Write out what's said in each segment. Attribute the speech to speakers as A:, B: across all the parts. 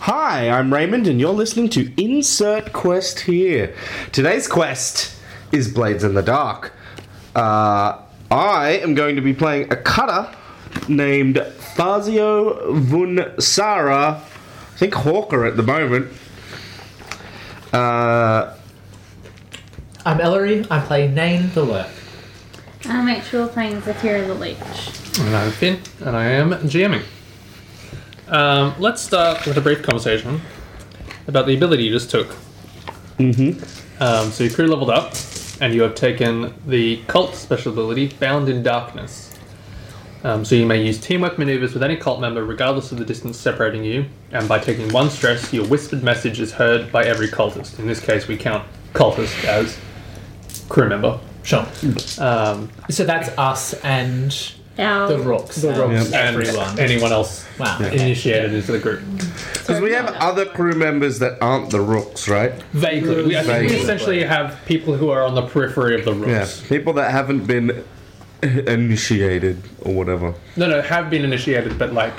A: Hi, I'm Raymond, and you're listening to Insert Quest here. Today's quest is Blades in the Dark. Uh, I am going to be playing a cutter named Fazio Vunsara, I think Hawker at the moment. Uh,
B: I'm Ellery. I'm playing Nain the Lurk.
C: I'm actually playing Zephyr the Leech.
D: And I'm Finn, and I am GMing. Um, let's start with a brief conversation about the ability you just took. Mm-hmm. Um, so your crew leveled up, and you have taken the cult special ability, Bound in Darkness. Um, so you may use teamwork maneuvers with any cult member, regardless of the distance separating you. And by taking one stress, your whispered message is heard by every cultist. In this case, we count cultist as crew member.
B: Sure.
D: Um,
B: So that's us and
C: Our
B: the rooks.
D: the
B: and
D: ropes and
B: Everyone.
D: anyone else
B: Wow.
D: initiated into the group.
A: because we have other crew members that aren't the rooks, right?
D: Vaguely. We, I think
A: Vaguely.
D: we essentially have people who are on the periphery of the
A: Yeah,
D: rooks.
A: people that haven't been initiated or whatever.
D: No, no, have been initiated, but like.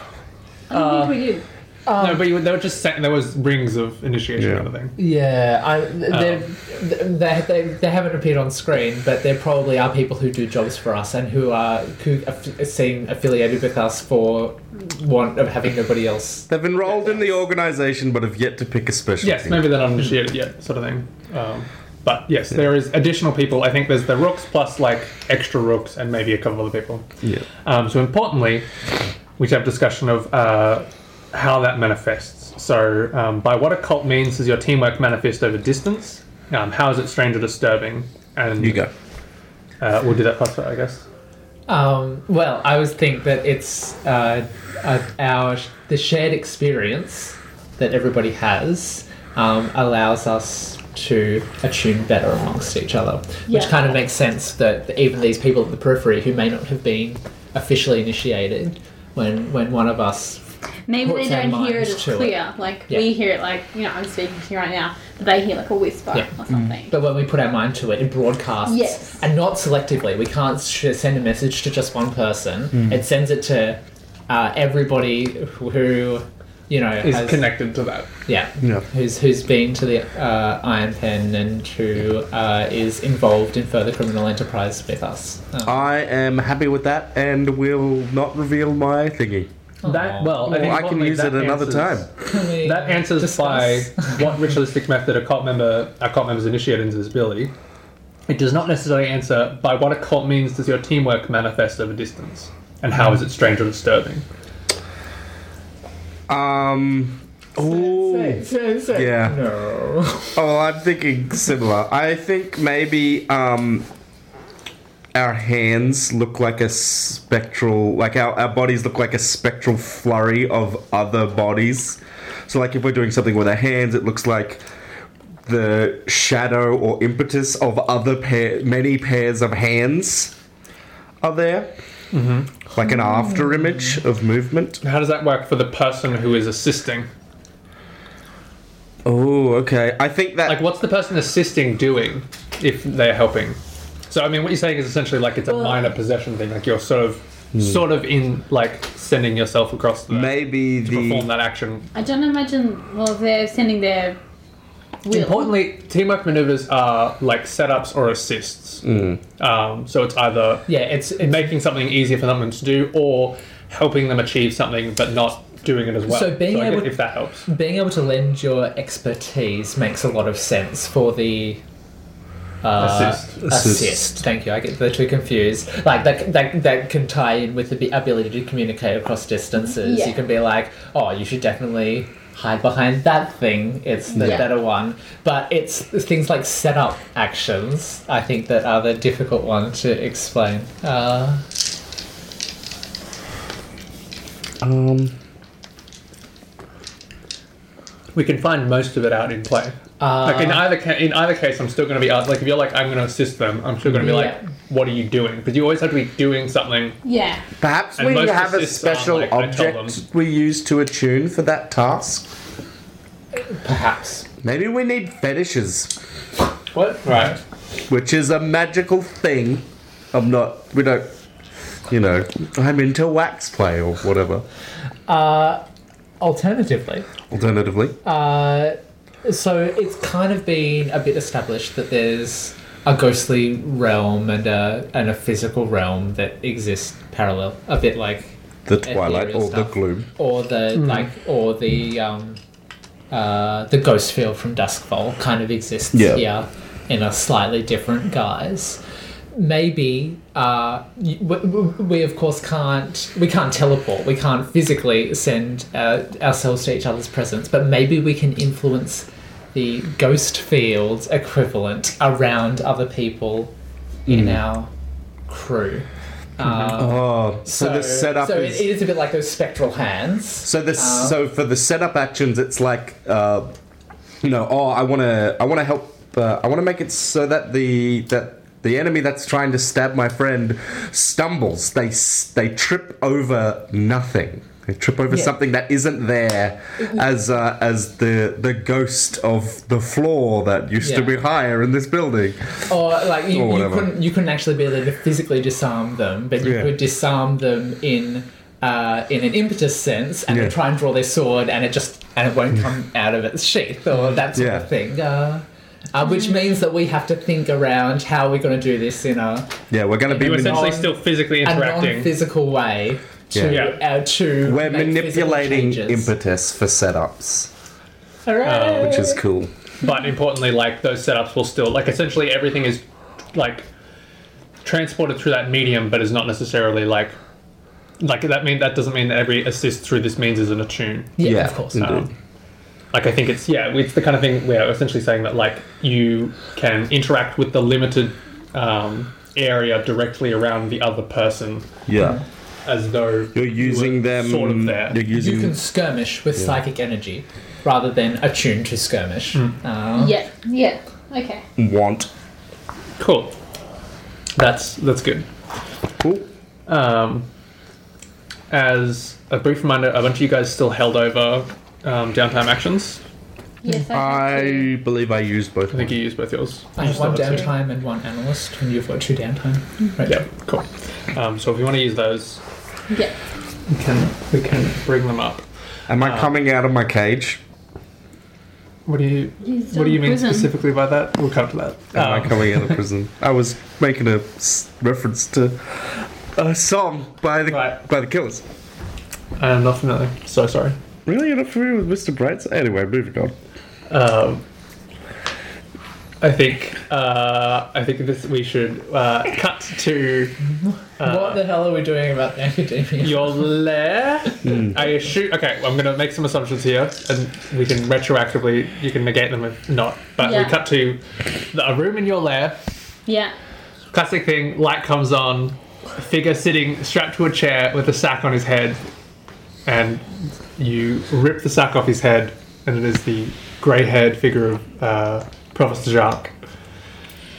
B: Uh,
C: I think we do.
D: no, but you, they were just saying there was rings of initiation
A: Yeah.
D: kind of thing.
B: Yeah, I, they're, they, they, they haven't appeared on screen, but there probably are people who do jobs for us and who are who aff- seem affiliated with us for want of having nobody else.
A: They've enrolled in the organization but have yet to pick a specialty.
D: Yes, maybe they're not initiated yet, sort of thing. Um, but yes, there is additional people. I think there's the rooks plus like extra rooks and maybe a couple other people.
A: Yeah.
D: Um, so importantly, we should have discussion of uh, how that manifests. So, um, by what a cult means, does your teamwork manifest over distance? Um, how is it strange or disturbing? And
A: You go.
D: Uh, we'll do that faster, I guess.
B: Um, well, I was think that it's uh, uh, our the shared experience that everybody has um, allows us to attune better amongst each other, which
C: Yeah.
B: kind of makes sense that even these people at the periphery who may not have been officially initiated, when when one of us,
C: Maybe
B: Puts
C: they
B: our
C: don't hear it
B: minds
C: as
B: to it.
C: clear. Like
B: Yeah.
C: we hear it, like you know, I'm speaking to you right now, but they hear like a whisper
B: Yeah. Mm.
C: or something.
B: but when we put our mind to it, it broadcasts,
C: Yes.
B: and not selectively. We can't sh- send a message to just one person.
D: Mm.
B: It sends it to uh, everybody who. You know,
D: Is
B: has-
D: connected to that.
B: Yeah.
A: Yeah.
B: Who's who's been to the uh, Iron Pen and who uh, is involved in further criminal enterprise with us? Um,
A: I am happy with that and will not reveal my thingy.
D: That well, I, think
A: Oh. I can
D: importantly,
A: use
D: that
A: it another
D: answers-
A: time.
B: can we
D: That answers
B: discuss?
D: by what ritualistic method a cult member a cult member's initiated into this ability. It does not necessarily answer by what a cult means does your teamwork manifest over distance, and how is it strange or disturbing?
A: Um. Ooh.
B: Say- say- say-
A: Yeah.
B: No.
A: Oh, I'm thinking similar. I think maybe um, our hands look like a spectral, like our, our bodies look like a spectral flurry of other bodies. So, like if we're doing something with our hands, it looks like the shadow or impetus of other pair, many pairs of hands are there. Like an after image of movement.
D: How does that work for the person who is assisting?
A: Oh, okay. I think that
D: Like, what's the person assisting doing if they're helping? So, I mean, what you're saying is essentially like it's a minor possession thing. Like you're sort of, sort of in like sending yourself across the
A: maybe
D: to
A: the
D: perform that action.
C: I don't imagine. Well, they're sending their will.
D: Importantly, teamwork maneuvers are like setups or assists. Um, so it's either
B: Yeah, it's, it's
D: making something easier for someone to do or helping them achieve something, but not doing it as well.
B: So being
D: I guess
B: able-
D: if that helps.
B: being able to lend your expertise makes a lot of sense for the uh,
D: Assist.
B: assist.
A: Assist.
B: Thank you. I get the two confused. Like that, that, that can tie in with the ability to communicate across distances.
C: Yeah.
B: You can be like, oh, you should definitely hide behind that thing. It's the
C: Yeah.
B: better one. But it's things like setup actions. I think that are the difficult one to explain. Uh,
A: um
D: We can find most of it out in play.
B: uh,
D: Like in either ca- in either case, I'm still going to be asked. Like if you're like, I'm going to assist them. I'm still going to be
B: Yeah.
D: like, what are you doing? Because you always have to be doing something.
C: yeah.
A: Perhaps
D: And
A: we
D: most
A: have a
D: assists
A: special
D: aren't like I tell
A: object we use to attune for that task.
B: perhaps.
A: Maybe we need fetishes,
D: What? Right.
A: which is a magical thing. I'm not. We don't. You know, I'm into wax play or whatever.
B: Uh, Alternatively,
A: Alternatively,
B: uh, so it's kind of been a bit established that there's a ghostly realm and a and a physical realm that exist parallel, a bit like
A: the Twilight
B: ethereal
A: or the
B: stuff.
A: Gloom.
B: or the like or the um, uh, the ghost field from Duskfall kind of exists
A: Yeah.
B: here in a slightly different guise. Maybe uh, y- w- w- we of course can't we can't teleport. We can't physically send uh, ourselves to each other's presence, but maybe we can influence the ghost fields equivalent around other people in
A: Hmm.
B: our crew. Uh,
A: Oh, so, the setup
B: so
A: is.
B: it is a bit like those spectral hands. Um,
A: so the
B: Uh-huh.
A: so for the setup actions, it's like, uh, you know, oh, I want to, I want to help, uh, I want to make it so that the that the enemy that's trying to stab my friend stumbles. They s- they trip over nothing. They trip over
B: Yeah. Mm-hmm.
A: something that isn't there, as uh, as the the ghost of the floor that used to
B: Yeah.
A: be higher in this building.
B: Or like you,
A: Or
B: you
A: whatever.
B: couldn't you couldn't actually be able to physically disarm them, but you
A: Yeah.
B: could disarm them in uh, in an impetus sense, and
A: Yeah.
B: then try and draw their sword, and it just and it won't come out of its sheath or that sort
A: Yeah.
B: of thing. Uh, uh, which means that we have to think around how we're going to do this in a,
A: Yeah, we're gonna be
D: You
A: mani-
D: essentially
B: non-
D: still physically
B: a
D: interacting.
B: non-physical way to
D: Yeah.
B: Uh, to
A: we're
B: make physical
A: manipulating
B: changes.
A: impetus for setups,
B: Hooray!
D: Uh,
A: which is cool.
D: But importantly, like those setups will still like essentially everything is like transported through that medium, but is not necessarily like like that mean that doesn't mean that every assist through this means is an attune.
B: yeah,
A: yeah,
B: of course.
A: indeed.
D: Um, like I think it's yeah, it's the kind of thing where essentially saying that like you can interact with the limited um, area directly around the other person
A: Yeah.
D: as though
A: You're using
D: were
A: them.
D: sort of there.
A: You're using.
B: you can skirmish with psychic energy rather than attune to skirmish. Uh,
C: Yeah, yeah. Okay.
A: want.
D: cool. That's that's good.
A: Cool.
D: Um, as a brief reminder, a bunch of you guys still held over um, downtime actions.
C: Yes, I. have to.
A: I believe I used both.
D: I think you used both yours.
B: I have one
D: Just have
B: downtime and one analyst, and you've got two downtime. Right.
C: Mm-hmm.
D: two. Yeah, cool. Um, so if you want to use those,
C: Yeah.
D: we can we can bring them up.
A: Am
D: Uh,
A: I coming out of my cage?
D: What do you
C: He's
D: What do you
C: in
D: mean
C: prison.
D: specifically by that? We'll come to that.
A: Am I
D: Um,
A: coming out of prison? I was making a s- reference to a song by the
D: Right.
A: by the Killers.
D: I am not familiar. So sorry.
A: Really, you're not familiar with Mr. Brightside? Anyway, moving on.
D: Um, I think uh, I think this we should uh, cut to
B: what
D: Uh,
B: the hell are we doing about academia?
D: your lair. I assume. Okay, well, I'm going to make some assumptions here, and we can retroactively you can negate them if not. But
C: Yeah.
D: we cut to the, a room in your lair.
C: Yeah.
D: Classic thing. Light comes on. a Figure sitting strapped to a chair with a sack on his head, and you rip the sack off his head, and it is the grey-haired figure of uh, Professor Jacques.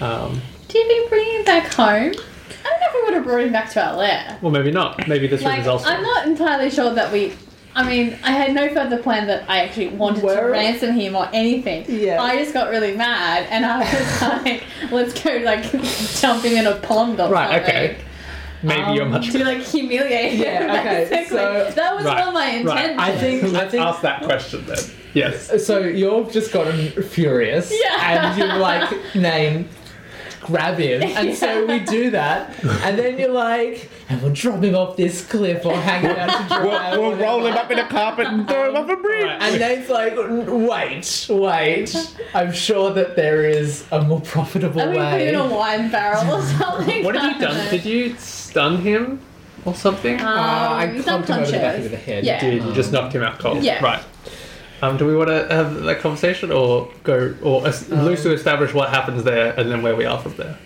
D: Um,
C: Did we bring him back home? I don't know if we would have brought him back to our lair.
D: well, maybe not. Maybe this room
C: Like,
D: is elsewhere.
C: I'm not entirely sure that we. I mean, I had no further plan that I actually wanted
B: Where-
C: to ransom him or anything.
B: Yeah.
C: I just got really mad and I was like, let's go, like, jumping in a pond or
D: Right,
C: something.
D: okay. maybe
B: um,
D: you're much.
C: To be like humiliated.
B: Yeah, okay,
C: basically.
B: so-
C: that was
D: Right,
C: not my
D: right.
C: intention.
B: I think. I
D: Let's
B: think.
D: ask that question then. Yes.
B: So you've just gotten furious,
C: Yeah.
B: and you're like, name, grab him, and so we do that, and then you're like, and we'll drop him off this cliff or hang him out to dry. or
A: We'll,
D: Oh,
A: we'll
B: whatever.
A: roll him up in a carpet and throw him off a bridge.
D: Alright.
B: And Nate's like, wait, wait. I'm sure that there is a more profitable
C: I mean, put it
B: way.
C: in a wine barrel or something.
D: What
C: I don't
D: have you done?
C: know.
D: Did you stun him or something?
C: Um,
B: Uh, I
C: he's
B: clubbed him over the back
C: unconscious.
B: of the head.
C: Yeah.
D: Did you just knocked him out cold?
C: Yeah.
D: Right. Um, do we want to have that conversation or go or es- loosely establish what happens there and then where we are from there?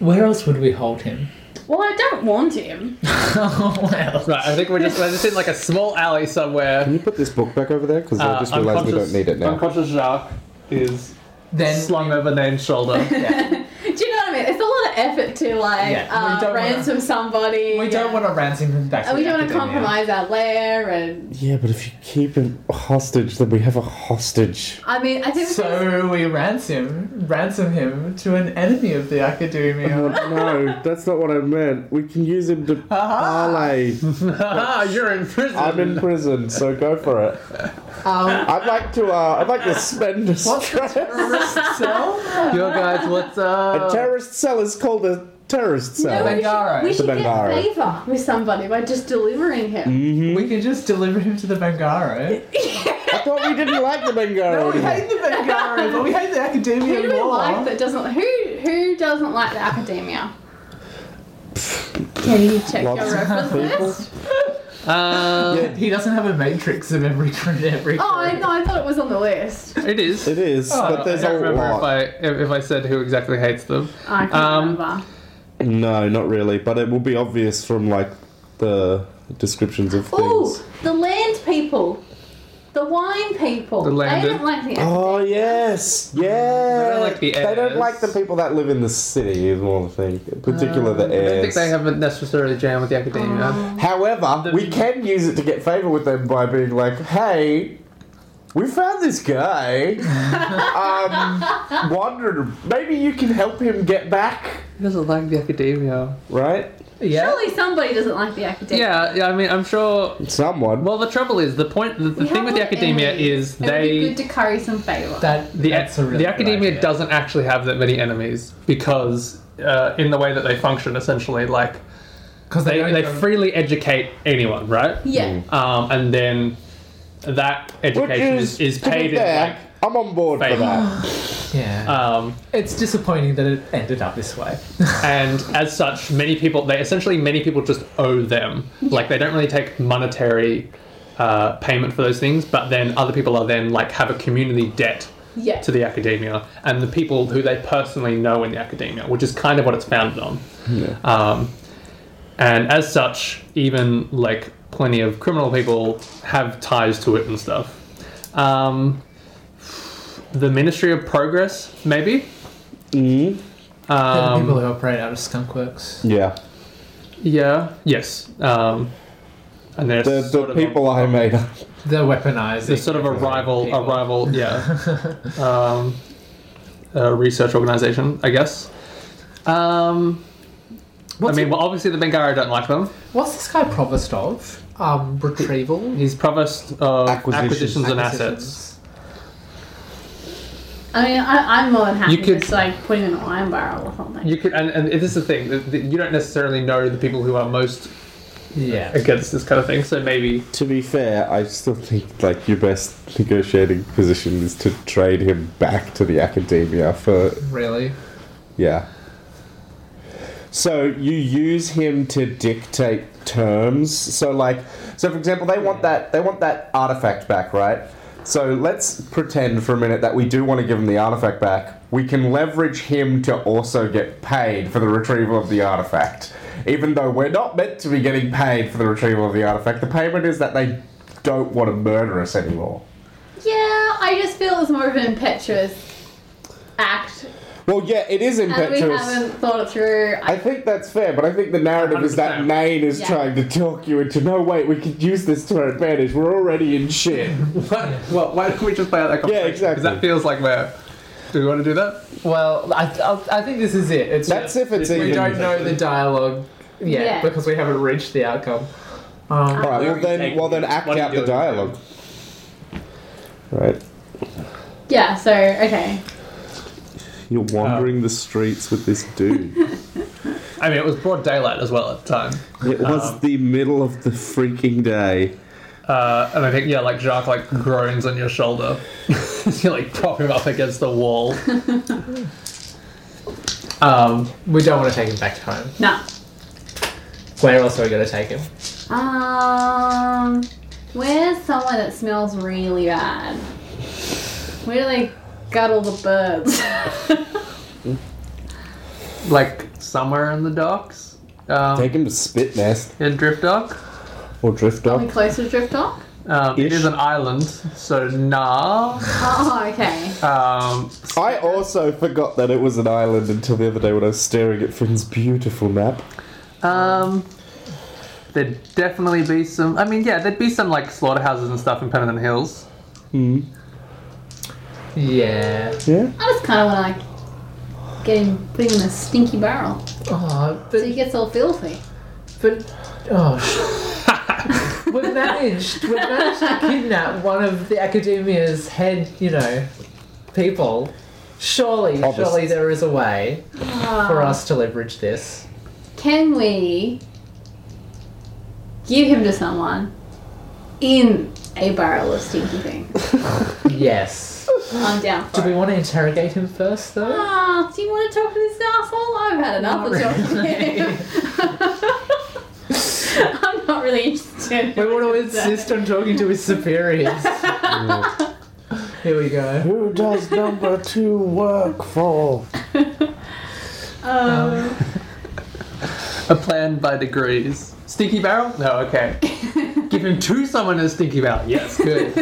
B: Where else would we hold him?
C: Well, I don't want him.
B: oh, well.
D: Right. I think we're just we're just in like a small alley somewhere.
A: you put this book back over there? Because
D: Uh, unconscious- Unconscious Jacques is
B: Then
D: slung over Name's shoulder.
C: Do you know what I mean? It's a lot of effort to like
B: Yeah, we
C: uh,
B: don't wanna-
C: ransom somebody.
B: We don't
C: yeah.
B: want to ransom him back.
C: And we don't want to
B: academia.
C: compromise our lair, and
A: Yeah, but if you keep him hostage, then we have a hostage.
C: I mean, I think we can-
B: So we ransom ransom him to an enemy of the
A: Oh,
B: academia.
A: no, that's not what I meant. We can use him to parlay.
D: Ah, you're in prison.
A: I'm in prison, so go for it.
C: Uh-huh.
B: um,
A: I'd like to. Uh, I'd like to spend a
B: what's the
A: stress.
B: terrorist cell?
D: Yo, guys, what's
A: A
D: up?
A: terrorist cell is called a terrorist
C: No,
A: cell.
C: we
B: Bengaro.
C: should, we
A: The
C: should get
A: Bengaro.
C: favor with somebody by just delivering
D: Mm.
C: him.
B: We can just deliver him to the Bengaro.
A: I thought we didn't like the
B: No,
A: Bengaro.
B: Oh, we hate the Bengaro, but we hate the
C: Who
B: academia
C: do we
B: more.
C: like that doesn't? Who who doesn't like the academia? Can you check your
A: Lots of
C: reference
A: people.
C: list?
D: Uh,
B: Yeah, he doesn't have a matrix of every every.
C: Oh, I,
B: group.
C: no, I thought it was on the list.
D: it is.
A: it is,
B: Oh,
A: but
D: I
A: there's
D: don't
A: a
D: remember if
A: lot.
D: I, if, if I said who exactly hates them.
C: I can't
D: Um,
C: remember.
A: No, not really. But it will be obvious from like the descriptions of
C: Ooh,
A: things.
C: the land people, the wine people.
D: The
C: they
D: landed.
C: don't like the
A: Oh yes, yeah.
D: don't like the
A: They don't
D: heirs.
A: like the people that live in the city. Is one thing, particular the
D: Uh, I
A: heirs.
D: don't think they have a necessarily jam with the academia.
A: However,
D: The-
A: we can use it to get favor with them by being like, hey, we found this guy um, wandering. Maybe you can help him get back,
D: He doesn't like the academia.
A: right?
D: Yeah.
C: Surely somebody doesn't like the academia.
D: Yeah, yeah, I mean, I'm sure.
A: Someone.
D: Well, the trouble is, the point, the, the thing with the academia is they.
C: It would be good to curry some favour.
B: That
D: the,
B: that's a really
D: the
B: good
D: academia
B: idea.
D: doesn't actually have that many enemies because uh, in the way that they function essentially like
B: because
D: they,
B: don't
D: they
B: go-
D: freely educate anyone right
C: yeah.
D: um, and then that
A: Which
D: education
A: is,
D: is, is
A: to be
D: paid in
A: fair,
D: like
A: I'm on board for
D: favor.
A: that.
B: Yeah.
D: um,
B: it's disappointing that it ended up this way.
D: and as such many people they essentially many people just owe them like they don't really take monetary uh, payment for those things but then other people are then like have a community debt
C: Yeah.
D: to the academia and the people who they personally know in the academia, which is kind of what it's founded on. Um, and as such, even like plenty of criminal people have ties to it and stuff. Um, the Ministry of Progress, maybe.
B: They're the people
D: Um,
B: who operate out of skunkworks.
A: Yeah.
D: yeah. Yes. Um, and there's
A: The,
D: sort
A: the
D: of a-
A: people I made up.
B: They're weaponized.
D: There's sort of a rival,
B: people.
D: a rival, yeah, um, a research organization, I guess. Um, I
B: What's
D: mean,
B: it-
D: well, obviously the Bengaro don't like them.
B: What's this guy provost of? Um, retrieval.
D: He's provost of
A: Acquisitions.
D: acquisitions, and assets.
C: I mean, I, I'm more than happy
D: You could-
C: just like putting in a wine barrel or something.
D: You could, and, and this is the thing. that- that You don't necessarily know the people who are most
B: Yeah.
D: against this kind of thing. So maybe
A: To be fair, I still think like your best negotiating position is to trade him back to the academia for
B: Really?
A: Yeah. So you use him to dictate terms. So like so for example they want that they want that artifact back, right? So let's pretend for a minute that we do want to give him the artifact back. We can leverage him to also get paid for the retrieval of the artifact. Even though we're not meant to be getting paid for the retrieval of the artifact, the payment is that they don't want to murder us anymore.
C: Yeah, I just feel it's more of an impetuous act,
A: Well, yeah, it is
C: and we
A: impetuous.
C: haven't thought it through.
A: I think that's fair, but I think the narrative is that
D: 100%.
A: Maine is
C: Yeah.
A: trying to talk you into no wait, we could use this to our advantage. We're already in shit.
D: well, why don't we just play out that conversation?
A: exactly.
D: that feels like where. Do we want to do that?
B: Well, I, I, I think this is it. It's
A: That's if it's
B: we
A: even-
B: don't know the dialogue yet
C: Yeah.
B: because we haven't reached the outcome. Um,
A: Alright,
D: Where
A: well
D: are you
A: then
D: taking
A: well then
D: this?
A: act
D: What are you
A: out the
D: doing now?
A: dialogue. Right.
C: yeah. So okay.
A: You're wandering the streets with this dude. it
D: I mean, it was broad daylight as well at the time. Um,
A: was the middle of the freaking day.
D: Uh, and I think yeah, like Jacques like groans on your shoulder. you like prop him up against the wall.
B: um, we don't want to take him back to home.
C: No.
B: Where else are we going to take him?
C: Um, where's somewhere that smells really bad? Where do they gut all the birds?
D: Like somewhere in the docks. Um,
A: Take him to Spit Nest
D: in Drift Dock.
A: or Drift
C: Are we
A: Dock.
C: close to Drift Dock?
E: Um, it
F: Ish.
E: is an island, so nah.
C: Oh, okay.
E: Um,
A: I also forgot that it was an island until the other day when I was staring at Finn's beautiful map.
E: Um, there'd definitely be some. I mean, yeah, there'd be some like slaughterhouses and stuff in Permanent Hills.
B: Yeah.
A: Yeah?
C: I just kind of want to like get him, put him in a stinky barrel
B: Oh,
C: so
B: but,
C: he gets all filthy.
B: but oh. we managed. We managed to kidnap one of the academia's head, you know, people. Surely,
A: Obvious.
B: surely there is a way
C: Ah.
B: for us to leverage this.
C: Can we give him to someone in a barrel of stinky things?
B: Yes.
C: I'm down
B: Do
C: for
B: we
C: it.
B: want to interrogate him first, though?
C: Ah, do you want to talk to this asshole? I've had enough of
B: Not
C: talking to him. I'm not really interested.
B: We want to insist on talking to his superiors. Here we go.
A: Who does number two work for?
C: Um,
E: A plan by degrees. Stinky Barrel? No, okay. Give him to someone in a Stinky Barrel. Yes, good.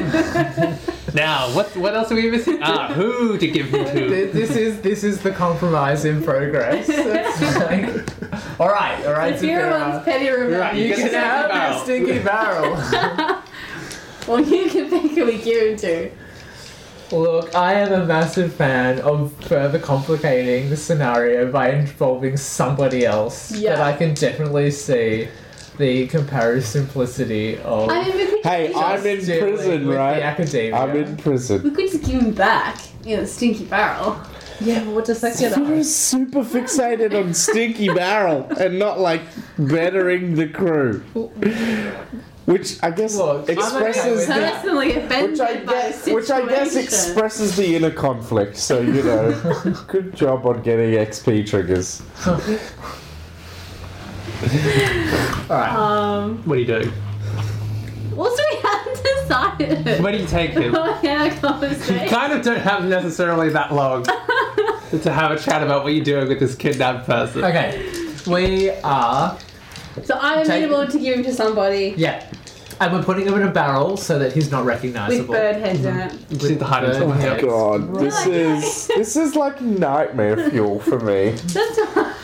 E: now, what what else are we missing? Ah, who to give him to?
B: Th- This is this is the compromise in progress. It's like, all right, all right,
C: if you're
B: Zafira,
C: one's petty
E: Right,
C: revenge,
B: you
E: You
B: can
E: get a
B: have your stinky
E: stinky
B: barrel.
C: well, you can think who we give him to.
B: Look, I am a massive fan of further complicating the scenario by involving somebody else. But
C: Yeah.
B: I can definitely see the comparative simplicity of.
C: I mean, we could
A: Hey,
C: just-
A: I'm in
B: dealing
A: prison,
B: with
A: right?
B: The academia.
A: I'm in prison.
C: We could just give him back in a stinky barrel.
B: Yeah, but what does that get
A: You're
B: us?
A: super fixated on Stinky Barrel and not like bettering the crew. Which I guess
B: Look, I'm okay
A: expresses
B: with
A: the
C: Personally offended
A: which I
C: by
A: guess
C: the
A: which I guess
C: situation.
A: expresses the inner conflict. So you know, good job on getting XP triggers.
B: All right.
C: Um,
E: What do you do?
C: what do we have decided?
E: Where do you take him?
C: Oh, yeah,
E: You
C: conversation.
E: kind of don't have necessarily that long to have a chat about what you're doing with this kidnapped person.
B: Okay. We are
C: So I'm
B: Take-
C: amenable to give him to somebody
B: Yeah. And we're putting him in a barrel so that he's not
C: with
B: recognizable.
C: bird heads in it.
E: You need to hide him
B: Bird
E: somewhere.
B: heads.
A: Oh God, this
C: Really?
A: is this is like nightmare fuel for me.
C: That's fine.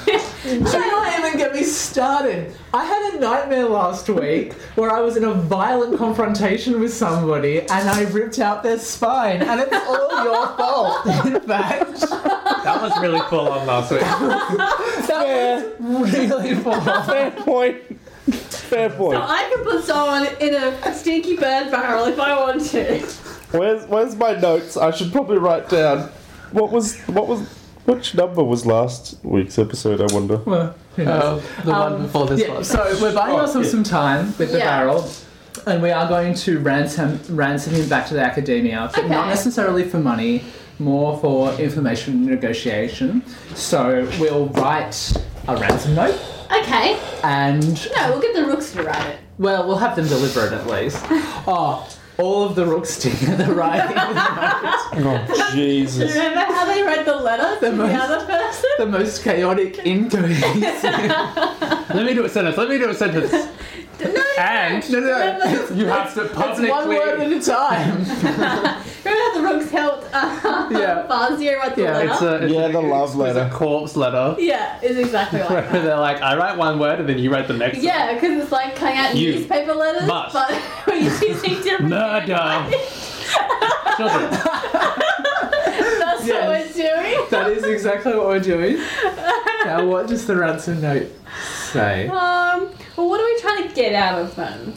B: Do not even get me started. I had a nightmare last week where I was in a violent confrontation with somebody and I ripped out their spine, and it's all your fault. In fact,
E: That was really full on last week.
B: that was really fun.
A: Fair point. Fair
C: So
A: point.
C: I can put someone in a stinky bird barrel if I want to.
A: Where's where's my notes? I should probably write down what was what was which number was last week's episode. I wonder.
B: Oh
E: Uh, the one
B: Um,
E: before this
B: Yeah,
E: one.
B: so we're buying
E: Oh,
B: ourselves
E: yeah.
B: some time with the
C: Yeah.
B: barrel, and we are going to ransom ransom him back to the academia, but not
C: Okay.
B: necessarily for money, more for information negotiation. So we'll write a ransom note,
C: Okay.
B: and
C: No, we'll get the rooks to write it.
B: well, we'll have them deliver it at least. Oh, all of the rooks together, right?
A: Oh Jesus.
C: Remember how they read the letter to the
B: most-
C: other person?
B: the most chaotic, incohesive.
E: Let me do a sentence. Let me do a sentence.
C: No, no,
E: And
B: no, no,
C: Remember,
E: you have to
B: it's one word
E: publicly.
B: at a time.
C: remember how the rooks helped uh,
E: Yeah.
C: Fazio write the
B: Yeah,
C: letter?
E: It's a, it's
A: Yeah,
E: an
A: the love
E: exquisite
A: letter.
E: corpse letter.
C: yeah, it's exactly like
E: Where
C: that.
E: they're like, I write one word and then you write the next.
C: Yeah, because it's like cutting out
E: You
C: newspaper letters,
E: must.
C: but we're using different.
E: Murder. one. Children.
C: That's
B: Yes.
C: what we're doing.
B: that is exactly what we're doing. Now, what does the ransom note say?
C: Um, well, what are we trying to get out of them?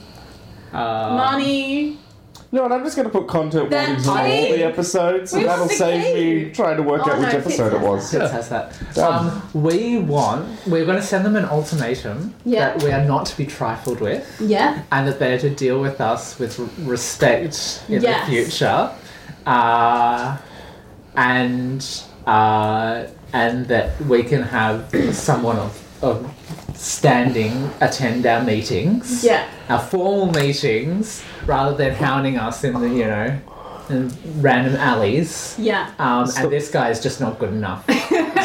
B: Uh,
C: Money.
A: No, and I'm just gonna put content
C: That
A: warnings on all
C: key.
A: the episodes, and
C: Where's
A: that'll
C: the
A: save
C: key?
A: me trying to work
C: Oh,
A: out which
C: no,
A: episode it
C: it's-
A: was.
B: It says that.
A: Done.
B: Um, we want, we're going to send them an ultimatum
C: Yeah.
B: that we are not to be trifled with
C: Yeah.
B: and that they are to deal with us with r- respect in
C: Yes.
B: the future. Uh, and, uh, and that we can have someone of, of standing attend our meetings,
C: Yeah.
B: our formal meetings, rather than hounding us in the, you know, in random alleys.
C: Yeah.
B: Um,
A: So-
B: and this guy is just not good enough.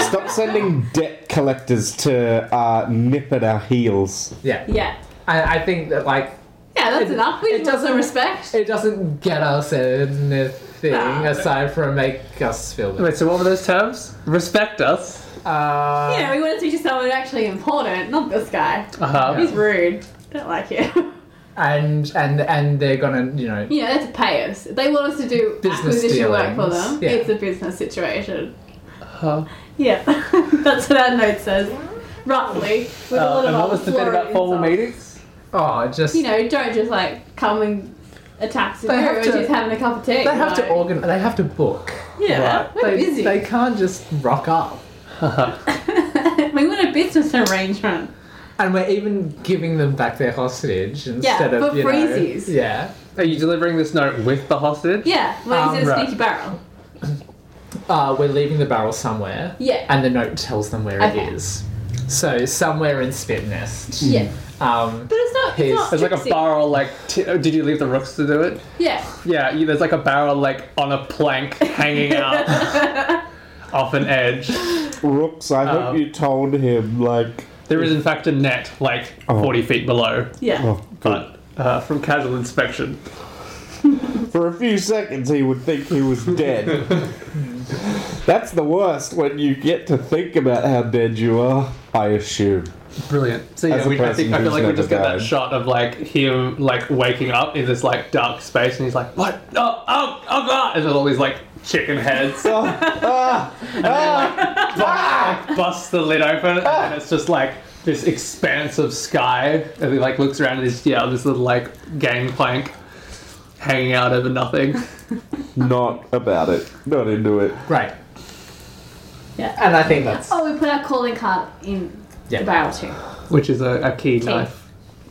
A: Stop sending debt collectors to uh, nip at our heels.
B: Yeah.
C: Yeah.
B: I, I think that, like,
C: Yeah, yeah, that's
B: It-
C: enough. We
B: it
C: just want some
B: doesn't-
C: respect.
B: It doesn't get us anything
C: No.
B: aside from make us feel better.
D: Wait, so what were those terms? Respect us.
B: Uh,
C: you know, we want to teach you someone actually important, not this guy.
D: Uh huh.
C: He's rude. Don't like it.
B: and and and they're gonna you know
C: you know, they have to pay us. If they want us to do
B: Business
C: acquisition work for
B: dealings.
C: them.
B: Yeah.
C: It's a business situation.
D: Uh-huh.
C: Yeah, that's what our note says. Roughly. With a
D: Uh,
C: lot
D: and
C: of
D: what was the bit
C: florid
D: about formal
C: insults.
D: meetings?
B: oh just
C: You know, don't just like come and attack
B: They have
C: Sakura when
B: to-
C: she's having a cup of tea.
B: they have to
C: like,
B: organ they have to book.
C: Yeah,
D: Right.
C: we're
B: they,
C: busy.
B: they can't just rock up.
C: we want a business arrangement.
B: And we're even giving them back their hostage instead of
C: for
B: you know,
C: freezies.
B: yeah.
D: Are you delivering this note with the hostage?
C: Yeah, well,
B: Um,
C: he's in a
D: right.
C: sneaky barrel.
B: Uh, we're leaving the barrel somewhere.
C: Yeah.
B: And the note tells them where
C: Okay.
B: it is. So somewhere in Spitnest.
C: Yeah,
B: Um,
C: but it's not.
B: His-
C: It's not
D: There's like a
C: tricksy.
D: barrel, like, t- oh, did you leave the rooks to do it?
C: Yeah,
D: Yeah, you, there's like a barrel, like, on a plank hanging out off an edge.
A: Rooks, I
D: Um,
A: hope you told him, like.
D: There is, in fact, a net, like,
A: Oh.
D: 40 feet below,
C: yeah.
A: Oh, God.
D: but uh, from casual inspection.
A: For a few seconds, he would think he was dead. That's the worst when you get to think about how dead you are, I assume.
D: Brilliant. So
A: As
D: yeah,
A: a
D: we, I
A: person
D: think I feel
A: who's
D: like we
A: never
D: just get that
A: died.
D: shot of like him like waking up in this like dark space, and he's like, "What? Oh, oh, oh god!" And there's all these like chicken heads.
A: Oh, ah, ah,
D: Like, busts the lid open, and then it's just like this expanse of sky. And he like looks around, and he's yeah, this little like gangplank hanging out over nothing.
A: Not about it. Not into it.
B: great.
C: Yeah.
B: And I think that's
C: Oh, we put our calling card in
B: Yeah.
C: the barrel too.
D: Which is a, a key knife,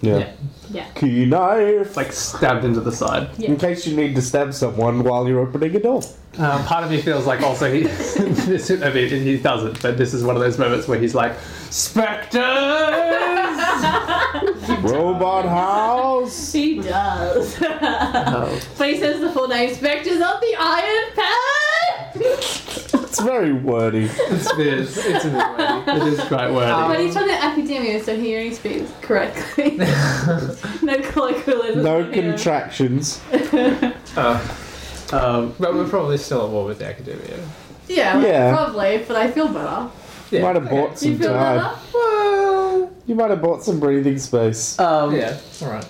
A: Yeah.
B: Yeah.
C: Yeah.
A: Key knife.
D: like stabbed into the side.
A: In case you need to stab someone while you're opening a door.
D: Um, part of me feels like also he, this, I mean, he doesn't, but this is one of those moments where he's like, Spectres!
A: Robot house.
C: She does.
D: Oh.
C: but he says the full name Spectres of the Iron Pad!
A: It's very wordy.
D: It's this. It's it is quite wordy.
B: Um,
C: but he's from the academia, so he only speaks correctly. no colloquialism.
A: No contractions.
B: uh,
D: Um,
B: but we're probably still at war with the academia.
C: Yeah,
A: Yeah.
C: probably, but I feel better.
B: Yeah.
A: Might have bought
C: Do you
A: some
C: feel
A: time.
C: better?
D: well,
A: You might have bought some breathing space.
D: um,
B: Yeah. All right.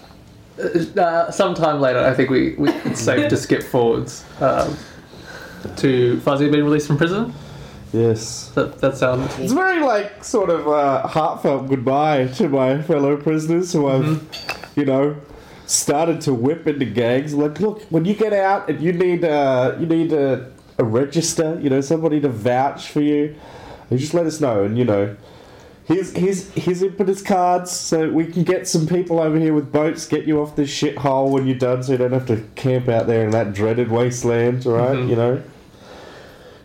D: uh, sometime later, I think we, we it's safe to skip forwards um, to Fuzzy being released from prison.
A: Yes.
D: That, that sound.
A: It's very like sort of uh, heartfelt goodbye to my fellow prisoners who I've, you know, started to whip into gangs. Like, look, when you get out and you need uh, you need a, a register, you know, somebody to vouch for you, you just let us know, and you know. Here's, here's, here's impetus cards so we can get some people over here with boats, get you off this shithole when you're done so you don't have to camp out there in that dreaded wasteland, right? You know?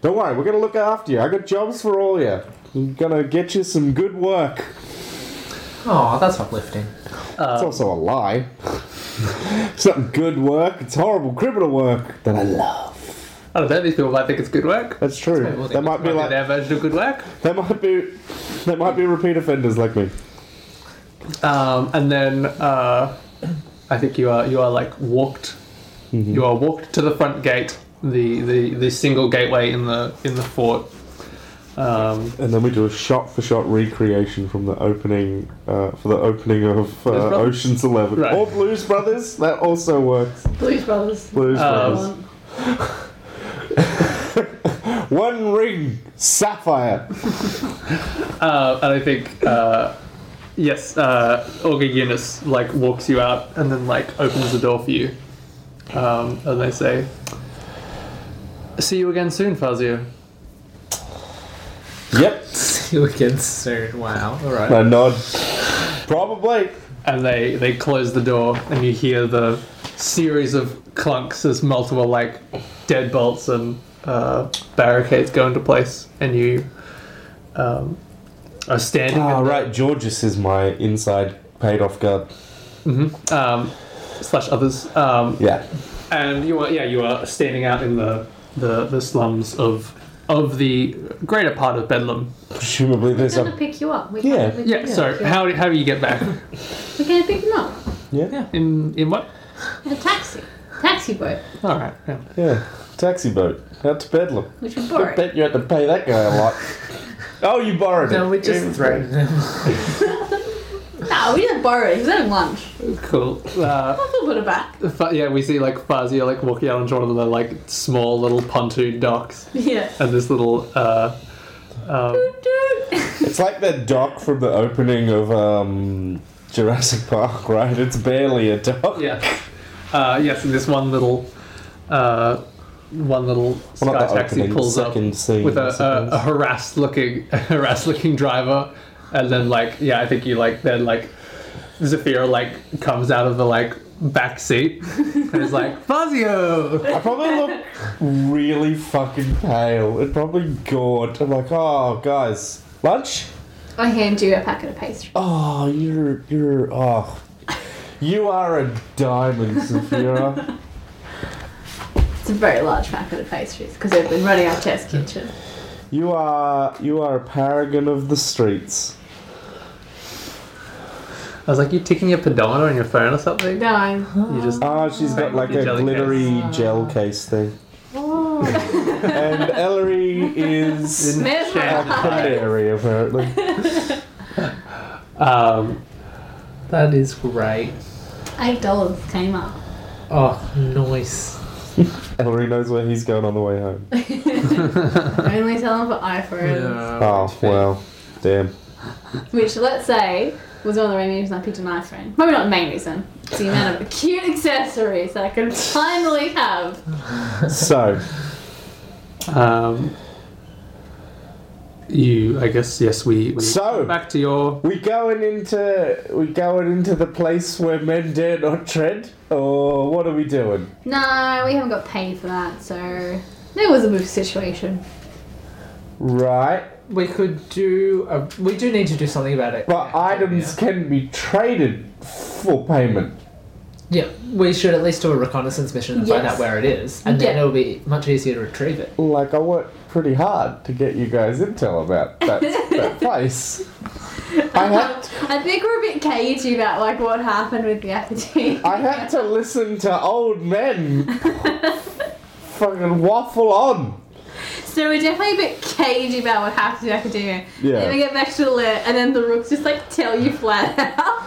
A: Don't worry, we're gonna look after you. I got jobs for all you. I'm gonna get you some good work.
B: Oh, that's uplifting.
A: It's
D: Um,
A: also a lie. it's not good work. It's horrible criminal work that I love.
D: I don't know. These people might think it's good work.
A: That's true.
B: That's what
A: They might be like
D: their version of good work.
A: they might be they might be repeat offenders like me.
D: Um, and then uh, I think you are you are like walked.
A: Mm-hmm.
D: You are walked to the front gate, the, the, the single gateway in the in the fort. Um,
A: And then we do a shot for shot recreation from the opening uh, for the opening of uh,
D: Blues Brothers?
A: Ocean's Eleven
D: Right.
A: or Blues Brothers. That also works.
C: Blues Brothers.
A: Blues
D: Um,
A: Brothers. One ring, sapphire.
D: uh, and I think uh, yes, uh, Olga Eunice like walks you out and then like opens the door for you, um, and they say, "See you again soon, Fazio."
A: Yep.
B: See you again soon. Wow. All right.
A: A nod. Probably.
D: and they they close the door and you hear the series of clunks as multiple like deadbolts and uh, barricades go into place and you um, are standing
A: Ah,
D: in the-
A: right. Georges is my inside paid off guard.
D: Mhm. um, slash others um,
A: Yeah.
D: and you are yeah you are standing out in the the, the slums of of the greater part of Bedlam.
A: Presumably there's
C: We're gonna
A: a.
C: pick you up. We
A: Yeah.
C: Can't, we
D: Yeah.
C: can't
D: so
C: pick you up.
D: how do, how do you get back?
C: we can't pick him up.
A: Yeah.
D: Yeah. In in what?
C: A taxi. Taxi boat,
D: All right. Yeah.
A: Yeah. Taxi boat. Out to Bedlam.
C: which we
A: I
C: borrowed.
A: bet you had to pay that guy a lot. oh, you borrowed it.
B: No, we just throw them.
C: No, we didn't borrow it. He was having lunch.
D: Cool. Uh,
C: I'll put it back.
D: fa- yeah, we see like Fazia like walking out onto one of the like small little pontoon docks,
C: Yeah.
D: and this little uh, um,
C: Dude.
A: It's like that dock from the opening of um, Jurassic Park, right? It's barely a dock.
D: yeah, uh, yes, and this one little uh, one little
A: Well,
D: sky
A: not the
D: taxi
A: opening, the
D: pulls up
A: second scene,
D: with
A: I
D: a,
A: suppose.
D: a, a harassed looking harassed looking driver, and then like yeah, I think you like then like Zafira like comes out of the like back seat and is like Fazio.
A: I probably look really fucking pale. It probably gored. I'm like, oh, guys, lunch?
C: I hand you a packet of pastry.
A: Oh, you're you're oh, you are a diamond, Sophia.
C: It's a very large packet of pastries because they've been running our test kitchen.
A: you are you are a paragon of the streets.
D: I was like, you ticking your pedometer on your phone or something?
C: No, I'm.
D: You just
A: Ah, she's got like a
D: Jelly
A: glittery gel case Ah. thing. and Ellery is
C: There's my
A: a
C: heart.
A: canary apparently.
D: um,
B: That is great.
C: Eight dollars came up.
B: Oh, nice.
A: Ellery knows where he's going on the way home.
C: Only selling for iPhones,
A: Oh well, damn.
C: which let's say was one of the main reasons I picked an iPhone. Maybe not the main reason. It's the amount of cute accessories that I can finally have.
A: So
D: Um, you, I guess, yes, we. we
A: So-
D: back to your.
A: we going into we going into the place where men dare not tread, or what are we doing?
C: No, we haven't got paid for that, so there was a move situation.
A: Right.
B: We could do. A, we do need to do something about it.
A: But items can be traded for payment.
B: Yeah, we should at least do a reconnaissance mission and find
C: Yes.
B: out where it is, and then
C: Yeah.
B: it'll be much easier to retrieve it.
A: Like I worked pretty hard to get you guys intel about that, that place. I had to,
C: I think we're a bit cagey about like what happened with the apogee.
A: I had to listen to old men fucking waffle on.
C: So we're definitely a bit cagey about what happens with academia.
A: Yeah.
C: Then we get back to the lit, and then the rooks just like tell you flat out.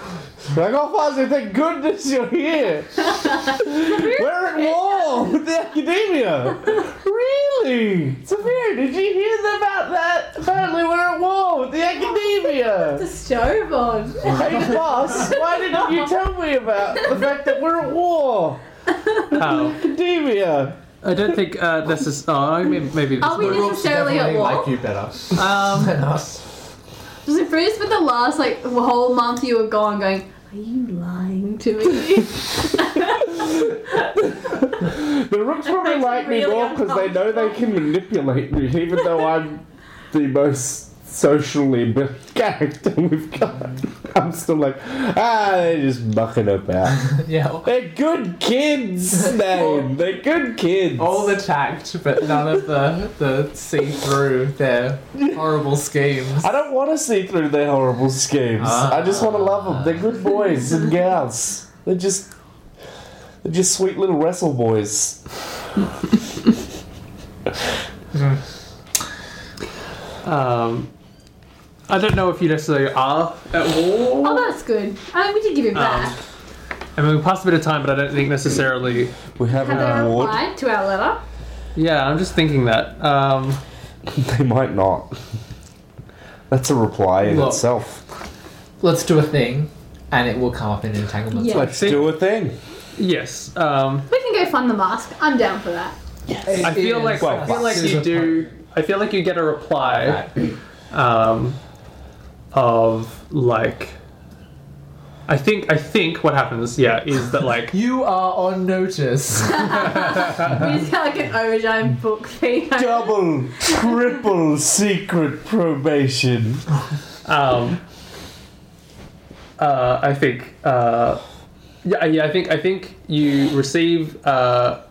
A: Like, oh, Fuzzy, thank goodness you're here. We're at war with the academia. Really? Sophia, did you hear about that? Apparently, we're at war with the academia.
C: the stove on.
A: Hey, boss, why didn't you tell me about the fact that we're at war?
D: Um,
A: Academia.
D: I don't think uh, this is. Oh, maybe, maybe this
C: Are we
D: works.
C: necessarily at
B: Definitely
C: war?
B: like you better
D: Um,
B: than us.
C: Was it Bruce for the last like whole month you were gone going, Are you lying to me?
A: The rooks probably
C: Makes me
A: like me
C: really
A: more because they know they can manipulate me, even though I'm the most socially built character we've got. I'm still like, ah, they're just mucking about.
B: Yeah,
A: They're good kids, man. They're good kids.
B: all the tact, but none of the the see through their horrible schemes.
A: I don't want to see through their horrible schemes. I just want to love them. They're good boys and gals. They're just, they're just sweet little wrestle boys.
D: um, I don't know if you necessarily are at war.
C: oh that's good. I mean we did give
D: Um,
C: it back.
D: uh, I mean, we passed a bit of time, but I don't think necessarily.
A: We have
C: Have they
A: an award.
C: replied to our letter?
D: Yeah, I'm just thinking that. Um,
A: They might not. That's a reply in
B: Look.
A: itself.
B: Let's do a thing, and it will come up in entanglements.
C: Yeah.
A: Let's
D: See-
A: do a thing.
D: yes. Um,
C: We can go fund the mask. I'm down for that.
D: I feel like I feel like you do. I feel like you get a reply um, of like. I think I think what happens, yeah, is that like
B: You are on notice.
C: We just got like an overtime book fee.
A: Double, triple secret probation.
D: um, uh, I think uh, yeah yeah I think I think you receive uh,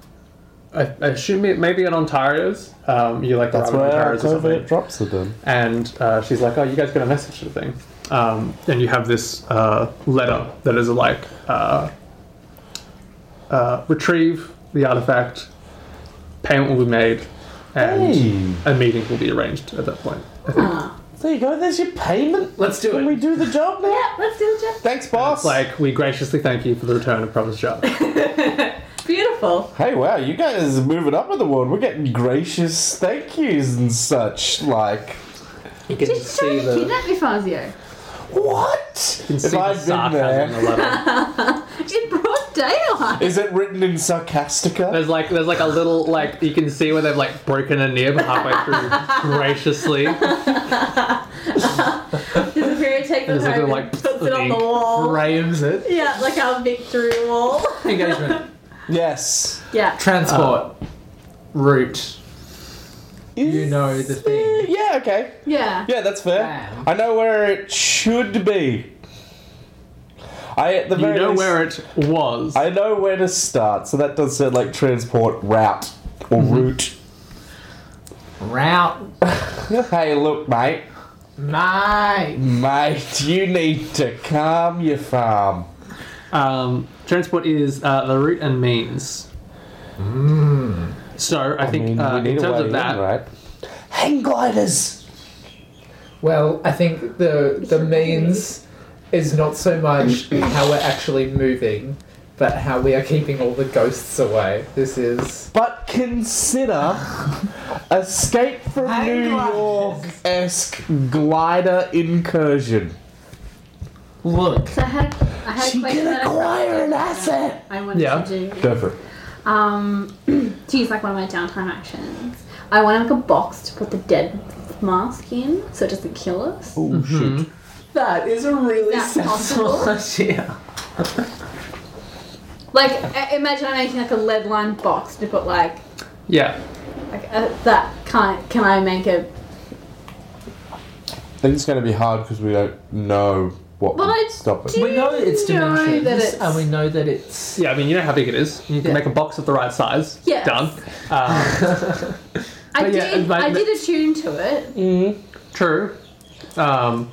D: I, I assume it maybe an Ontario's um, you like the
A: That's
D: ramen
A: where
D: Ontario's or
A: COVID
D: something
A: drops are done.
D: and uh, she's like oh you guys got a message sort of thing um, and you have this uh, letter that is like uh, uh, retrieve the artifact, payment will be made, and
A: Hey.
D: a meeting will be arranged at that point.
A: There you go. There's your payment.
B: Let's do
A: Can we
B: it.
A: do the job now?
C: Yeah, let's do the job.
A: Thanks, boss.
D: Like we graciously thank you for the return of Promised Child.
C: Beautiful.
A: hey, wow, you guys are moving up in the world. We're getting gracious thank yous and such. Like,
D: You can
C: Did you try to kidnap me, Fazio?
A: what?
D: can
A: If
D: see the
A: I'd been
D: sarcasm in
A: there,
D: the letter.
C: It brought daylight.
A: is it written in sarcastica?
D: There's like there's like a little like you can see where they've like broken a nib halfway through graciously.
C: Disappear, take the
D: There's like a,
C: home,
D: like
C: and puts it on the wall.
B: Frames it.
C: Yeah, like our victory wall.
B: Engagement.
A: Yes.
C: Yeah.
B: Transport. route.
A: Is-
B: You know the thing.
A: Yeah, okay.
C: Yeah.
A: Yeah, that's fair.
B: Bam.
A: I know where it should be. I at the
D: You
A: very
D: know
A: least,
D: where it was.
A: I know where to start, so that does sound like transport route or
D: Mm-hmm.
A: route.
B: Route.
A: hey, look, mate,
B: Mate.
A: mate, you need to calm your farm.
D: Um, transport is uh, the route and means. So I, think
A: mean,
D: uh,
A: we need
D: in
A: a
D: terms
A: way
D: of that,
A: right? Hang gliders.
B: Well, I think the the means is not so much how we're actually moving, but how we are keeping all the ghosts away. This is
A: But consider escape from
B: Hang
A: New
B: gliders.
A: York esque glider incursion.
B: look.
C: So I had, a- I had a
A: She
C: question.
A: can
C: that I forgot
A: acquire an
C: to-
A: asset.
C: I wanted
D: Yeah.
C: to do.
A: Go for it.
C: Um, to use like one of my downtime actions. I want like a box to put the dead mask in so it doesn't kill us.
A: Oh shoot.
B: That is a really
C: Is that sensible
B: idea.
C: Like, I- imagine I'm making like a lead lined box to put like,
D: yeah,
C: like uh, that kind. Can I make a.
A: I think it's going to be hard because we don't know what
C: Well,
A: would
C: I
A: stop it.
C: do-
B: We know it's
C: You know
B: dimensions,
C: that it's-
B: and we know that it's
D: yeah. I mean, you know how big it is. You can
B: Yeah.
D: make a box of the right size.
C: Yes.
D: Done. Um,
C: I
D: But yeah,
C: did.
D: but-
C: I did attune to it,
D: true. Um,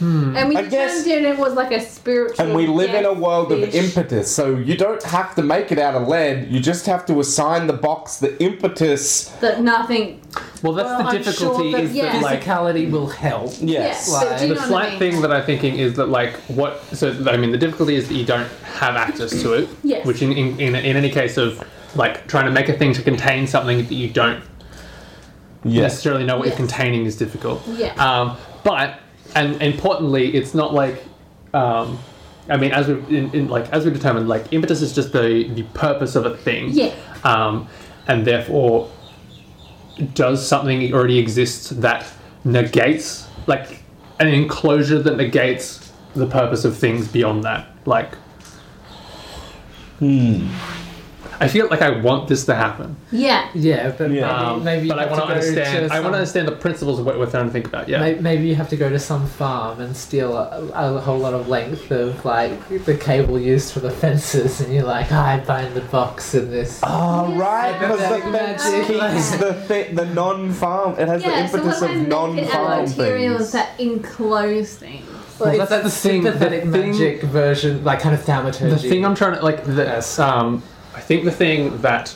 C: and we
A: Mm. I
C: determined
A: guess-
C: it was like a spiritual.
A: And we live in a
C: death
A: world of
C: fish.
A: impetus, so you don't have to make it out of lead. You just have to assign the box the impetus.
C: that nothing.
D: well, that's
B: Well,
D: the
B: Oh, I'm
D: difficulty
B: sure that-
D: is
C: yeah.
D: that like
B: physicality will help.
A: Yes.
C: Yeah, but do you
D: the
C: know what I
D: slight
C: mean?
D: thing that I'm thinking is that like what so I mean the difficulty is that you don't have access to it.
C: Yes.
D: Which in in, in, in any case of like trying to make a thing to contain something that you don't
A: Yes.
D: necessarily know what
C: Yes.
D: you're containing is difficult.
C: Yeah.
D: Um, but and importantly, it's not like, um, I mean, as we in, in, like as we determined, like impetus is just the the purpose of a thing.
C: Yeah.
D: Um, and therefore, does something already exist that negates like an enclosure that negates the purpose of things beyond that? Like. I feel like I want this to happen.
C: Yeah.
B: Yeah, Um, but
A: Yeah.
B: maybe, maybe
D: Um, but
B: you
D: I
B: have
D: want to
B: go to
D: understand. I want to
B: some-
D: understand the principles of what we're trying to think about. Yeah,
B: Maybe, maybe you have to go to some farm and steal a, a whole lot of length of like the cable used for the fences, and you're like, I bind the box in this.
A: Ah, right,
B: Yeah,
A: because
B: but
A: the
B: that
A: fence keeps
C: magic-
A: the thi- the non-farm. It has the
C: Yeah, so
A: impetus
C: what I
A: of
C: make it out
A: non-farm
C: of materials
A: things.
C: that enclose things.
B: Well,
D: that's the thing- the
B: Sympathetic
D: thing-
B: magic version, like kind of thaumaturgy.
D: the thing I'm trying to like. The, um, I think the thing that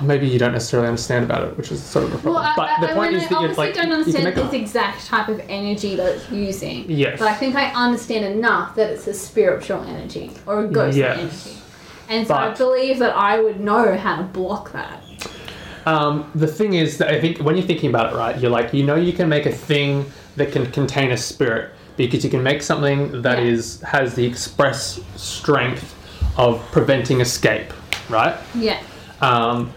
D: maybe you don't necessarily understand about it, which is sort of the
C: Well,
D: problem.
C: I,
D: but the
C: I, I,
D: point
C: mean,
D: is
C: I
D: that you're
C: obviously
D: like
C: don't
D: you can
C: understand
D: make
C: this
D: a,
C: exact type of energy that it's using.
D: Yes.
C: But I think I understand enough that it's a spiritual energy or a ghost
D: Yes.
C: energy. And so I
D: But-
C: believe that I would know how to block that.
D: Um, the thing is that I think when you're thinking about it, right, you're like you know you can make a thing that can contain a spirit because you can make something that
C: Yeah.
D: is has the express strength of preventing escape, right?
C: Yeah.
D: um,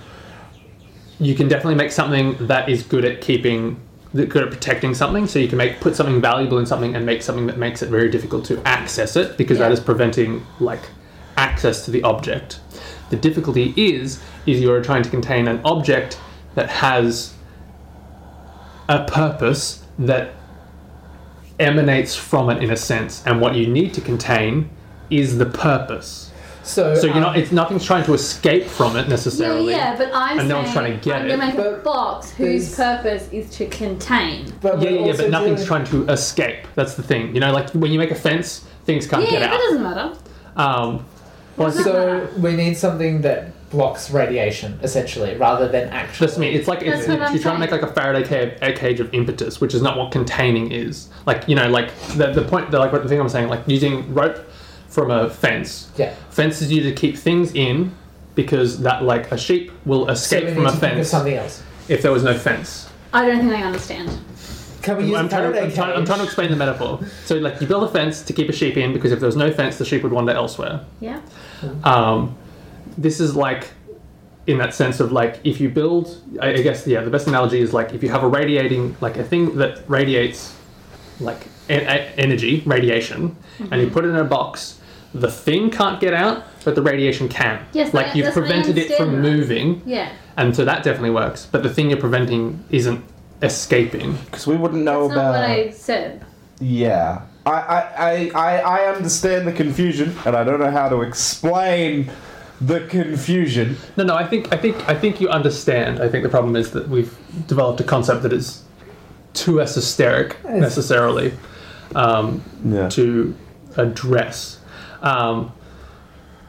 D: you can definitely make something that is good at keeping that good at protecting something so you can make put something valuable in something and make something that makes it very difficult to access it because that
C: Yeah.
D: is preventing like access to the object the difficulty is is you're trying to contain an object that has a purpose that emanates from it in a sense and what you need to contain is the purpose
B: So,
D: So you're
B: um,
D: not. It's nothing's trying to escape from it
C: Yeah,
D: necessarily.
C: yeah, but I'm
D: And
C: saying
D: no one's trying to get
C: I'm
D: it.
C: gonna make a
G: But
C: box whose
G: there's-
C: purpose is to contain.
G: But
D: Yeah,
G: we're
D: yeah, yeah,
G: also
D: but nothing's
G: doing-
D: trying to escape. That's the thing. You know, like when you make a fence, things can't
C: yeah,
D: get
C: that
D: out.
C: doesn't matter.
D: Um, well, it's-
B: So we need something that blocks radiation, essentially, rather than actually.
D: Trust me, it's like it's,
C: That's what
D: you're
C: I'm
D: trying to make
C: saying.
D: like a Faraday cage, a cage of impetus, which is not what containing is. Like you know, like the, the point, the, like what the thing I'm saying, like using rope from a fence.
B: Yeah.
D: Fence is used to keep things in because that like a sheep will
B: So
D: escape
B: we
D: from
B: need
D: a
B: to think of
D: fence
B: something else.
D: if there was no fence.
C: I don't think I understand.
B: Can we use
D: I'm trying, to,
B: Faraday
D: I'm, trying, I'm
B: cage?
D: trying to explain the metaphor. So like you build a fence to keep a sheep in because if there was no fence, the sheep would wander elsewhere.
C: Yeah.
D: um, this is like in that sense of like if you build I, I guess yeah the best analogy is like if you have a radiating like a thing that radiates like e- e- energy radiation and
C: Mm-hmm.
D: you put it in a box the thing can't get out but the radiation can
C: Yes,
D: like
C: I-
D: you've
C: that's what I
D: prevented it from
C: understand.
D: moving
C: Yeah.
D: and so that definitely works but the thing you're preventing isn't escaping
A: Because we wouldn't know
C: That's not
A: about.
C: what I said.
A: Yeah. I, I, I, I, I understand the confusion, and I don't know how to explain the confusion.
D: no no i think i think i think you understand i think the problem is that we've developed a concept that is too esoteric necessarily um,
A: Yeah.
D: to address. Um,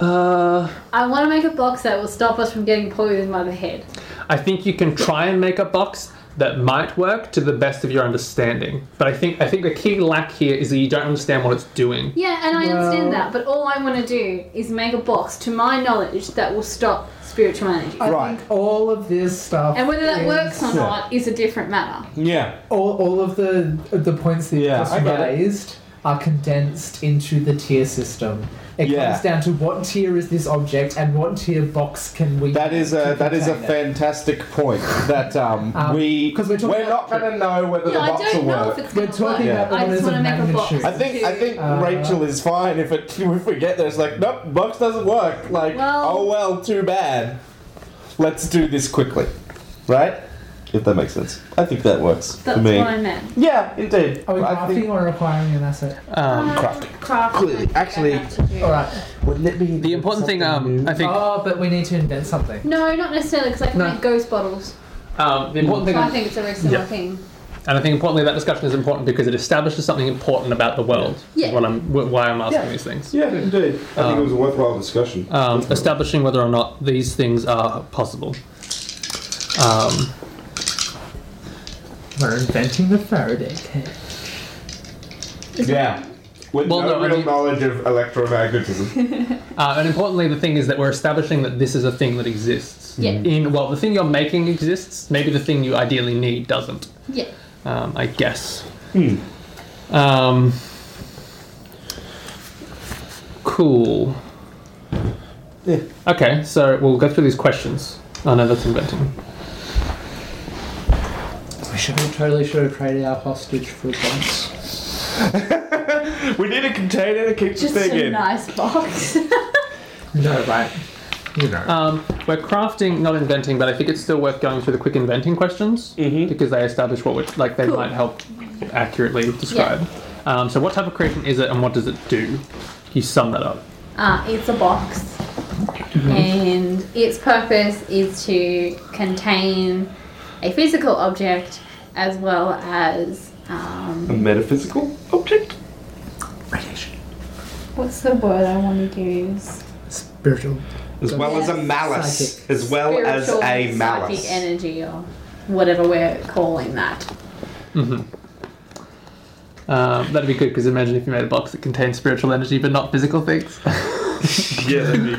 D: uh,
C: I want to make a box that will stop us from getting poisoned by the head.
D: I think you can try and make a box that might work to the best of your understanding, but I think I think the key lack here is that you don't understand what it's doing.
C: Yeah, and I understand that, but all I want to do is make a box, to my knowledge, that will stop spiritual energy.
B: I
A: Right.
B: think all of this stuff.
C: And whether that
B: is-
C: works or
A: Yeah.
C: not is a different matter.
A: Yeah.
B: all, all of the the points that
A: Yeah,
B: you
A: I
B: just
A: get it.
B: raised are condensed into the tier system. It
A: Yeah.
B: comes down to what tier is this object and what tier box can we.
A: That is a that is a fantastic point. That um,
B: Um,
A: we
B: 'cause we're talking
A: we're
B: about-
A: not going to know whether
C: Yeah,
A: the
C: I
A: box will
C: don't know
A: work.
C: if it's
B: We're
C: going to work.
B: talking
A: Yeah.
B: about the
C: I just
B: one as
C: want to
B: a
C: make a box.
A: I
B: magnitude.
A: think I think
B: Uh,
A: Rachel is fine if it if we get there. It's like nope, box doesn't work. Like
C: Well-
A: oh well, too bad. Let's do this quickly, right? If that makes sense, I think that works
C: That's
A: for me.
C: what I meant.
A: Yeah, indeed.
B: Are we
A: I
B: crafting
A: think-
B: or acquiring an asset?
D: Um,
A: crafting.
C: Crafting.
A: Clearly. Actually-
B: All right.
A: Wouldn't it be
D: the important thing, um, I think,
B: Oh, but we need to invent something.
C: No, not necessarily, because I can
D: No.
C: make ghost bottles.
D: um, the important thing,
C: So I
D: and
C: think it's a very similar
D: Yeah.
C: thing.
D: I think importantly, that discussion is important because it establishes something important about the world. is
C: Yeah.
D: What I'm, wh- why I'm asking
A: Yeah.
D: these things.
A: Yeah, indeed. I think
D: Um,
A: it was a worthwhile discussion.
D: um, establishing whether or not these things are possible. Um,
B: We're inventing the Faraday cage.
A: yeah. With
D: Well,
A: no,
D: no, I
A: real
D: mean-
A: knowledge of electromagnetism.
D: uh, and importantly, the thing is that we're establishing that this is a thing that exists.
C: Yeah.
D: In well, the thing you're making exists. Maybe the thing you ideally need doesn't.
C: Yeah.
D: Um, I guess.
A: Hmm.
D: Um, cool.
A: Yeah.
D: Okay, so we'll go through these questions. Oh no, that's inventing.
B: We should we totally should have traded our hostage for a box.
A: we need a container to keep
C: Just
A: the thing
C: a
A: in.
C: nice box.
B: No, right. You know.
D: Um, we're crafting, not inventing, but I think it's still worth going through the quick inventing questions
A: Mm-hmm.
D: because they establish what would like they
C: Cool.
D: might help accurately describe. Um, so, what type of creation is it, and what does it do? Can you sum that up?
C: Uh, it's a box, and its purpose is to contain a physical object as well as um,
A: A metaphysical object?
B: Radiation.
C: what's the word I want to use?
B: Spiritual.
A: As well as a malice.
B: Psychic.
A: As well Oh, as
C: Spiritual
A: a
C: psychic
A: malice.
C: energy or whatever we're calling that.
D: Um, that'd be good because imagine if you made a box that contained spiritual energy but not physical things.
A: Yeah, that'd be.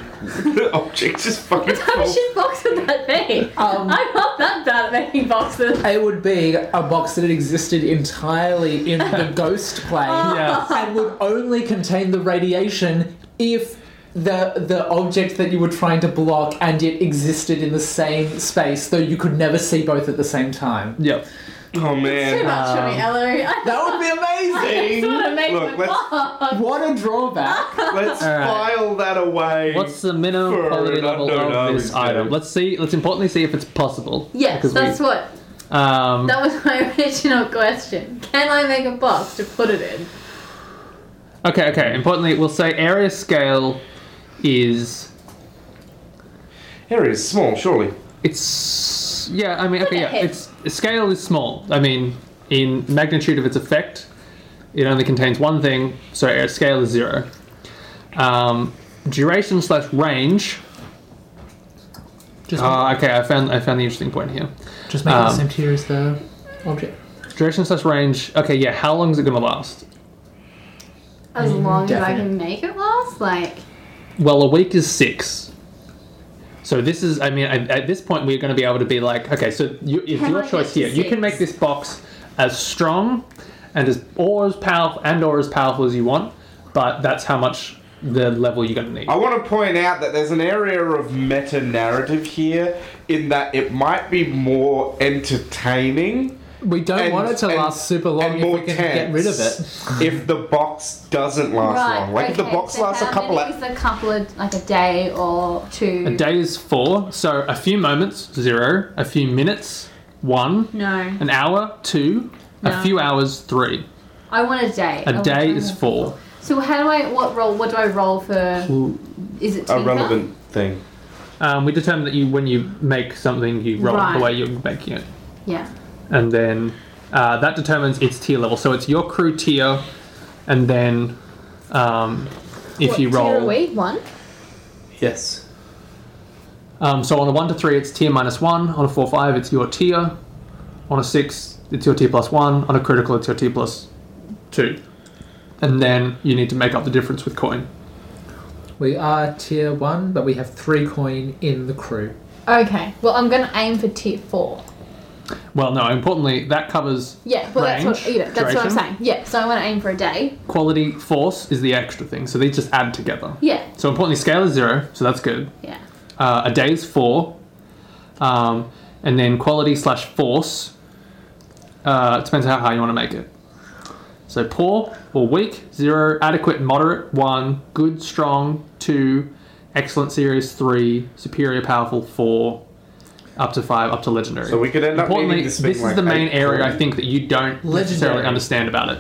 A: the object just fucking.
C: What type of shit box would that be?
B: Um,
C: I'm not that bad at making boxes.
B: It would be a box that existed entirely in the ghost plane
D: Yeah.
B: and would only contain the radiation if the the object that you were trying to block and it existed in the same space, though you could never see both at the same time.
D: yep.
A: Oh
C: Too
A: man.
C: much for me, Ellery. I
B: That would be amazing.
C: just want to make
A: Look,
C: my
A: let's-
C: box.
B: What a drawback!
A: Let's
D: All right.
A: file that away.
D: What's the minimum
A: For
D: quality level
A: another
D: of this
A: hour.
D: item? Let's see. Let's importantly see if it's possible.
C: Yes,
D: Because we-
C: that's what
D: Um,
C: That was my original question. Can I make a box to put it in?
D: Okay, okay. Importantly, we'll say area scale is
A: Here is small, surely.
D: it's yeah. I mean,
C: Not
D: okay,
C: a
D: yeah.
C: hit.
D: Its scale is small. I mean, in magnitude of its effect, it only contains one thing, so its scale is zero. Um, duration slash range.
B: Just,
D: Uh, okay, I found I found the interesting point here.
B: just make it the
D: um,
B: same tier as the object.
D: Duration slash range. Okay, yeah. How long is it gonna last?
C: As
B: Mm,
C: long as I
B: definite.
C: can make it last, like
D: Well, a week is six. So this is, I mean, at, at this point, we're going to be able to be like, okay, so you, it's
C: Can I
D: your
C: get
D: choice
C: to
D: here. You can make
C: six?
D: this box as strong and as or as powerful and or as powerful as you want, but that's how much the level you're going to need.
A: I want to point out that there's an area of meta narrative here in that it might be more entertaining.
B: We don't
A: and-
B: want it to
A: and-
B: last super long
A: and
B: if
A: more
B: we can get rid of it.
A: tense if the box doesn't last
C: right.
A: long. Like if the
C: okay,
A: box
C: so
A: lasts a
C: how
A: couple
C: many
A: of.
C: is a couple of like a day or two.
D: A day is four, so a few moments zero, a few minutes one,
C: No,
D: an hour two,
C: No. Oh,
D: a few hours three.
C: I want a day. I
D: A
C: want
D: day is four.
C: So how do I? What roll? What do I roll for? Is it
A: A
C: tinker?
A: relevant thing.
D: Um, we determine that you when you make something, you roll
C: Right.
D: the way you're making it.
C: Yeah.
D: and then uh, that determines its tier level. So it's your crew tier, and then um, if
C: What tier
D: you roll,
C: are we? one.
A: Yes.
D: um, so on a one to three, it's tier minus one. On a four five, it's your tier. On a six, it's your tier plus one. On a critical, it's your tier plus two. And then you need to make up the difference with coin.
B: We are tier one, but we have three coin in the crew.
C: Okay. Well, I'm gonna aim for tier four.
D: Well, no. Importantly, that covers
C: Yeah. Well, that's what.
D: Range,
C: You know, that's what I'm
D: duration.
C: saying. Yeah. So I want to aim for a day.
D: quality. Force is the extra thing, so these just add together.
C: Yeah.
D: So importantly, scale is zero, so that's good.
C: Yeah.
D: uh, a day is four, um, and then quality slash force. Uh, it depends how high you want to make it. So poor or weak zero, adequate moderate one, good strong two, excellent serious three, superior powerful four, up to five, up to legendary.
A: So we could end up
D: Importantly,
A: needing
D: this,
A: this thing
D: is
A: like
D: the main
A: eight
D: area I
A: coins.
D: think that you don't necessarily
B: Legendary.
D: understand about it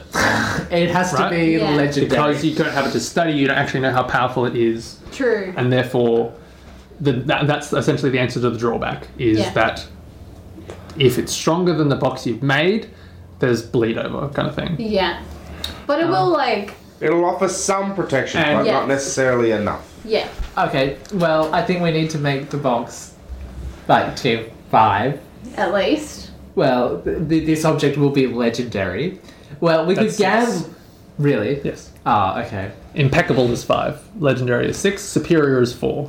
B: It has to
D: Right?
B: be
C: Yeah.
B: legendary.
D: because you don't have it to study. You don't actually know how powerful it is
C: True.
D: and therefore the, that, that's essentially the answer to the drawback is
C: Yeah.
D: that if it's stronger than the box you've made there's bleed over kind of thing
C: yeah. But
D: Uh.
C: it will like.
A: It'll offer some protection,
D: And-
A: but
C: Yeah.
A: not necessarily enough.
C: Yeah.
B: Okay, well, I think we need to make the box like tier five.
C: At least.
B: Well, th- th- this object will be legendary. Well, we
D: That's
B: could gam.
D: six.
B: Really?
D: yes
B: Ah, okay.
D: impeccable is five legendary is six superior is four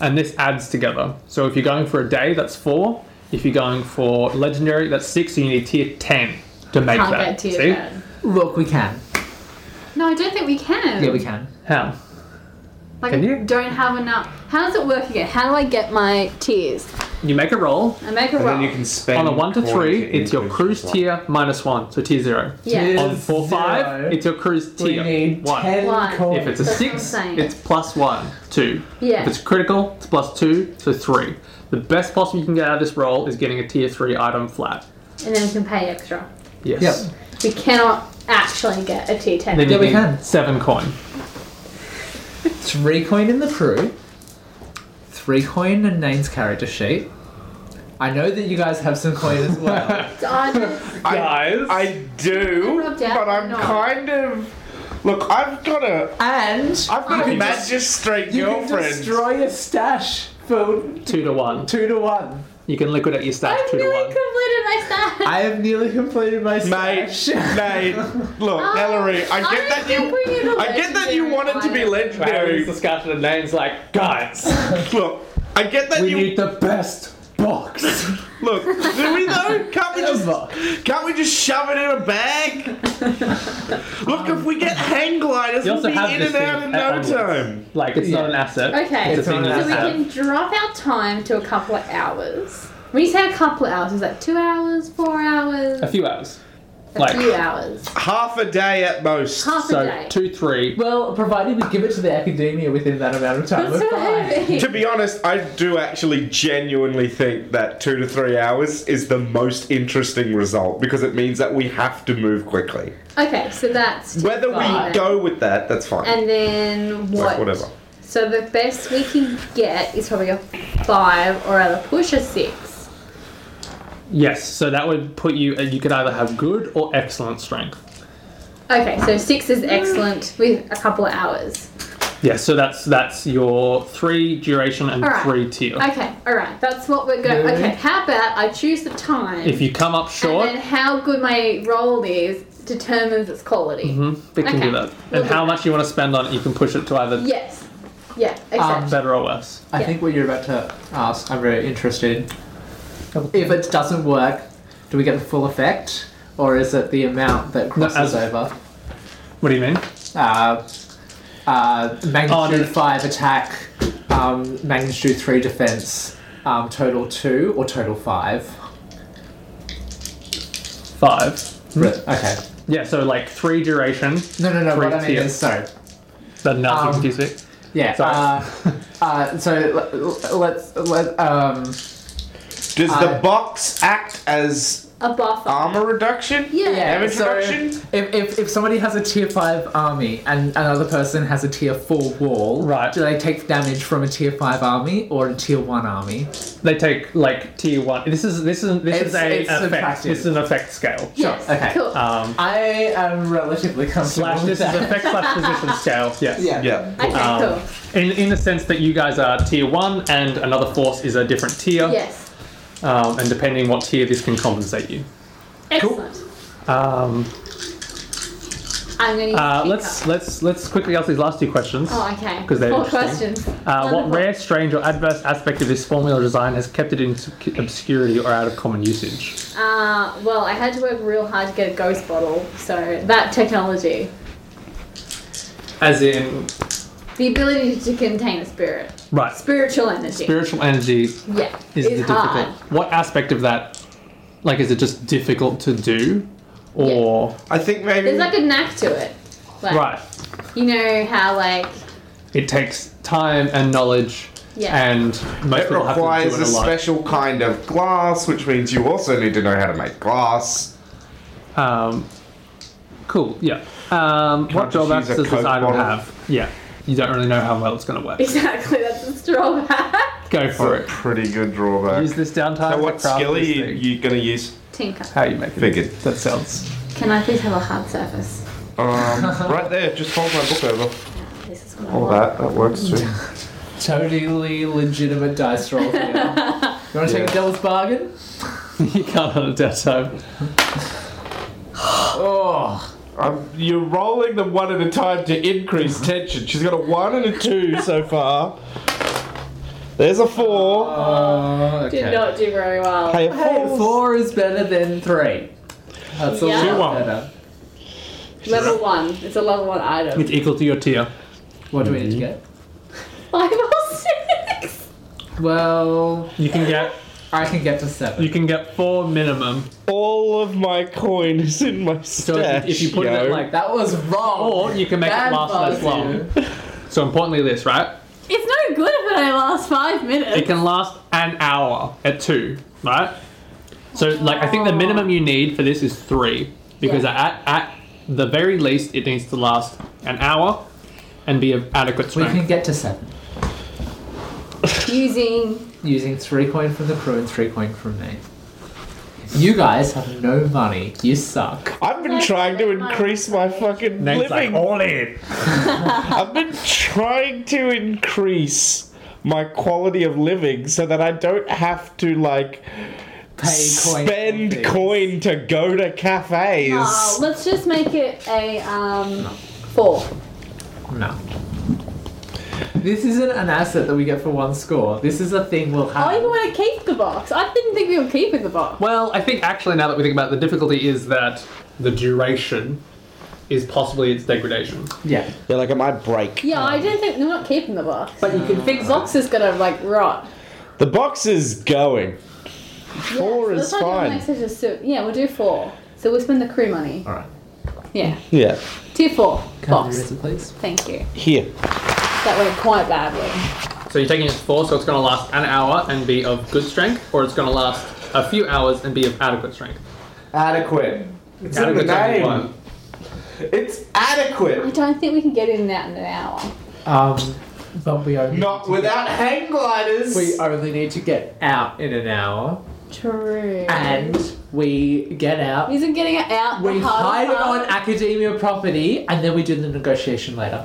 D: and this adds together so if you're going for a day that's four if you're going for legendary that's six so you need tier 10 to make
C: Can't
D: that
C: get tier
D: see
C: ten.
B: Look, we can.
C: No, I don't think we can.
B: Yeah, we can.
D: how
C: Like,
D: Can you?
C: I don't have enough. How does it work again? How do I get my tiers?
D: you make a roll
C: I make a
A: And
C: roll.
A: then you can spend.
D: on a one to
A: coins
D: three
A: to
D: it's your
A: increase
D: cruise
A: as well.
D: tier minus one so tier zero
C: yeah.
B: Tier
D: on four
B: zero.
D: five, it's your cruise
B: We
D: tier.
B: need
D: one.
B: ten
C: One.
B: coins.
D: If it's a
C: That's what I'm
D: six,
C: saying.
D: it's plus one, two.
C: Yeah.
D: If it's critical, it's plus two, so three. The best possible you can get out of this roll is getting a tier three item flat.
C: And then we can pay extra.
D: Yes.
B: Yep.
C: We cannot actually get a tier ten.
D: Then
B: Yeah,
D: you
B: we
D: need
B: can.
D: Seven coin.
B: Three coin in the crew. Three coin and names character sheet. I know that you guys have some coin as well.
C: Dodges.
A: I-
D: Guys.
A: I do,
C: Rubbed out
A: but I'm
C: or not?
A: kind of. Look, I've got a.
B: and
A: I've got a
B: you can just-
A: magistrate
B: you can
A: girlfriend.
B: destroy a stash for
D: Two to one.
B: two to one.
D: You can liquidate your stash
C: I've
D: two to
C: really
D: one.
C: completed my stats.
B: I have nearly completed my
A: Mate,
B: stash.
A: mate, look,
C: Um,
A: Ellery, I
C: I
A: get that
C: think we need
A: you,
C: a
A: I get that you
C: legendary
A: wanted to be
C: one.
A: legendary.
D: discussion of names like, guys,
A: Look, I get that
D: we
A: you.
D: need the best box.
A: Look, do we though? Can't we
B: Ever.
A: just, can't we just shove it in a bag? look, if we get hang gliders,
D: You
A: we'll
D: also
A: be
D: have
A: in
D: this
A: and out
D: thing
A: in
D: at
A: no
D: onwards.
A: time.
D: Like, it's not
B: Yeah.
D: an asset.
C: Okay,
D: It's a
C: so
D: thing
C: we
D: that you have.
C: can drop our time to a couple of hours. When you say a couple of hours, is that two hours, four hours,
D: A few hours.
C: a
D: like-
C: few hours,
A: Half a day at most.
C: half a
D: So
C: day?
D: two, three.
B: Well, provided we give it to the academia within that amount of time,
C: That's
B: we're
C: what I
B: fine.
C: mean.
A: To be honest, I do actually genuinely think that two to three hours is the most interesting result because it means that we have to move quickly.
C: Okay, so that's
A: Whether we
C: Fine.
A: go with that, that's fine.
C: and then what?
A: Like, whatever.
C: So the best we can get is probably a five or either push a six.
D: Yes, so that would put you. You could either have good or excellent strength.
C: Okay, so six is excellent with a couple of hours.
D: Yes, so that's that's your three duration and
C: All right.
D: three tier.
C: Okay, all right, that's what we're going.
B: Yeah.
C: Okay, how about I choose the time,
D: If you come up short,
C: and then how good my roll is determines its quality.
D: mhm, we can
C: Okay,
D: do that.
C: we'll
D: and
C: do
D: how
C: that.
D: much you want to spend on it, you can push it to either
C: Yes, yeah, exactly.
B: Um,
D: better or worse.
B: I
C: Yeah.
B: think what you're about to ask, I'm very interested. If it doesn't work, do we get the full effect, or is it the amount that crosses
D: as-
B: over?
D: What do you mean?
B: Uh, uh, magnitude
D: Oh, no.
B: five attack, um, magnitude three defense, um, total two or total five.
D: Five.
B: Right, Okay.
D: Yeah, so like three duration.
B: No, no, no.
D: Three
B: what I mean
D: tier.
B: is sorry.
D: That now
B: Um,
D: confusing.
B: Yeah.
D: Sorry.
B: Uh, uh, so l- l- let's let um.
A: Does
B: I-
A: the box act as
C: a buffer.
D: um,
A: armor reduction?
C: yeah.
B: Yeah,
A: Damage
B: so
A: reduction?
B: if, if, if somebody has a tier 5 army and another person has a tier 4 wall,
D: Right.
B: do they take damage from a tier 5 army or a tier 1 army?
D: They take like tier one. This is this is this
B: It's-
D: is a
B: it's
D: effect.
B: subtractive.
D: This is an effect scale.
C: Yes.
B: Sure, okay.
C: Cool.
D: Um,
B: I am relatively comfortable
D: slash
B: with
D: this is
B: that.
D: effect slash position scale. Yes.
B: Yeah.
A: Yeah.
C: okay.
D: Um,
C: cool.
D: In in the sense that you guys are tier one and another force is a different tier.
C: Yes.
D: Um, and depending what tier, this can compensate you.
C: Excellent.
D: Um,
C: I'm going to.
D: uh, let's let's let's quickly ask these last two questions.
C: Oh, okay.
D: 'cause they're
C: Four
D: interesting.
C: questions.
D: Uh, what
C: Wonderful.
D: rare, strange, or adverse aspect of this formula design has kept it in obscu- obscurity or out of common usage?
C: Uh, well, I had to work real hard to get a ghost bottle, so that technology,
D: As in,
C: the ability to contain a spirit,
D: right?
C: spiritual energy.
D: Spiritual energy
C: yeah, is,
D: is the difficult.
C: hard.
D: What aspect of that? Like, is it just difficult to do, or
A: I think maybe.
C: There's like a knack to it. Like,
D: right?
C: You know how like
D: It takes time and knowledge,
C: yeah.
D: and most
A: It
D: people have to do it
A: requires a
D: a lot.
A: special kind of glass, which means you also need to know how to make glass.
D: Um, cool. Yeah. Um, what
A: I just
D: drawbacks
A: use a
D: does this
A: Coke
D: item
A: bottle?
D: have? Yeah. You don't really know how well it's going to work.
C: exactly, that's a drawback.
D: Go for
A: It's a
D: it.
A: pretty good drawback.
D: Use this downtime.
A: So
D: to
A: what
D: craft
A: skill are
D: this
A: you,
D: thing.
A: you gonna use?
C: Tinker.
D: How you make it?
A: Figured.
D: That sounds.
C: Can I please have a hard surface?
A: Um, right there, just hold my book over.
C: This is what I
A: All
C: want.
A: that, that works too.
B: Totally legitimate dice roll here. you want to take a devil's bargain?
D: you can't have a downtime.
B: Oh,
A: Um, you're rolling them one at a time to increase tension. She's got a one and a two so far. There's a four.
B: uh,
C: Did
B: okay.
C: not do very well.
A: Hey, a
B: Hey,
A: four's-
B: four is better than three. That's a
C: Yeah. Two
B: lot
A: one.
B: better.
C: Level one. It's a level one item.
D: It's equal to your tier.
B: What do we need to get?
C: Five or six.
B: Well,
D: You can get
B: I can get to seven.
D: you can get four minimum.
A: All of my coin is in my
D: So
A: stash.
D: if, if you put it at
A: yo.
D: like that,
B: That was wrong.
D: or you can make
B: Bad
D: it last less
B: buzz,
D: long. So importantly, this right?
C: It's no good if it only lasts five minutes.
D: It can last an hour at two, right? So like I think the minimum you need for this is three because
C: Yeah.
D: at at the very least it needs to last an hour and be of adequate
B: We can
D: strength.
B: get to seven
C: Using
B: using three coin from the crew and three coin from me. You guys have no money. You suck.
A: I've been trying to increase my fucking
D: Nate's like,
A: living.
D: all in.
A: I've been trying to increase my quality of living so that I don't have to like
B: Pay coin.
A: spend coin to go to cafes.
C: Uh, let's just make it a um, four.
B: No. This isn't an asset that we get for one score. This is a thing we'll
C: I Oh, even
B: have.
C: want to keep the box. I didn't think we were keeping the box.
D: Well, I think actually now that we think about it, the difficulty is that the duration is possibly its degradation.
B: Yeah.
A: You're like, it might break.
C: Yeah, I didn't think we're not keeping the box.
B: um, But you can
C: The
B: fix it.
C: box is gonna like rot.
A: The box is going. Four
C: Yeah, so
A: is
C: that's why I didn't
A: fine.
C: make such a su- yeah, we'll do four. So we'll spend the crew money.
B: Alright.
C: Yeah,
A: Yeah.
C: tier four
B: Can I have the
C: box.
B: razor, please?
C: Thank you.
A: Here.
C: That went quite badly.
D: So you're taking it four, so it's going to last an hour and be of good strength, or it's going to last a few hours and be of adequate strength.
A: Adequate. It's in the
D: adequate strength is
A: name.
D: one.
A: It's
C: I
A: adequate.
C: don't think we can get in and out in an hour.
B: Um, But we only
A: Not without hang gliders.
B: we only need to get out in an hour,
C: True.
B: and we get out.
C: isn't getting it out
B: We
C: the
B: hide
C: hard
B: it
C: part?
B: on academia property, and then we do the negotiation later.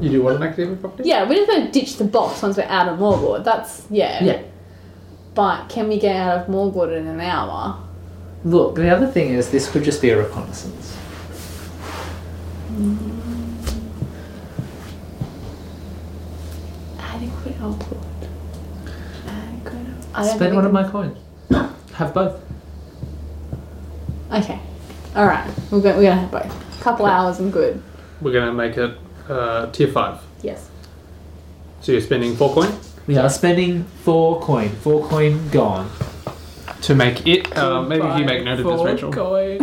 E: You do what an academic property?
C: Yeah, we're just gonna ditch the box once we're out of Morgord. That's yeah.
B: Yeah.
C: But can we get out of Morgord in an hour?
B: Look, the other thing is this could just be a reconnaissance.
C: Adequate output. Adequate. I don't
B: Spend one of
C: think-
B: my coins. Have both.
C: Okay. All right. We're gonna we're gonna have both. Couple hours and good.
E: We're gonna make it uh, tier five.
C: Yes.
E: So you're spending four coin
B: We are spending four coin. Four coin gone.
E: to make it. Uh, maybe if you make note of this, Rachel.
B: Coin.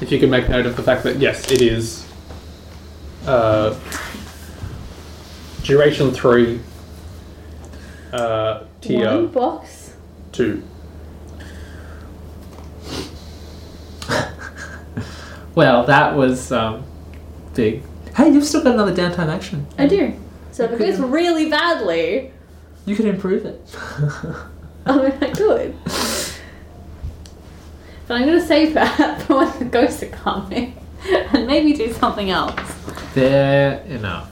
E: If you can make note of the fact that yes, it is. Uh, duration three. Uh, tier
C: One box.
E: two.
B: Well, that was um, big. Hey, you've still got another downtime action.
C: I do. So if it goes really badly,
B: You could improve it.
C: I mean, I could. But I'm gonna save that for when the ghosts are coming, and maybe do something else.
B: Fair enough.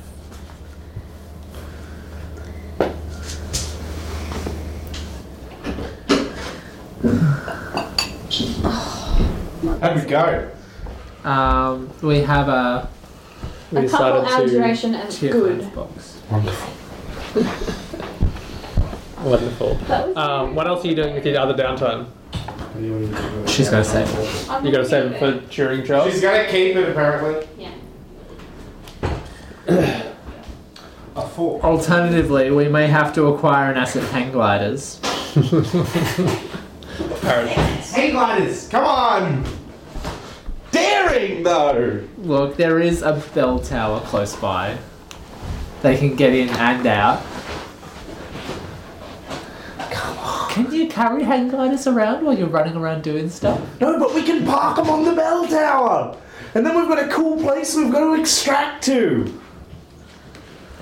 A: Have a go.
B: Um, we have a
E: We
C: a couple hour duration and
B: tier
C: good.
B: five box.
E: Wonderful.
C: That was
E: Um, what else are you doing with your other downtime?
B: She's gonna save it.
C: I'm
E: You gotta
C: gonna
E: save it
C: keep
E: for during jobs.
A: She's gonna keep it apparently.
C: Yeah.
A: A four.
B: Alternatively, we may have to acquire an asset hang gliders.
A: Hang gliders, come on! Daring though!
B: Look, there is a bell tower close by. They can get in and out. Come on. Can you carry hang gliders around while you're running around doing stuff?
A: No, but we can park them on the bell tower! And then we've got a cool place we've got to extract to!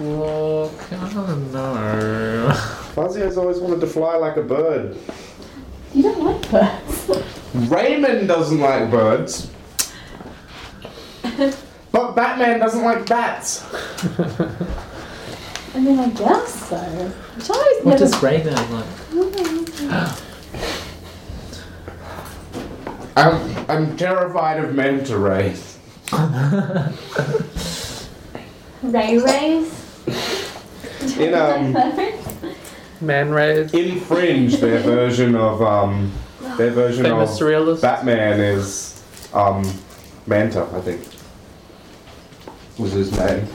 B: Look, I don't know.
A: Fuzzy has always wanted to fly like a bird.
C: You don't like birds.
A: Raymond doesn't like birds. but Batman doesn't like bats.
C: I mean, I guess so. Which I always
B: What
C: never.
B: does Rayman like?
A: I'm, I'm terrified of manta rays.
C: Ray rays.
A: In, um,
E: Man raids.
A: in Fringe, their version of, um, their version
E: Famous
A: of
E: surrealist.
A: Batman is, um, Manta, I think. Was his name.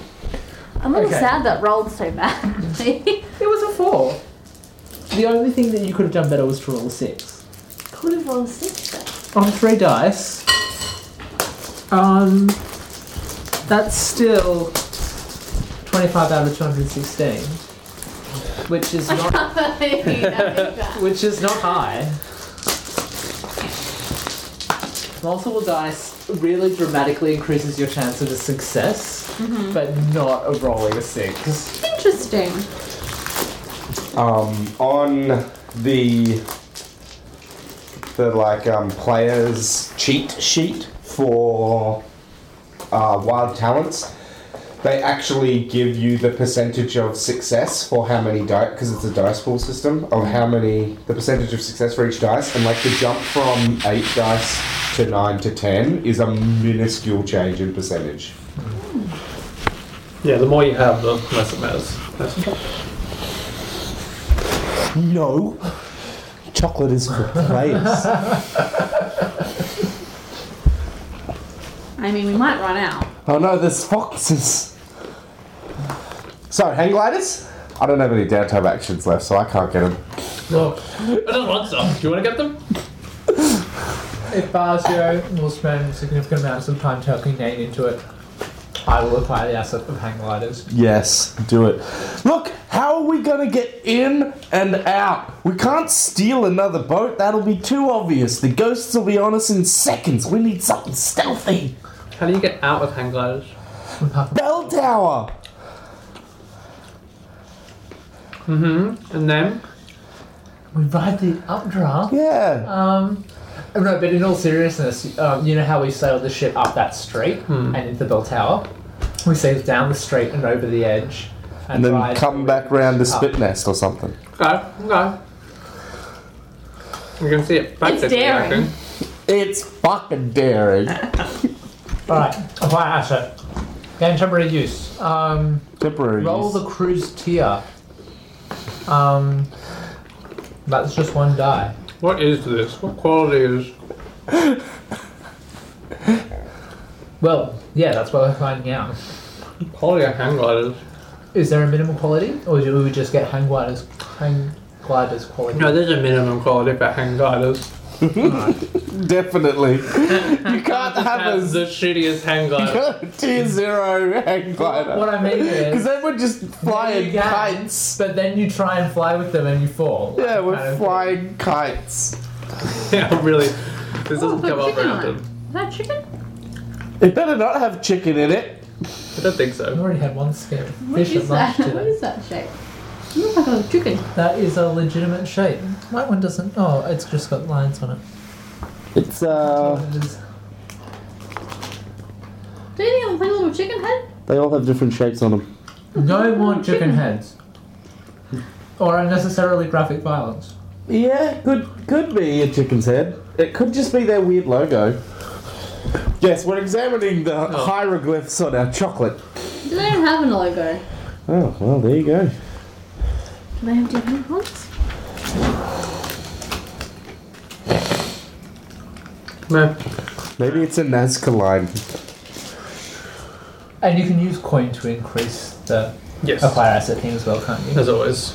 C: I'm a little
B: Okay.
C: sad that rolled so badly.
B: It was a four. The only thing that you could have done better was to roll a six.
C: Could have rolled six. Though.
B: On three dice. Um, that's still 25 out of 216, which is
C: I
B: not
C: can't believe I did that.
B: which is not high. Multiple dice really dramatically increases your chance of a success,
A: Mm-hmm.
B: but not of rolling a six.
C: Interesting.
A: um, on the the like um, players cheat sheet for uh, wild talents they actually give you the percentage of success for how many dice because it's a dice pool system of how many the percentage of success for each dice and like the jump from 8 dice to 9 to 10 is a minuscule change in percentage
E: Yeah, the more you have, the less it matters. That's
A: No. Chocolate is for players.
C: I mean, we might run out.
A: Oh no, there's foxes. So, hang gliders? I don't have any downtime actions left, so I can't get them.
B: Look,
E: I don't want some. Do you want to get them?
B: if Barzio will spend significant amounts of time talking Nate into it, I will acquire the asset of hang gliders.
A: Yes, do it. Look, how are we gonna get in and out? We can't steal another boat, that'll be too obvious. The ghosts will be on us in seconds. We need something stealthy.
E: How do you get out with hang gliders?
A: Bell tower.
D: And then
B: We ride the updraft.
A: Yeah.
B: Um, no, but in all seriousness, um, you know how we sailed the ship up that street
A: Hmm.
B: and into the bell tower. We sailed down the street and over the edge,
A: And then
B: ride-
A: come back round to
B: up.
A: Spit Nest or something.
D: go go. You can see it. back
C: It's
D: there, I
C: daring.
D: think.
A: It's fucking daring.
B: All right, apply asset. Gain temporary use. Um,
A: Temporary.
B: roll
A: use.
B: the cruise tier. Um, that's just one die.
D: What is this? What quality is?
B: Well, yeah, that's what we're finding out.
D: Quality of hang gliders.
B: Is there a minimum quality, or do we just get hang gliders? Hang gliders quality.
D: No, there's a minimum quality for hang gliders.
A: Definitely. you can't have
D: That's
A: a
D: the shittiest hang glider.
A: tier zero hang
B: what
A: glider.
B: I mean
A: Because
B: is,
A: then we're just flying
B: Yeah.
A: kites.
B: but then you try and fly with them and you fall.
A: Yeah,
B: Kind
A: we're
B: of-
A: flying kites.
D: yeah, really. This doesn't
C: put
D: come up
C: Oh, chicken on
D: rounded.
C: it. Is that chicken?
A: It better not have chicken in it.
D: I don't think
B: I've
D: so.
B: already had one scare of
C: What
B: fish
C: is
B: at lunch
C: that? What
B: today.
C: is that shape? You look like a chicken.
B: That is a legitimate shape. My one doesn't. Oh, it's just got lines on it.
A: It's uh,
B: It is-
C: Do you think it looks like a little chicken head?
A: they all have different shapes on them.
B: No more Mm-hmm. chicken
C: Chicken.
B: heads. Or unnecessarily graphic violence.
A: Yeah, could could be a chicken's head. It could just be their weird logo. Yes, we're examining the
B: Oh.
A: hieroglyphs on our chocolate.
C: Do they don't have an logo?
A: Oh well, there you go.
C: Do they have different ones?
D: No.
A: Maybe it's a Nazca line.
B: And you can use coin to increase the
D: Yes.
B: acquire asset thing as well, can't you?
D: As always.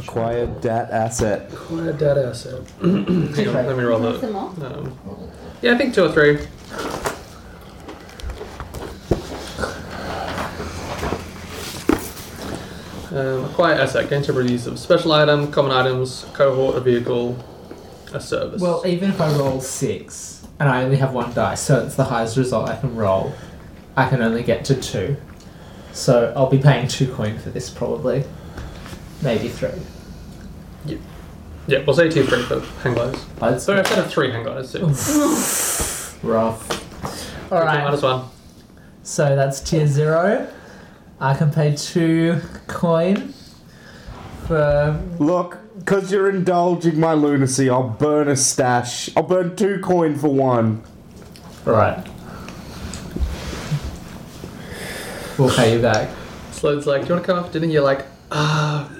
A: Acquired dat asset.
D: Quite a dead asset. Hang on, let me roll
C: Some
D: that.
C: more?
D: Um, yeah, I think two or three. Um, acquire asset, gain temporary use of special item, common items, cohort, a vehicle, a service.
B: Well, even if I roll six and I only have one die, so it's the highest result I can roll, I can only get to two. So I'll be paying two coin for this probably. Maybe three.
D: yeah, we'll say two, three for hang gliders.
B: But
D: So instead of three hang gliders, two.
B: rough.
D: Might
B: Alright,
D: as well.
B: so that's tier zero. I can pay two coin for.
A: Look, because you're indulging my lunacy, I'll burn a stash. I'll burn two coin for one.
B: Right. We'll pay you back.
D: Sloan's like, do you want to come up for dinner? You're like, ah,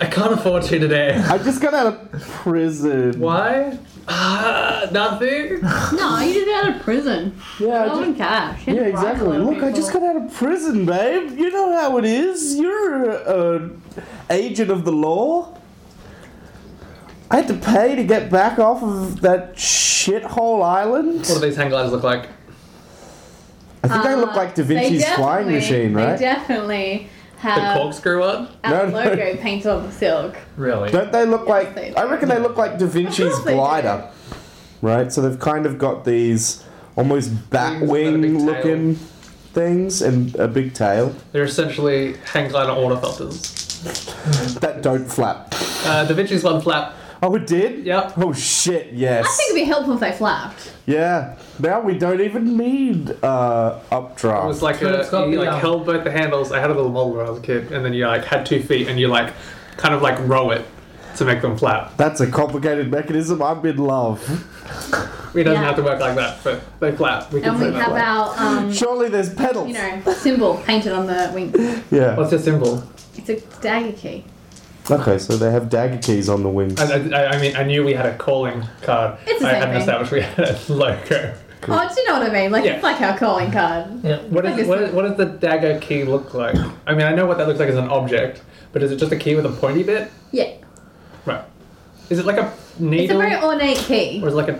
D: I can't afford to today.
A: I just got out of prison.
D: Why? Ah, nothing.
C: No, you just out of prison.
A: Yeah, I
C: No
A: just-
C: one cash. You
A: Yeah,
C: didn't bribe a
A: exactly.
C: lot of
A: Look, I just
C: people.
A: got out of prison, babe. You know how it is. You're an agent of the law. I had to pay to get back off of that shithole island.
D: What do these hang gliders look like?
A: I think I look
C: Uh,
A: like Da
C: they
A: Vinci's flying
C: definitely-
A: machine,
C: They
A: right?
C: definitely
D: The
C: have
D: corkscrew one?
A: No,
C: our
A: no.
C: logo painted on the silk.
B: Really?
A: Don't they look like?
C: they do.
A: I reckon they look like Da Vinci's
C: course they do.
A: glider, right? So they've kind of got these almost bat
D: Wings and a big
A: wing
D: tail.
A: looking things and a big tail
D: They're essentially hang glider autofilters.
A: that don't flap.
D: Uh, da Vinci's one flap.
A: Oh, it did.
D: Yep.
A: Oh shit! Yes.
C: I think it'd be helpful if they flapped.
A: Yeah, now we don't even need uh,
D: It
A: updraft.
D: was like
B: But
D: a,
B: it's got
D: you
B: the,
D: like
B: um,
D: held both the handles. I had a little model when I was a kid, and then you like had two feet, and you like kind of like row it to make them flap.
A: That's a complicated mechanism. I'm in love.
D: It doesn't
C: Yeah.
D: have to work like that, but they flap. We can
C: And
D: say
C: we
D: that.
C: have our, um,
A: Surely there's pedals.
C: you know, symbol painted on the wings.
A: Yeah.
D: What's your symbol?
C: It's a dagger key.
A: Okay, so they have dagger keys on the wings.
D: I, I, I mean, I knew we had a calling card.
C: It's the
D: I
C: same
D: hadn't
C: thing.
D: established we had a logo.
C: Oh, do you know what I mean? Like,
D: Yeah.
C: it's like our calling card.
B: Yeah.
D: What,
C: Like
D: is,
C: a
D: what,
C: symbol.
D: is, what does the dagger key look like? I mean, I know what that looks like as an object, but is it just a key with a pointy bit?
C: Yeah.
D: Right. Is it like a
C: It's a
D: needle?
C: very ornate key.
D: or is it like a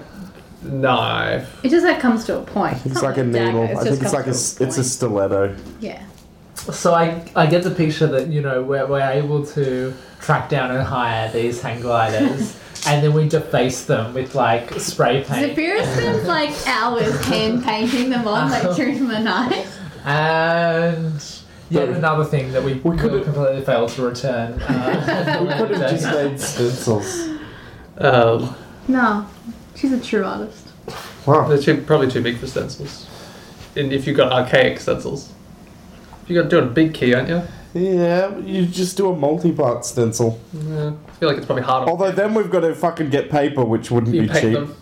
D: knife?
C: It just like comes to a point.
A: it's
C: not
A: like a
C: dagger,
A: needle. I
C: just
A: think it's like a,
C: comes
A: s-
C: to
A: it's a stiletto.
C: point. Yeah.
B: So I, I get the picture that you know we're, we're able to track down and hire these hang gliders and then we deface them with like spray paint.
C: Zephyr spends like hours hand painting them on, like during the night.
B: And yet another thing that we, we
A: could've-
B: will completely failed to return. Uh,
A: We could have just made stencils.
D: Um,
C: No, she's a true artist.
A: Wow.
D: they're too, probably too big for stencils. And if you've got archaic stencils, you got doing a big key, aren't you?
A: Yeah, you just do a multi-part stencil.
D: Yeah. I feel like it's probably harder.
A: Although then we've got to fucking get paper, which wouldn't
D: you
A: be
D: paint
A: cheap.
D: them.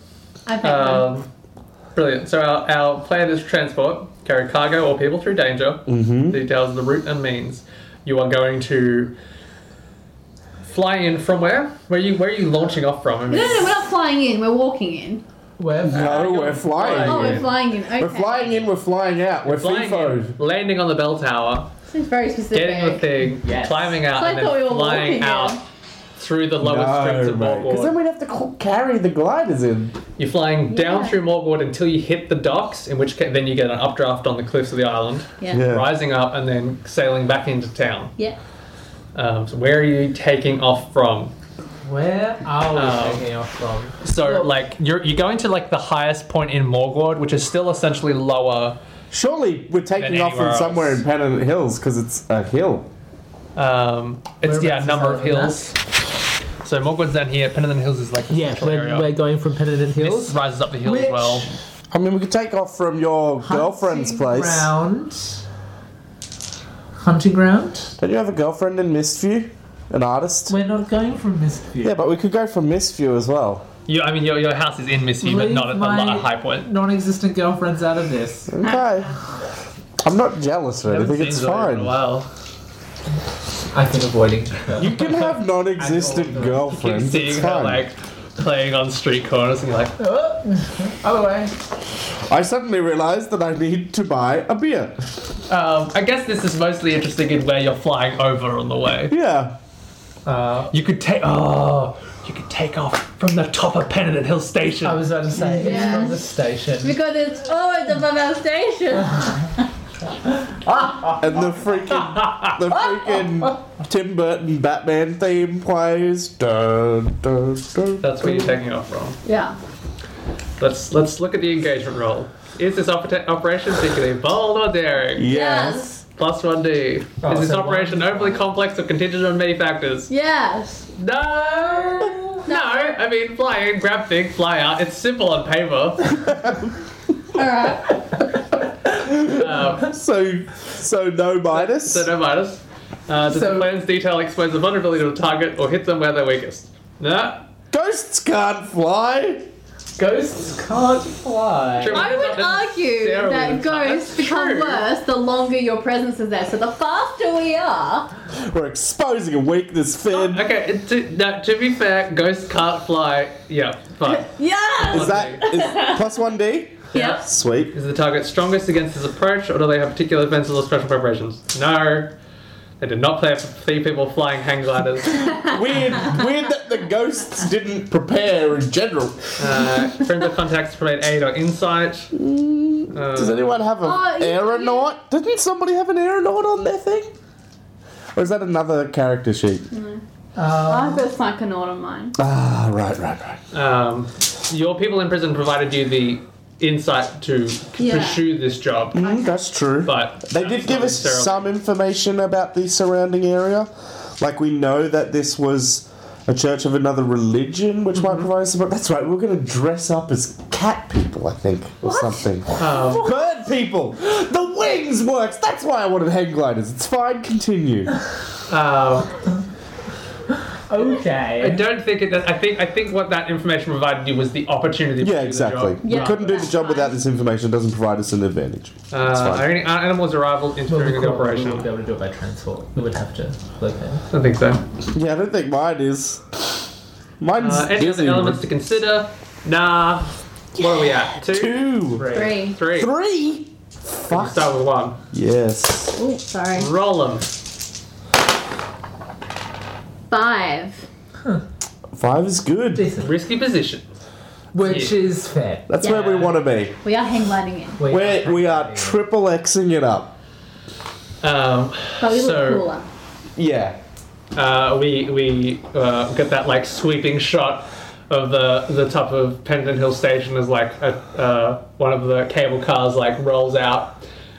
C: I paint them.
D: Um, brilliant. So our, our plan is transport, carry cargo or people through danger. Mm-hmm. Details of the route and means. You are going to fly in from where? Where are you where are you launching off from? I mean,
C: No, no, no, we're not flying in. We're walking in.
B: where
A: No,
D: you're
A: we're flying.
C: Oh, we're
A: in.
C: flying in. Okay.
A: We're flying in. We're flying out. We're
D: flying in,
A: FIFO.
D: landing on the bell tower,
C: Seems very specific.
D: getting the thing,
B: Yes.
D: climbing out,
C: So I
D: and then
C: thought we were
D: flying
C: walking
D: out
C: in.
D: through the lowest strings
A: No,
D: of
A: mate. Because then
D: Morgward.
A: we'd have to call, carry the gliders in.
D: You're flying down
C: Yeah.
D: through Morgward until you hit the docks, in which case then you get an updraft on the cliffs of the island,
A: Yeah.
D: rising up and then sailing back into town.
C: Yeah.
D: Um, so where are you taking off from?
B: where are we
D: Um,
B: taking off from?
D: So like you're you're going to like the highest point in Morgward, which is still essentially lower.
A: Surely we're taking
D: Than
A: off from
D: anywhere
A: somewhere
D: else.
A: in Pennant Hills because it's a hill.
D: Um, it's
B: Whereabouts
D: yeah, a
B: is
D: number of
B: that in that?
D: hills. So Morgward's down here. Pennant Hills is like the
B: Yeah,
D: central
B: we're,
D: area.
B: we're going from Penitent
D: this
B: Hills.
D: rises up the hill as
B: Which
D: well.
A: I mean, we could take off from your girlfriend's
B: hunting
A: place.
B: Ground. Hunting ground.
A: Don't you have a girlfriend in Mistview? An artist?
B: We're not going from Mistview.
A: Yeah, but we could go from Mistview as well.
D: You, I mean, your, your house is in Misty, but
B: Leave
D: not at a,
B: my-
D: lo- a high point.
B: Non-existent girlfriends out of this.
A: Okay. I'm not jealous or anything. It's fine.
D: Wow.
B: I've been avoiding. her.
A: You can have non-existent
B: And all
D: Keep
A: girlfriends. It's
D: seeing her
A: fine.
D: like playing on street corners and you're like,
B: Oh, other way.
A: I suddenly realised that I need to buy a beer.
D: um, I guess this is mostly interesting in where you're flying over on the way.
A: Yeah.
B: Uh,
D: You could take oh, you could take off from the top of Penitent Hill Station.
B: I was about to say it's
C: Yeah.
B: from the station.
C: Because Oh, it's always above our station.
A: And the freaking, the freaking Tim Burton Batman theme plays. Dun, dun, dun.
D: That's where you're taking off from.
C: yeah.
D: Let's let's look at the engagement roll. Is this oper- operation secretly bold or daring?
A: Yes.
D: Plus one D.
B: Oh,
D: Is this
B: so
D: operation
B: one-
D: overly complex or contingent on many factors?
C: Yes.
D: No. No, I mean fly in, grab thing, fly out. It's simple on paper.
C: All right.
D: Um,
A: So, so no minus.
D: so no minus. Uh, does the
B: So-
D: plan's detail expose the vulnerability to a target or hit them where they're weakest? No.
A: Ghosts can't fly.
B: Ghosts can't fly.
D: True.
C: I would argue
D: Sarah
C: that
D: wouldn't-
C: ghosts
D: That's
C: become
D: true.
C: worse the longer your presence is there. So the faster we are,
A: We're exposing a weakness, Finn.
D: Okay. it- To, no, to be fair, ghosts can't fly. Yeah, fine.
C: yes.
A: Is that is plus one D?
C: Yep.
A: Sweet.
D: Is the target strongest against his approach, or do they have particular defenses or special preparations? No. They did not play for three people flying hang gliders.
A: Weird, weird that the ghosts didn't prepare in general.
D: Uh, friends or contacts provide aid or insight.
A: Does
D: Uh,
A: anyone have an
C: Oh, yeah,
A: aeronaut? Didn't somebody have an aeronaut on their thing? Or is that another character sheet?
C: I've got a psychonaut on mine.
A: Ah, right, right, right.
D: um, your people in prison provided you the insight to
C: Yeah.
D: pursue this job,
A: Mm, that's true.
D: but
A: they did give us some information about the surrounding area. Like we know that this was a church of another religion, which might provide support. That's right. We're going to dress up as cat people, I think, or something.
D: Um,
A: Bird people. The wings works. That's why I wanted hang gliders. It's fine. Continue.
D: um, I
B: Okay.
D: don't think it. Does, I think I think what that information provided you was the opportunity. To
A: Yeah,
D: do
A: exactly.
D: The job.
A: We
C: Yeah,
A: couldn't do the
C: that's
A: job without
C: fine.
A: this information. It doesn't provide us an advantage. That's
D: Uh,
A: fine.
D: are any are animals arrival interfering with the
B: We would be
D: operation?
B: able to do it by transport. We would have to locate.
D: I don't think so.
A: Yeah, I don't think mine is. Mine's
D: Uh, any other
A: busy.
D: elements to consider? Nah. What are we at? Two?
A: Two,
C: Three.
D: Three.
A: three. Fuck.
D: Start with one.
A: Yes.
C: Oh, sorry.
D: Roll them.
C: Five.
A: Five is good.
B: Decent.
D: Risky position.
B: Which
D: Yeah.
B: is fair.
A: That's where we
D: Yeah.
A: want to be.
C: We are hang gliding in,
B: We
A: We're, we are
B: happy.
A: triple Xing it up.
D: Um,
C: but we
D: So-
C: look cooler.
A: Yeah.
D: uh, we we uh, get that like sweeping shot of the the top of Pendant Hill Station as like a, uh, one of the cable cars like rolls out,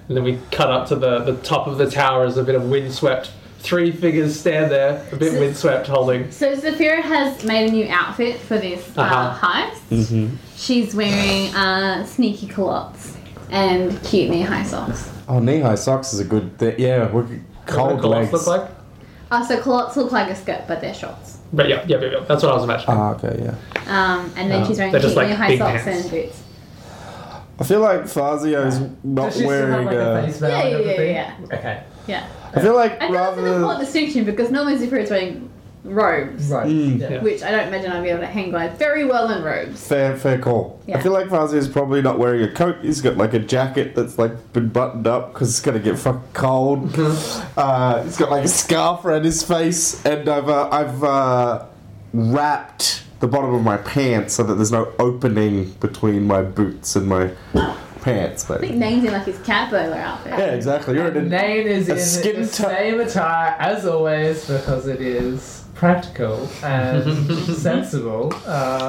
D: and then we cut up to the the top of the tower as a bit of windswept. Three figures stand there, a bit
C: So-
D: windswept, holding.
C: So Zafira has made a new outfit for this uh
D: Uh-huh.
C: heist. She's wearing uh, sneaky culottes and cute knee high socks.
A: Oh, knee high socks is a good thing. Yeah, we're
D: What
A: cold
D: do the
A: legs.
D: culottes look like?
C: Oh, so culottes look like a skirt, but they're shorts.
D: But yeah, yeah, yeah, yeah. That's what I was imagining.
A: Ah, okay, yeah.
C: Um, and then
D: Oh,
C: she's wearing
D: they're
C: cute
D: just
C: knee
D: like
C: high
D: big
C: socks
D: pants.
C: and boots.
A: I feel like Fazio's not
B: Does she still have
A: wearing.
B: like a
A: uh,
B: face veil and
C: Yeah, yeah,
B: everything?
C: yeah,
B: Okay.
C: Yeah.
A: I feel like
C: I think that's
A: rather
C: an important distinction because normally Zafira is wearing robes,
B: Right.
A: Mm.
B: Yeah.
C: which I don't imagine I'd be able to hang glide very well in robes.
A: fair, fair call.
C: Yeah.
A: I feel like Fazio's probably not wearing a coat. He's got like a jacket that's like been buttoned up because it's gonna get fucking cold. uh, he's got like a scarf around his face, and I've uh, I've uh, wrapped the bottom of my pants so that there's no opening between my boots and my pants. But
C: I think Name's in like his cat burglar outfit.
A: yeah, exactly. You're in a
B: Nane is
A: a
B: in
A: skin
B: the
A: ti-
B: same attire as always because it is practical and sensible. Uh,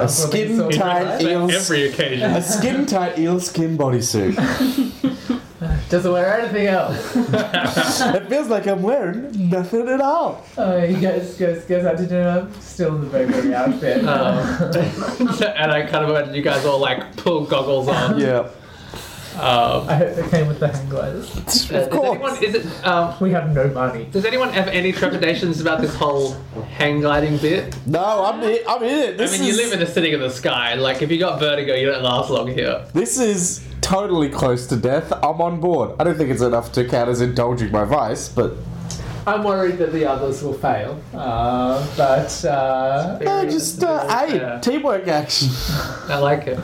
A: A
B: for these
A: skin
B: sorts of
A: tight
B: events.
A: eels.
E: Every occasion.
A: a skin tight eel skin bodysuit.
B: Doesn't wear anything else.
A: it feels like I'm wearing nothing at all.
B: Oh, he goes, goes, goes out to dinner, still in the burberry outfit.
D: Uh, and I kind of imagine you guys all like pull goggles on.
A: Yeah.
D: Um,
B: I hope they came with the hang gliders.
D: does
A: course.
D: anyone is it? Um,
B: We have no money.
D: does anyone have any trepidations about this whole hang gliding bit?
A: No, I'm in, I'm in it. This
D: I mean,
A: is
D: you live in the city of the sky. Like, if you got vertigo, you don't last long here.
A: this is totally close to death. I'm on board. I don't think it's enough to count as indulging my vice, but uh,
B: I'm worried that the others will fail. Uh, but uh,
A: no, just uh, hey,
D: Yeah.
A: teamwork action.
D: I like it.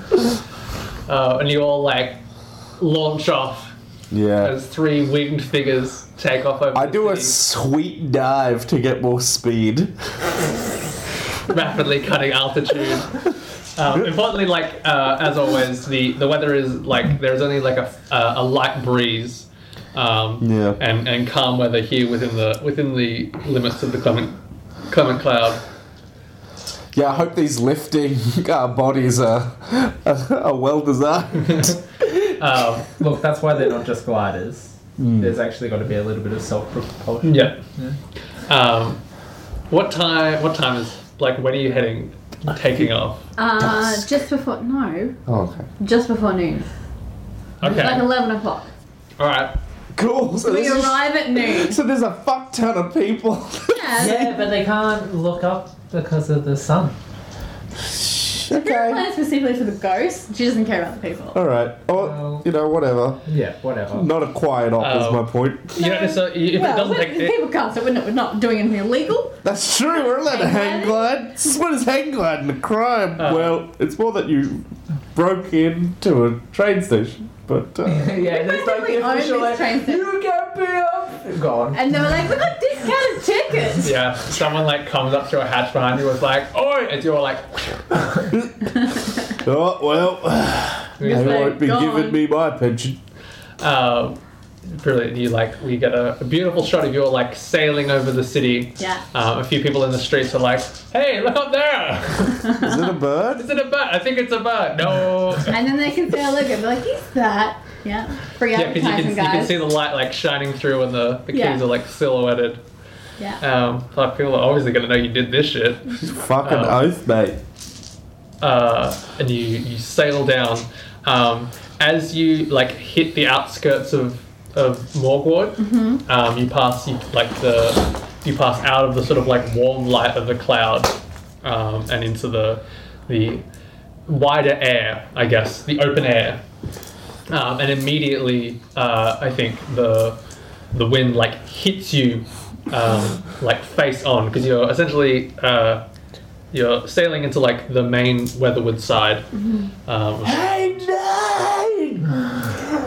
D: Uh, and you all like launch off
A: Yeah,
D: as three winged figures take off over.
A: I
D: the
A: do a
D: city,
A: sweet dive to get more speed.
D: rapidly cutting altitude. Um, importantly, like uh, as always, the, the weather is like there's only like a, uh, a, a light breeze, um,
A: Yeah.
D: and, and calm weather here within the within the limits of the clement clement cloud.
A: Yeah, I hope these lifting uh, bodies are, are well designed.
D: Um,
B: look, that's why they're not just gliders.
A: Hmm.
B: There's actually got to be a little bit of self propulsion.
D: yeah. Um, what time? What time is like? When are you heading? Taking off.
C: Uh, just before no,
A: Oh, okay.
C: just before noon, like
D: Okay.
C: eleven o'clock.
D: All right.
A: Cool. So
C: We
A: this is-
C: arrive at noon.
A: so there's a fuck ton of people.
C: Yeah.
B: but they can't look up because of the sun.
C: This
A: okay.
C: plan is specifically for the ghost. She doesn't care about the people.
A: All right. Or
B: Well-
A: you know, whatever.
B: Yeah, whatever.
A: Not a quiet op is
D: Oh.
A: my point.
D: You don't necessarily. If it
C: well,
D: doesn't
C: we-
D: take.
C: the people can't, so we're not, we're not doing anything illegal.
A: That's true. We're allowed to
C: Hang
A: hang glide. What is hang gliding? A crime? well, it's more that you broke into a train station, but uh,
B: yeah,
C: We
B: there's like
C: basically
B: the
C: own
B: official
C: this
B: like,
C: train station.
B: you can't be up. Gone.
C: And they were like, we got discounted tickets.
D: Yeah, someone like comes up to a hatch behind you and is like, "Oi!" and you're like,
A: oh well. They
C: It's like,
A: won't be
C: gone.
A: giving me my pension.
D: um, brilliant. You like, we get a, a beautiful shot of you all like sailing over the city.
C: Yeah.
D: Um, a few people in the streets are like, "Hey, look up there!
A: Is it a bird?
D: Is it a bird? I think it's a bird. No."
C: And then they can say, look, and be like, he's that. Yeah. Free
D: Yeah, because you can,
C: advertising,
D: you can
C: guys.
D: see the light like shining through and the, the keys
C: Yeah.
D: are like silhouetted.
C: yeah.
D: Um, like people are obviously gonna know you did this shit.
A: Fucking
D: Oh.
A: oath, mate.
D: uh, and you, you sail down. Um, as you like hit the outskirts of of Morgward, um, you pass you, like the you pass out of the sort of like warm light of the cloud um, and into the the wider air, I guess, the open air, um, and immediately uh, I think the the wind like hits you um, like face on because you're essentially. Uh, you're sailing into like the main weatherward side. Um,
A: Hey, nine!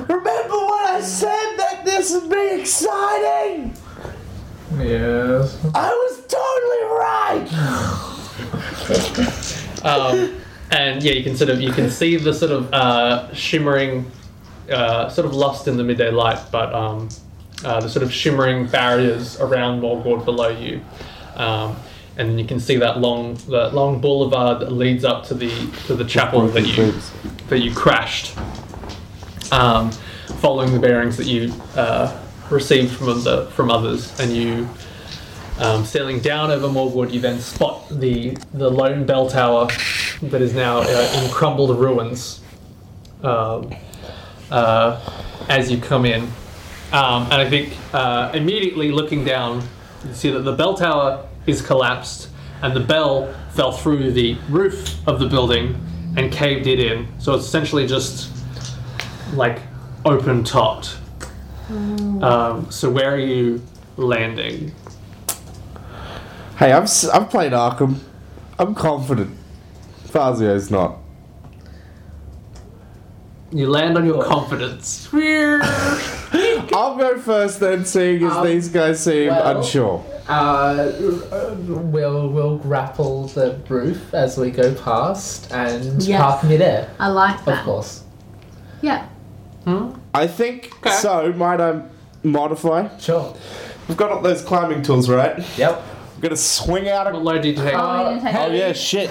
A: Remember what I said that this would be exciting?
B: Yes.
A: I was totally right.
D: um, and yeah, you can sort of you can see the sort of uh, shimmering, uh, sort of lost in the midday light, but um, uh, the sort of shimmering barriers around Morgord below you, um, and then you can see that long that long boulevard that leads up to the to the chapel that you that you crashed. Um, following the bearings that you uh, received from the from others, and you um, sailing down over Morwood, you then spot the the lone bell tower that is now uh, in crumbled ruins. Um, uh, as you come in, um, and I think uh, immediately looking down, you see that the bell tower is collapsed, and the bell fell through the roof of the building and caved it in. So it's essentially just like open topped. Um, so where are you landing?
A: Hey, I've, s- I've played Arkham. I'm confident. Fazio's not.
D: You land on your confidence.
A: I'll go first then, seeing as
B: Um,
A: these guys seem
B: well-
A: unsure.
B: Uh, we'll, we'll grapple the roof as we go past and
C: Yes. Ah.
B: park midair,
C: I like
B: of
C: that.
B: course.
C: Yeah.
A: I think so. Might I modify?
B: Sure.
A: We've got all those climbing tools, right?
B: Yep.
A: We're gonna swing out.
D: What
A: A-
D: load do you take?
C: Oh, we didn't take
A: oh yeah, shit.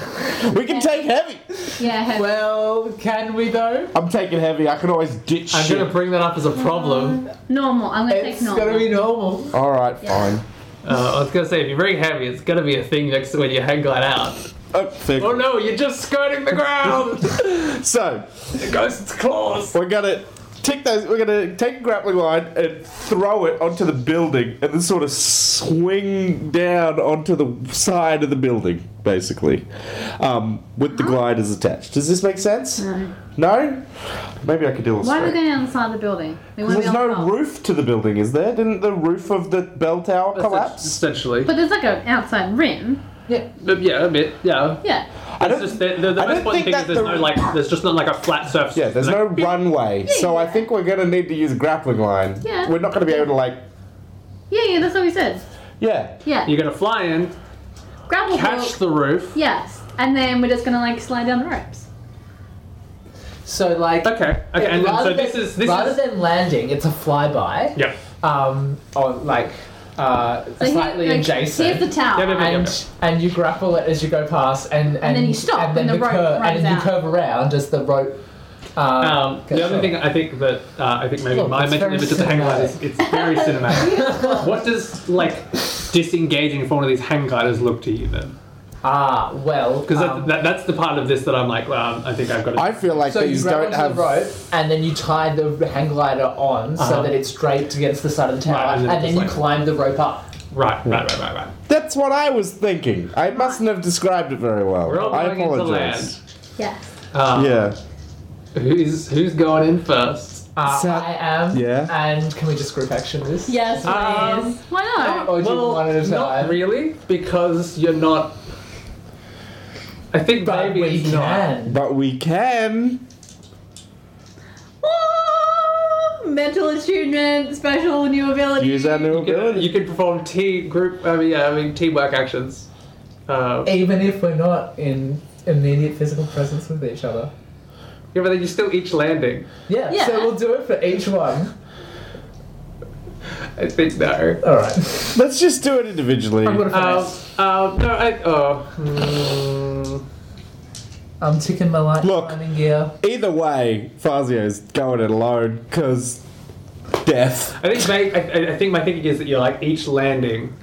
A: We can take heavy.
C: Yeah. have-
B: Well, can we though?
A: I'm taking heavy. I can always ditch
D: I'm
A: shit.
D: going to bring that up as a problem.
C: normal. I'm gonna
B: It's
C: take normal.
B: gonna be normal.
A: All right,
C: Yeah.
A: fine.
D: Uh, I was going to say, if you're very heavy, it's going to be a thing next to when you hang glide out.
A: Oh, thick.
D: Oh no, you're just skirting the ground!
A: So
D: the ghost's claws!
A: we're gonna take those. We're gonna take a grappling line and throw it onto the building, and then sort of swing down onto the side of the building, basically, um, with the gliders attached. Does this make sense?
C: No.
A: No? Maybe I could do
C: Why are we
A: this.
C: going down the side of the building? We want to be
A: There's
C: on
A: no
C: top.
A: roof to the building, is there? Didn't the roof of the bell tower collapse?
D: Essentially.
C: But there's like an outside rim.
D: But yeah, a bit, yeah.
C: Yeah.
A: I
D: It's
A: don't,
D: just the, the, the
A: I
D: most
A: don't think
D: important thing is
A: that
D: there's
A: the-
D: no like, there's just not like a flat surface.
A: yeah, there's
D: Like,
A: no runway, so I
C: yeah.
A: think we're gonna need to use a grappling line.
C: Yeah.
A: We're not gonna be able to like,
C: Yeah, yeah, that's what we said.
A: yeah.
C: Yeah.
D: You're going to fly in,
C: Grapple
D: catch
C: hook.
D: the roof.
C: Yes. And then we're just gonna like slide down the ropes.
B: So like
D: Okay, okay, and then,
B: rather than-
D: so this is, this
B: rather
D: is...
B: than landing, it's a flyby.
D: Yep.
B: Um, or like uh,
C: here-
B: slightly
C: like,
B: adjacent.
C: Here's the tower.
D: Yeah, yeah, yeah.
B: and and you grapple it as you go past, and and,
C: then you stop
B: and then
C: and the rope
B: curve,
C: runs
B: and then you
C: out.
B: curve around as the rope. Um,
D: Um, the
B: gets
D: other
B: shot.
D: thing I think that uh, I think maybe
B: Look,
D: my
B: it's
D: mental
B: very
D: image of the hang glide is
B: cinematic.
D: it's very cinematic. what does like disengaging from one of these hang gliders look to you then?
B: Ah, well,
D: Because
B: um,
D: that, that's the part of this that I'm like, well, um, I think I've got. To,
A: I feel like
B: so you
A: these
B: grab
A: don't
B: onto
A: have.
B: the rope, and then you tie the hang glider on
D: Uh-huh.
B: so that it's draped against the side of the tower,
D: Right, and
B: and
D: then
B: then,
D: just
B: you
D: like-
B: climb the rope up.
D: right, right, right, right, right.
A: That's what I was thinking. I mustn't have described it very well.
D: We're all
A: I
D: going into
A: apologize.
C: Yes.
D: Um,
A: Yeah.
D: Who's who's going in first?
B: Uh,
A: So-
B: I am.
A: Yeah.
B: And can we just group action this?
C: Yes.
D: Um,
C: please. Why not?
B: Or do you
D: well,
B: one at a
D: not
B: time?
D: really, because you're not. I think
B: But
D: maybe
B: we
D: it's not.
B: can.
A: But we can.
C: Oh, mental attunement, special new ability.
A: Use our new
D: You can,
A: ability.
D: you can perform T group. I mean, yeah, I mean teamwork actions. Um,
B: Even if we're not in immediate physical presence with each other.
D: Yeah, but then you still each landing.
B: Yeah,
C: Yeah.
B: so we'll do it for each one.
D: I think no.
B: Alright.
A: Let's just do it individually.
B: I'm gonna
D: Um,
B: finesse.
D: um, no, I. Oh. hmm.
B: I'm ticking my light
A: Look.
B: climbing gear.
A: Either way, Fazio's going it alone because death.
D: I think my, I, I think my thinking is that you're like each landing,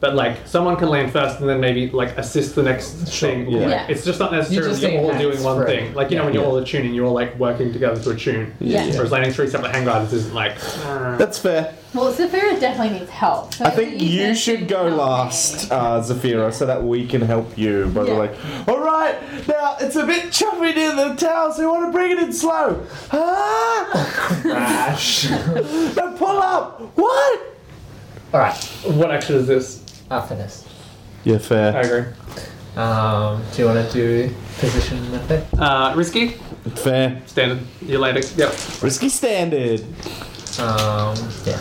D: but like someone can land first and then maybe like assist the next thing.
A: yeah.
C: Yeah.
D: It's just not necessarily
B: just
D: you're
B: saying
D: all doing
B: hands
D: one
B: free.
D: thing. Like you know when you're all attuning, you're all like working together to attune.
C: Yeah. Yeah.
D: Whereas landing three separate hang gliders isn't like. uh,
A: That's fair.
C: Well, Saphira definitely needs help. So
A: I think you
C: can
A: should
C: think
A: go
C: about
A: last,
C: me.
A: uh, Zafira, so that we can help you. But we're
C: Yeah.
A: like, all right, now it's a bit chubby near the towel, so we want to bring it in slow. Ah!
B: Crash.
A: now pull up. What?
B: Alright.
D: what action is this?
B: I'll finish.
A: Yeah,
D: I
A: fair.
D: agree.
B: Um, do you wanna do position method?
D: Uh, risky.
A: Fair.
D: Standard. You're landing. Yep.
A: Risky standard.
B: Um yeah.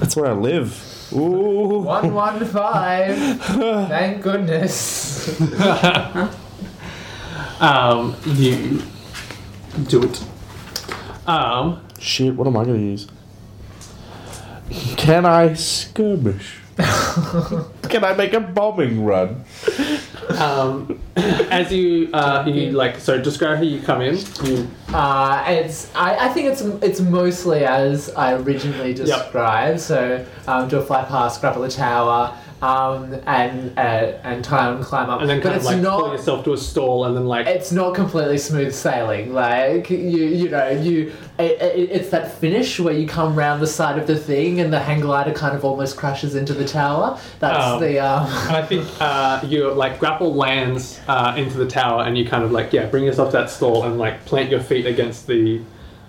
A: That's where I live. Ooh.
B: One one five. Thank goodness.
D: Um, you do it. Um,
A: Shit, what am I gonna use? Can I skirmish? Can I make a bombing run?
D: Um, as you, uh, you like, so describe how you come in. You
B: Uh, it's I, I think it's it's mostly as I originally described. So um, do a fly past, grapple the tower, um, and uh, and try and climb up.
D: and then
B: but
D: kind
B: it's
D: of like pull
B: not
D: yourself to a stall and then like
B: it's not completely smooth sailing. Like you, you know, you it, it, it's that finish where you come round the side of the thing and the hang glider kind of almost crashes into the tower. That's
D: Oh.
B: the um,
D: And I think uh, your like grapple lands uh, into the tower, and you kind of like yeah, bring yourself to that stall and like plant your feet against the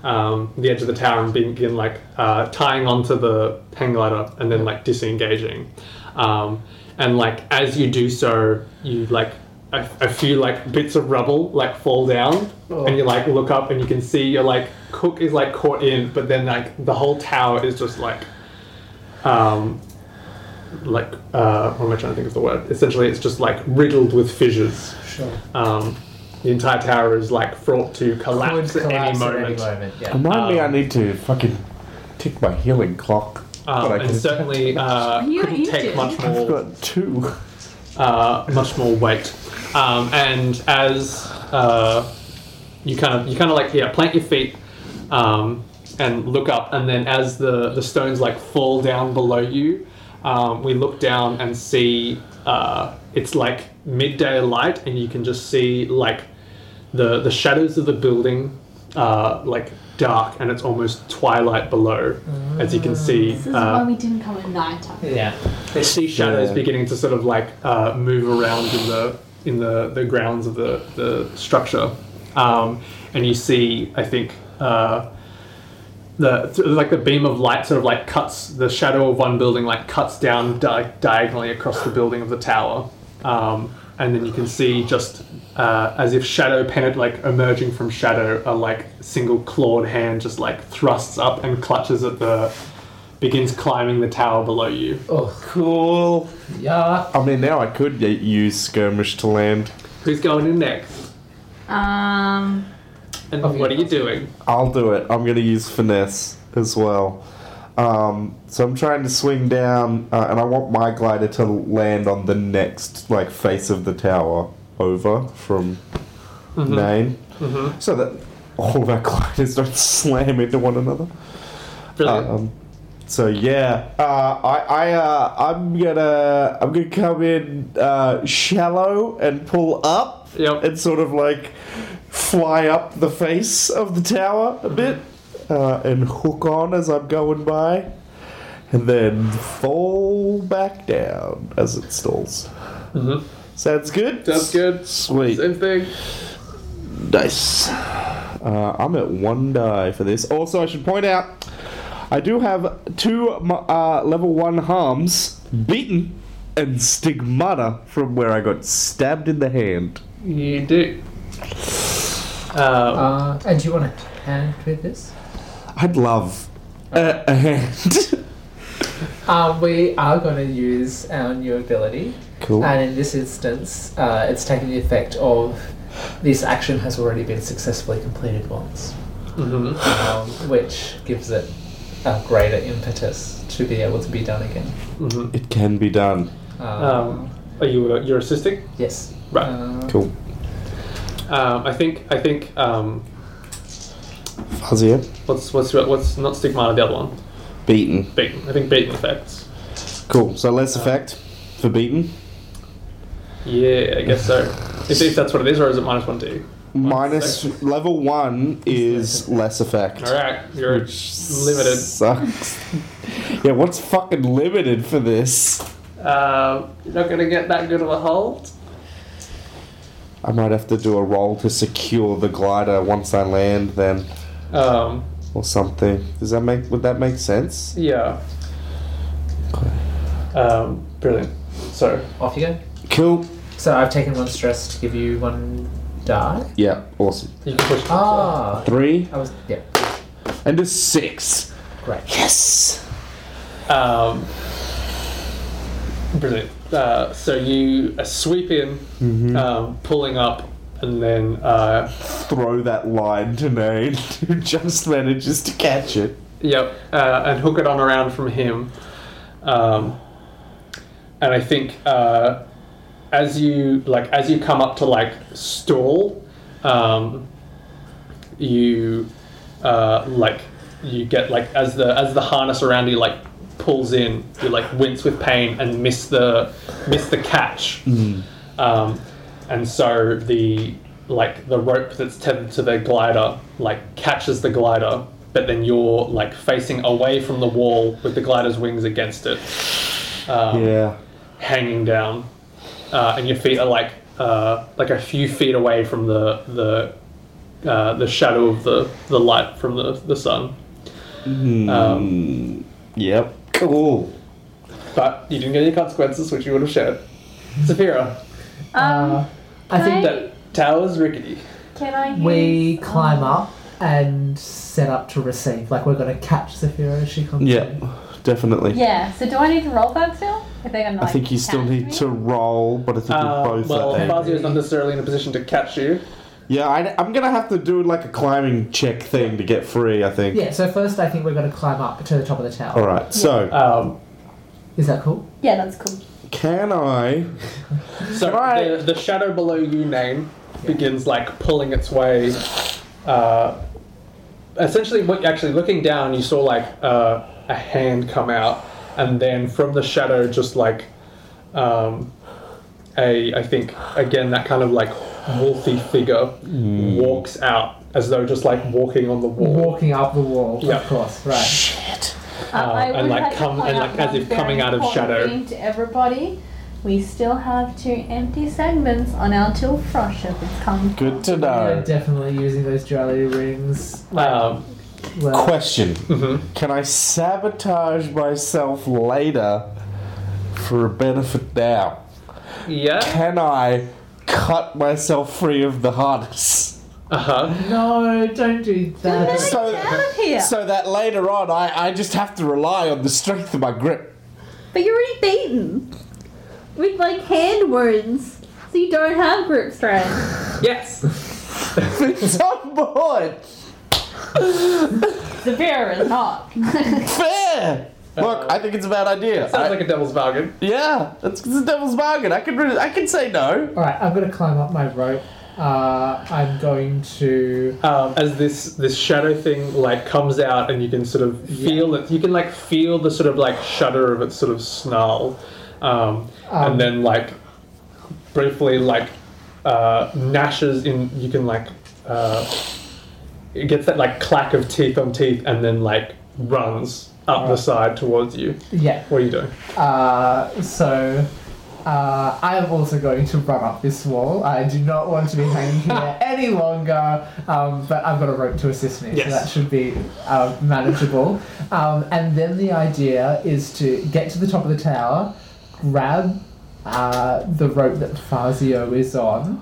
D: um, the edge of the tower and begin like uh, tying onto the hang glider, and then like disengaging. Um, and like as you do so, you like a, a few like bits of rubble like fall down, and you like look up and you can see you're like Cook is like caught in, but then like the whole tower is just like um, like uh, what am I trying to think of the word? Essentially, it's just like riddled with fissures.
B: sure.
D: Um, the entire tower is like fraught to collapse,
B: Could
D: at any
B: collapse
D: moment.
B: Yeah.
A: Remind me, I
D: Um,
A: need to fucking tick my healing clock.
D: Um,
A: but I
D: and
A: can.
D: certainly uh,
C: You
D: couldn't
C: eat
D: take
C: it.
D: much
A: I've
D: more,
A: got two.
D: uh, much more weight. Um, and as uh, you kind of you kind of like yeah, plant your feet um, and look up, and then as the the stones like fall down below you, um, we look down and see uh, it's like midday light, and you can just see like the the shadows of the building are like dark, and it's almost twilight below, as you can see.
C: This is why
D: Uh,
C: we didn't come at night time.
B: Yeah.
D: you see shadows
A: Yeah.
D: beginning to sort of like uh, move around in the in the, the grounds of the, the structure, um, and you see I think uh, the th- like the beam of light sort of like cuts the shadow of one building like cuts down di- diagonally across the building of the tower, um, and then you can see just uh, as if shadow penet like emerging from shadow a like single clawed hand just like thrusts up and clutches at the begins climbing the tower below you.
B: Oh,
A: Cool.
B: yeah.
A: I mean, now I could y- use skirmish to land.
D: Who's going in next?
C: Um,
D: And
B: Okay.
D: what are you doing?
A: I'll do it. I'm going to use finesse as well. Um, so I'm trying to swing down, uh, and I want my glider to land on the next like face of the tower over from Nain, so that all of our gliders don't slam into one another.
D: Brilliant.
A: Um, so yeah, uh, I, I uh, I'm gonna I'm gonna come in uh, shallow and pull up
D: Yep.
A: and sort of like fly up the face of the tower a bit uh, and hook on as I'm going by, and then fall back down as it stalls.
D: Mhm.
A: Sounds good.
D: Sounds good.
A: Sweet.
D: Same thing.
A: Nice. Uh, I'm at one die for this. Also, I should point out, I do have two mu- uh, level one harms, beaten, and stigmata from where I got stabbed in the hand.
D: You do. Uh,
B: Uh, and do you want to hand with this?
A: I'd love a, a hand.
B: Um, we are going to use our new ability,
A: cool.
B: and in this instance, uh, it's taking the effect of this action has already been successfully completed once,
D: mhm.
B: um, which gives it a greater impetus to be able to be done again.
A: It can be done.
B: Um,
D: mm-hmm. Um, are you you're assisting?
B: yes.
D: Right.
B: Uh,
A: Cool.
D: Um, I think I think um,
A: Fuzzy eh?
D: what's what's what's not stigmata the other one
A: Beaten.
D: beaten. I think beaten effects.
A: Cool. So less effect for beaten.
D: Yeah, I guess so. If, if that's what it is, or is it minus one d?
A: Minus level one is less effect.
D: All right, you're limited.
A: Sucks. yeah, what's fucking limited for this?
D: Uh, you're not gonna get that good of a hold.
A: I might have to do a roll to secure the glider once I land, then,
D: Um,
A: or something. Does that make? Would that make sense?
D: yeah. Um, brilliant. So
B: Off you go.
A: Cool.
B: So I've taken one stress to give you one die.
A: Yeah. Awesome.
D: you can push.
B: Ah,
A: Three
B: I was yeah.
A: and a six.
B: Great.
A: Yes.
D: Um, brilliant. Uh, so you uh, sweep in, um, pulling up, and then uh,
A: Throw that line to Nate, who just manages to catch it.
D: yep, uh, and hook it on around from him, um, and I think uh, as you like as you come up to like stall, um, you uh, like you get like as the as the harness around you like pulls in, you like wince with pain and miss the miss the catch, um, and so the like the rope that's tethered to the glider like catches the glider. But then you're like facing away from the wall with the glider's wings against it Um,
A: Yeah.
D: hanging down, uh, and your feet are like uh, like a few feet away from the the uh, the shadow of the, the light from the the sun. Um,
A: Yep. Cool.
D: but you didn't get any consequences, which you would have shared. Sapphira,
B: Uh,
C: Um,
B: I
C: can
B: think
D: that tower's rickety.
C: can I use,
B: we
C: um,
B: climb up and set up to receive. Like we're gonna catch Zephyra as she comes.
A: Yep.
B: in.
A: Definitely.
C: Yeah. So do I need to roll that still? If they're gonna,
A: I
C: like,
A: think you still
C: catch
A: need
C: me?
A: to roll, but I think
D: Uh,
A: you're both
D: well,
A: at that.
D: Fazio's not necessarily in a position to catch you.
A: Yeah, I, I'm gonna have to do like a climbing check thing to get free. I think.
B: Yeah. So first, I think we're gonna climb up to the top of the tower.
A: All right. So
D: Um,
B: Is that cool?
C: Yeah, that's cool.
A: can I?
D: so
A: Right.
D: the, the shadow below you name begins like pulling its way uh, essentially what actually looking down you saw like uh, a hand come out and then from the shadow just like um, a i think again that kind of like wolfy figure walks out as though just like walking on the wall
B: Walking up the wall,
D: Yeah.
B: of course, right?
C: Uh, I
D: and,
C: would
D: like,
C: to
D: come-
C: point
D: and,
C: out
D: like, as
C: one
D: if coming
C: very
D: out of
C: important
D: shadow.
C: thing To everybody, we still have two empty segments on our till fresh if it's come.
A: Good to
B: We're
A: know.
B: definitely using those duality rings.
D: um,
B: Well,
A: Question:
D: mhm.
A: Can I sabotage myself later for a benefit now?
D: yeah
A: Can I cut myself free of the harness?
D: uh-huh
B: no, don't do that.
C: Let's
A: So-
C: get out of here.
A: So that later on, I, I just have to rely on the strength of my grip.
C: But you're already beaten with like hand wounds, so you don't have group strength.
D: yes
A: It's on board.
C: Severe is not.
A: Fair. Look, I think it's a bad idea. I-
D: sounds like a devil's bargain
A: yeah, it's, it's a devil's bargain. I can re- I can say no.
B: All right, I'm gonna climb up my rope. Uh, I'm going to.
D: um, as this this shadow thing like comes out and you can sort of feel it you can like feel the sort of like shudder of its sort of snarl um,
B: Um,
D: and then like briefly like uh, gnashes in you can like uh, it gets that like clack of teeth on teeth and then like runs up the side towards you
B: Yeah.
D: what are you doing
B: Uh, so. Uh, I am also going to run up this wall. I do not want to be hanging here any longer, um, but I've got a rope to assist me,
D: Yes.
B: so that should be uh, manageable. Um, and then the idea is to get to the top of the tower, grab uh, the rope that Fazio is on,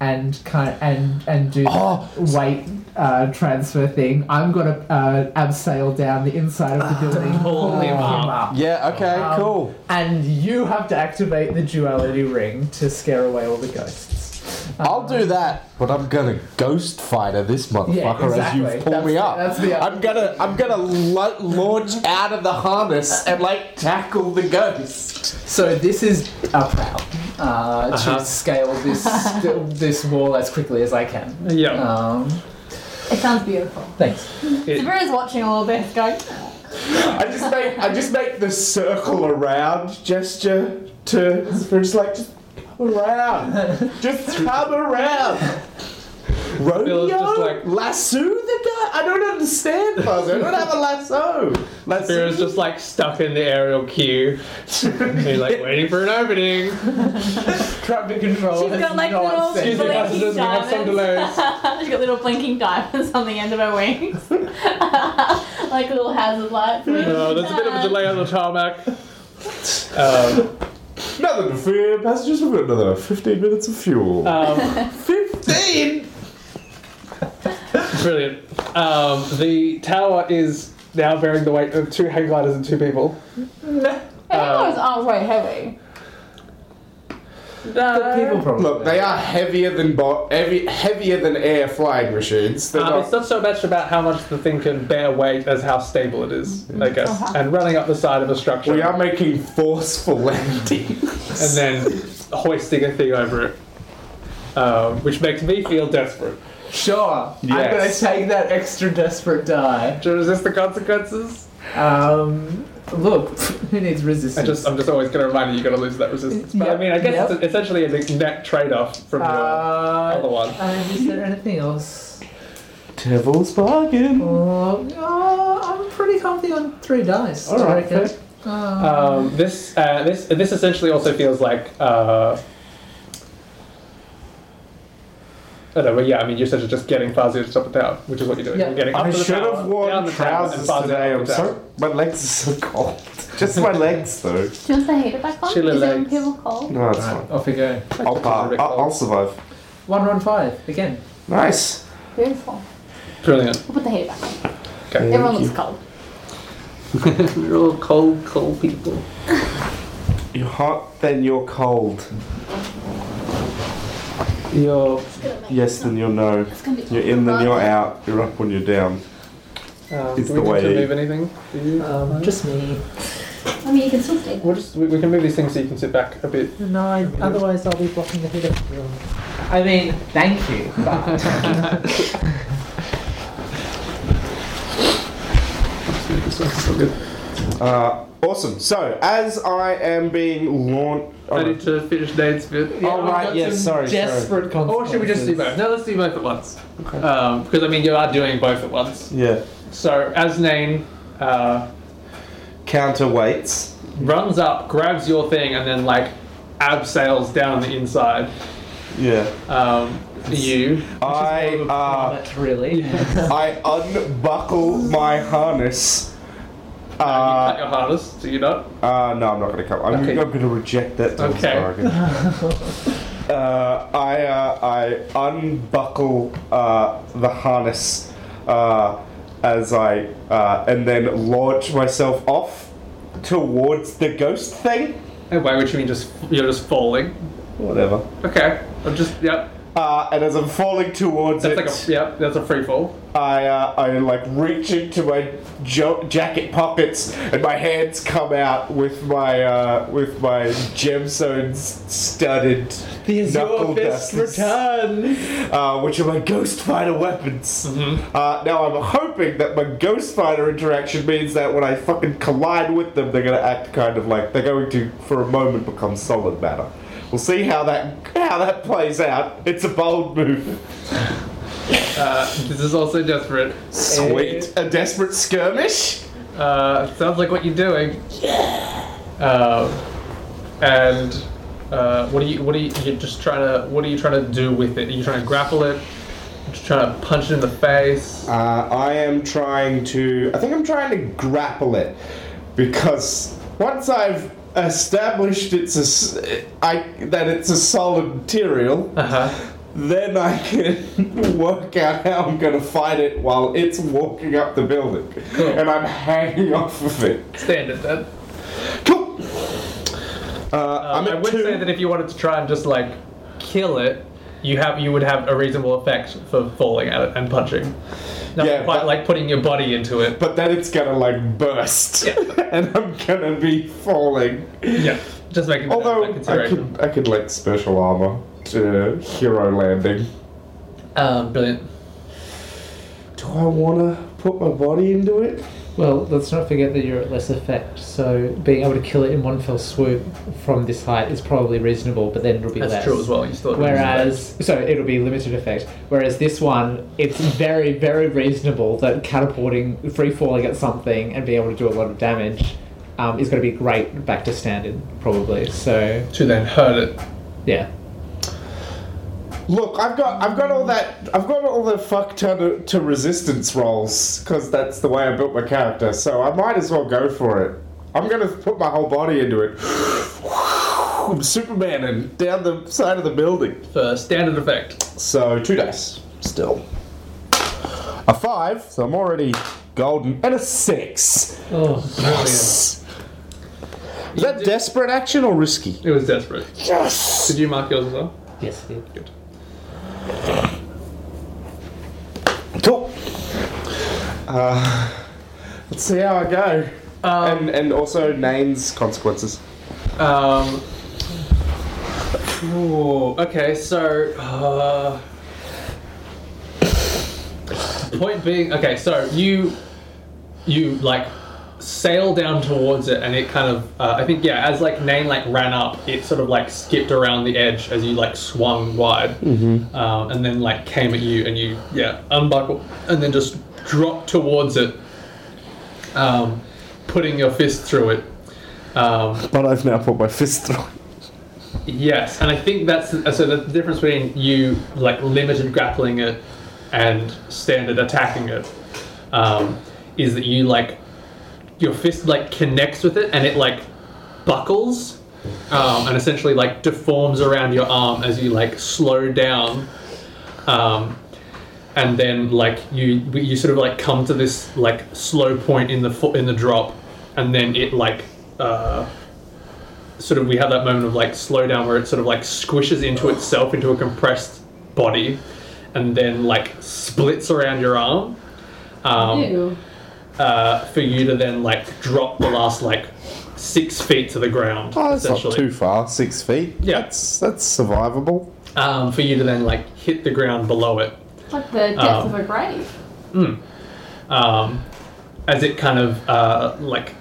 B: and kind and and do
A: Oh.
B: the weight uh, transfer thing. I'm gonna uh, abseil down the inside of the building, pull
D: him
B: him
D: up.
B: up.
A: Yeah. Okay.
B: Um,
A: cool.
B: And you have to activate the duality ring to scare away all the ghosts. Um,
A: I'll do that, but I'm gonna ghost fighter this motherfucker
B: exactly.
A: as you pull
B: That's
A: me
B: the-
A: up.
B: that's the-
A: I'm gonna I'm gonna lo- launch out of the harness and like tackle the ghost.
B: So this is a prowl uh,
D: Uh-huh.
B: to scale this this wall as quickly as I can.
D: yeah
B: Um,
C: It sounds beautiful.
B: thanks.
C: Severe is watching all this going.
A: I just make I just make the circle around gesture to for just like just around, just come around. Rodeo,
D: Bill is just like-
A: lasso the guy. I don't understand, Fuzzy. I don't have a lasso. Lasso.
D: Vera's just like stuck in the aerial queue. He's like waiting for an opening.
B: Traffic control.
C: She's got like little
D: Excuse
C: blinking
D: me, passengers, we have some
C: diamonds. She's got little blinking diamonds on the end of her wings, like little hazard lights.
D: No, Uh, there's a bit of a delay on the tarmac. Um,
A: Nothing to fear. Passengers, we've got another 15 minutes of fuel.
D: um,
A: 15?
D: brilliant. Um, the tower is now bearing the weight of two hang gliders and two people.
C: oh, I think it was aren't very heavy.
B: But people probably.
A: Look, they are heavier than bo- heavy, heavier than air flying machines. They're
D: Um,
A: not-
D: it's not so much about how much the thing can bear weight as how stable it is, I guess. And running up the side of a structure
A: we are making forceful landings.
D: and then hoisting a thing over it, uh, which makes me feel desperate.
B: Sure.
A: Yes.
B: I'm gonna take that extra desperate die.
D: To resist the consequences,
B: Um, look, who needs
D: I
B: resistance?
D: just, I'm just always going to remind you you're going to lose that resistance. But I
B: Yep,
D: mean, I guess
B: yep.
D: it's essentially a big net trade off from your other
B: uh,
D: one.
B: um, is there anything else?
A: Devil's bargain.
B: Oh, oh, I'm pretty comfy on three dice.
D: All right,
B: I reckon.
D: fair.
B: Uh,
D: Um, this, uh, this, this essentially also feels like. Uh, I don't know, but yeah, I mean, you're essentially just getting Fazio to top the tower, which is what you're doing.
B: Yeah.
D: You're getting up
A: I
D: to the
A: should
D: tower,
A: have
D: down
A: worn
D: the tower, and
A: trousers
D: Fazio
A: today.
D: up
A: I'm
D: the tower.
A: sorry. My legs are so cold. Just my legs, though.
C: Do you want the heater back on?
D: Chiller
C: Is it
D: legs.
C: people cold?
A: No, it's fine.
B: Off we go.
A: I'll pass. I'll, I'll survive.
B: One run five again.
A: Nice.
C: Beautiful.
D: Brilliant.
C: We'll put the heater back on.
A: Thank
C: Everyone
A: you.
C: looks cold.
D: We're all cold, cold people.
A: You're hot, then you're cold.
D: You're.
C: It's gonna make
A: Yes, then you're no.
C: It's gonna be
A: You're in, then you're out. You're up when you're down.
D: Um,
A: It's
D: do we
A: the
D: need
A: way-
D: to move anything? Do you?
B: Um, just me.
C: I mean, you can still stay.
D: We'll just, we, we can move these things so you can sit back a bit.
B: No, I, otherwise I'll be blocking the heater. I mean, thank you. But
A: Uh, awesome. So, as I am being launched.
D: I need to finish Nate's bit.
A: oh, right, yes, sorry. sorry.
B: desperate
D: Or should we just do both? No, let's do both at once. Um, because I mean, you are doing both at once.
A: Yeah.
D: So as Nane uh,
A: Counterweights.
D: runs up, grabs your thing, and then like abseils down the inside.
A: Yeah.
D: Um, you.
A: I uh,
B: But really,
A: I unbuckle my harness.
D: Uh, you cut
A: Uh,
D: your harness, do you not?
A: uh, no, I'm not gonna come. I'm,
D: Okay.
A: I'm gonna reject that. till
D: Okay.
A: tomorrow again. uh, I uh, I unbuckle uh, the harness uh, as I uh, and then launch myself off towards the ghost thing.
D: Oh, By which you mean just you're just falling.
A: Whatever.
D: Okay, I'm just yep.
A: Uh, and as I'm falling towards
D: That's
A: it,
D: like a yep. That's a free fall.
A: I, uh, I like reach into my jo- jacket pockets and my hands come out with my uh, with my gemstones studded knuckle dusters,
B: return.
A: uh, which are my ghost fighter weapons. Uh, now I'm hoping that my ghost fighter interaction means that when I fucking collide with them, they're gonna act kind of like they're going to for a moment become solid matter. We'll see how that how that plays out. It's a bold move.
D: Uh, this is also desperate.
A: Sweet. A desperate skirmish?
D: Uh, sounds like what you're doing. Um, and uh, what are you? What are you? You're just trying to. What are you trying to do with it? Are you trying to grapple it? Just trying to punch it in the face.
A: Uh, I am trying to. I think I'm trying to grapple it because once I've established it's a, s- I, that it's a solid material,
D: Uh-huh.
A: then I can work out how I'm going to fight it while it's walking up the building, and I'm hanging off of it.
D: Standard. Then.
A: Cool. Uh,
D: Um,
A: I'm
D: I
A: at
D: would
A: two.
D: say that if you wanted to try and just like kill it, you have you would have a reasonable effect for falling at it and punching. Not
A: Yeah,
D: quite
A: but-
D: like putting your body into it.
A: but then it's gonna like burst,
D: Yeah.
A: and I'm gonna be falling.
D: yeah, just making that-
A: Although
D: that
A: I
D: consideration.
A: could, I could like special armor to hero landing.
D: Um, brilliant.
A: Do I wanna put my body into it?
B: Well, let's not forget that you're at less effect, so being able to kill it in one fell swoop from this height is probably reasonable, but then it'll be
D: That's
B: less.
D: true as well. You still
B: Whereas, so it'll be limited effect. Whereas this one, it's very, very reasonable that catapulting, free falling at something and being able to do a lot of damage um, is going to be great back to standard, probably. So,
D: to then hurt it.
B: yeah.
A: Look, I've got I've got all that I've got all the fuck ton of, to resistance rolls because that's the way I built my character. So I might as well go for it. I'm gonna put my whole body into it. I'm Superman and down the side of the building.
D: for standard effect.
A: So two dice still. A five, so I'm already golden, and a six.
B: Oh,
A: Yes. Is that desperate action or risky?
D: It was desperate.
A: Yes!
D: Did you mark yours as well?
B: Yes, it did.
A: Cool. Uh, let's see how I go. Um, and, and also Nane's consequences.
D: Um. ooh, okay, so. Uh, point being, okay, so you, you like, sail down towards it, and it kind of, uh, I think, yeah, as like Nain like ran up, it sort of like skipped around the edge as you like swung wide, mm-hmm. um, and then like came at you, and you yeah unbuckle, and then just dropped towards it, um, putting your fist through it. Um,
A: But I've now put my fist through.
D: Yes, and I think that's so the difference between you like limited grappling it and standard attacking it um, is that you like your fist like connects with it and it like buckles um, and essentially like deforms around your arm as you like slow down um, and then like you you sort of like come to this like slow point in the foot in the drop and then it like uh, sort of we have that moment of like slow down where it sort of like squishes into itself into a compressed body and then like splits around your arm um,
C: Ew.
D: uh, for you to then like drop the last like six feet to the ground
A: Oh, that's not
D: essentially
A: too far. Six feet.
D: Yeah.
A: That's, that's survivable.
D: um, for you to then like hit the ground below it
C: Like the depth
D: Um,
C: of a grave.
D: um, as it kind of uh, like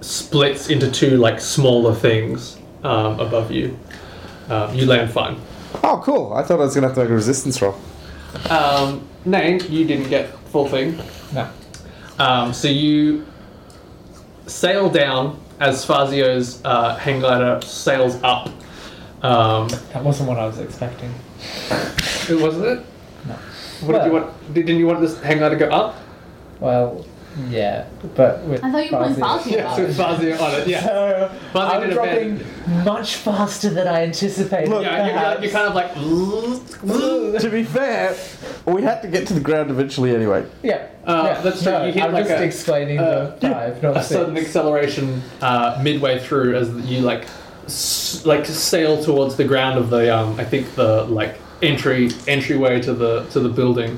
D: splits into two like smaller things um, above you um, you land fine
A: Oh, cool. I thought I was going to have to make a resistance roll.
D: Um, Nain, you didn't get full thing.
B: No.
D: Um, so you sail down as Fazio's uh, hang glider sails up. Um,
B: That wasn't what I was expecting.
D: it wasn't it.
B: No.
D: What did you want? Did, didn't you want this hang glider to go up?
B: Well, yeah, but with
C: I thought you were playing
B: Fuzzy-
C: Fazio.
D: So it's Fazio on it. Yeah.
B: So,
D: Fuzzy
B: Uh, I'm
D: did a bad-
B: dropping much faster than I anticipated.
A: Look,
D: Yeah, you're,
B: perhaps.
D: like- you're kind of like.
A: to be fair, we had to get to the ground eventually anyway.
B: Yeah,
D: Uh,
B: yeah,
D: that's true,
B: no,
D: you hit
B: I'm
D: like
B: just
D: a-
B: explaining
D: uh,
B: the five, not
D: a
B: six.
D: sudden acceleration uh, midway through as you like s- like sail towards the ground of the um, I think the like entry entryway to the to the building,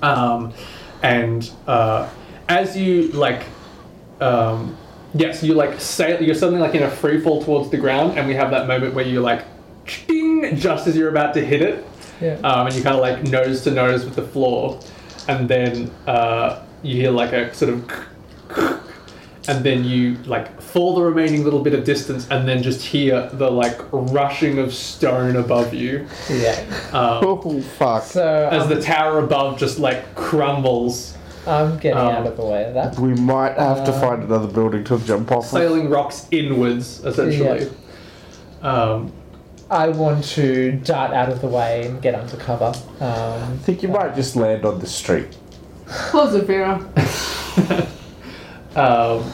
D: um, and uh, as you like. Um, Yes, you like sail. You're suddenly like in a free fall towards the ground, and we have that moment where you're like, ding, just as you're about to hit it,
B: yeah.
D: um, and you kind of like nose to nose with the floor, and then uh, you hear like a sort of, and then you like fall the remaining little bit of distance, and then just hear the like rushing of stone above you
B: yeah.
D: um,
A: Oh, fuck.
B: So
D: as
B: I'm,
D: the tower above just like crumbles,
B: I'm getting
D: um,
B: out of the way of that.
A: we might have to find another building to jump off of.
D: sailing rocks inwards essentially. Um,
B: I want to dart out of the way and get under cover. Um,
A: I think you might just land on the street.
C: Pulls a beer.
D: um,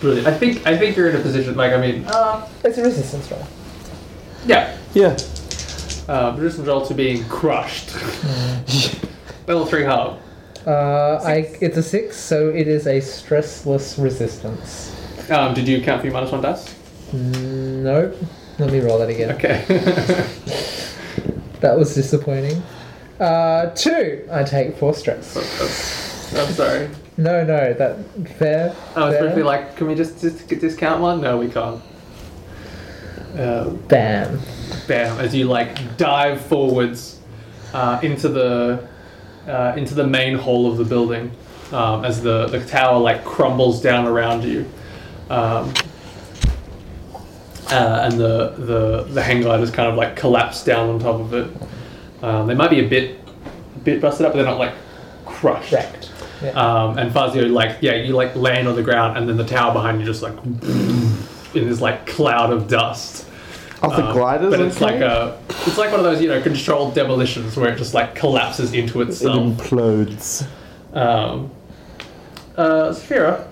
D: brilliant. I think I think you're in a position like I mean, uh,
B: it's a resistance roll.
D: yeah.
A: Yeah.
D: Uh, Bruce and Joel to being crushed. Level 3 hard.
B: Uh, I, it's a six, so it is a stressless resistance.
D: Um, did you count for your minus 1 dice?
B: Nope. Let me roll that again.
D: Okay.
B: That was disappointing. Uh, two. I take four stress.
D: I'm sorry.
B: No, no, that fair.
D: I was
B: fair.
D: briefly like, can we just dis- discount one? No, we can't. Um,
B: Bam.
D: bam, as you like dive forwards uh, into the uh, into the main hall of the building um, as the, the tower like crumbles down around you. Um, uh, and the, the, the hang gliders kind of like collapse down on top of it. Um, they might be a bit bit busted up, but they're not like crushed.
B: Wrecked. Yeah.
D: Um, and Fazio, like, yeah, you like land on the ground, and then the tower behind you just like in this like cloud of dust.
A: Are the
D: Um,
A: gliders
D: but it's
A: okay?
D: like a, it's like one of those you know controlled demolitions where it just like collapses into
A: It
D: itself.
A: implodes.
D: Um, uh, Sphera,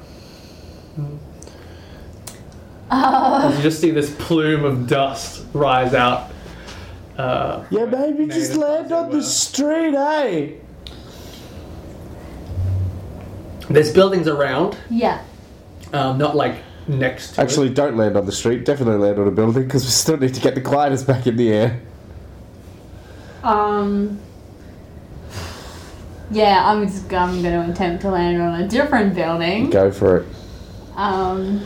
C: Uh,
D: you just see this plume of dust rise out. Uh,
A: Yeah, maybe
D: Maybe
A: just
D: that's
A: land
D: not
A: on
D: so
A: the
D: well.
A: street, eh?
D: there's buildings around,
C: yeah.
D: um, not like next to it.
A: Actually, don't land on the street. Definitely land on a building because we still need to get the gliders back in the air.
C: Um. Yeah, I'm just I'm going to attempt to land on a different building.
A: Go for it.
C: Um,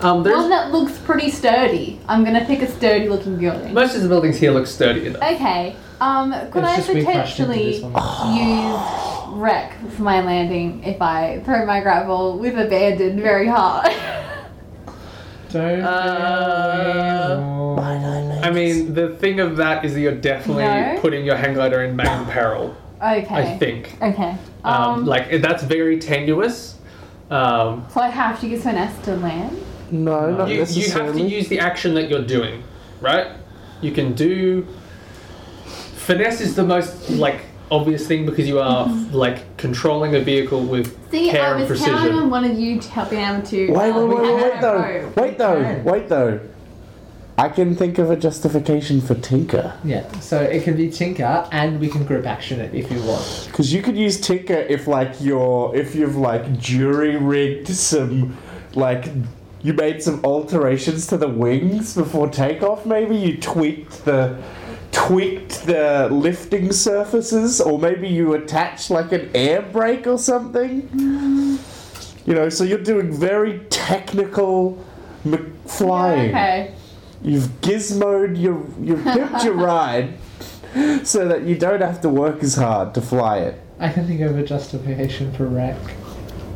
D: Um,
C: one
D: there's
C: that looks pretty sturdy. I'm going to pick a sturdy looking building.
D: most of the buildings here look sturdy enough.
C: Okay. Um, could
B: It's
C: I
B: just we crashed into
C: potentially
B: this one.
C: use wreck for my landing if I throw my gravel with abandon very hard?
B: Don't.
D: Uh, I mean, the thing of that is that you're definitely
C: No.
D: putting your hang glider in main peril.
C: okay.
D: I think.
C: Okay.
D: Um,
C: Um,
D: like that's very tenuous. Um,
C: so I have to get to an S to land.
A: No, not
D: you, you have to
A: necessarily.
D: use the action that you're doing, right? You can do. Finesse is the most like obvious thing because you are like controlling a vehicle with
C: See,
D: care
C: I
D: and
C: was
D: precision.
C: counting on one of you to help me out to.
A: Wait, wait,
C: um,
A: wait, wait,
C: have
A: wait,
C: a
A: though.
C: rope.
A: Wait, though. Wait, though. I can think of a justification for Tinker.
B: Yeah, so it can be Tinker, and we can group action it if you want.
A: Because you could use Tinker if, like, you're. If you've, like, jury rigged some. Like, you made some alterations to the wings before takeoff, maybe? You tweaked the. Tweaked the lifting surfaces, or maybe you attached like an air brake or something. You know, so you're doing very technical m- flying.
C: Okay.
A: You've gizmoed your you've pimped your ride so that you don't have to work as hard to fly it.
B: I can think of a justification for wreck.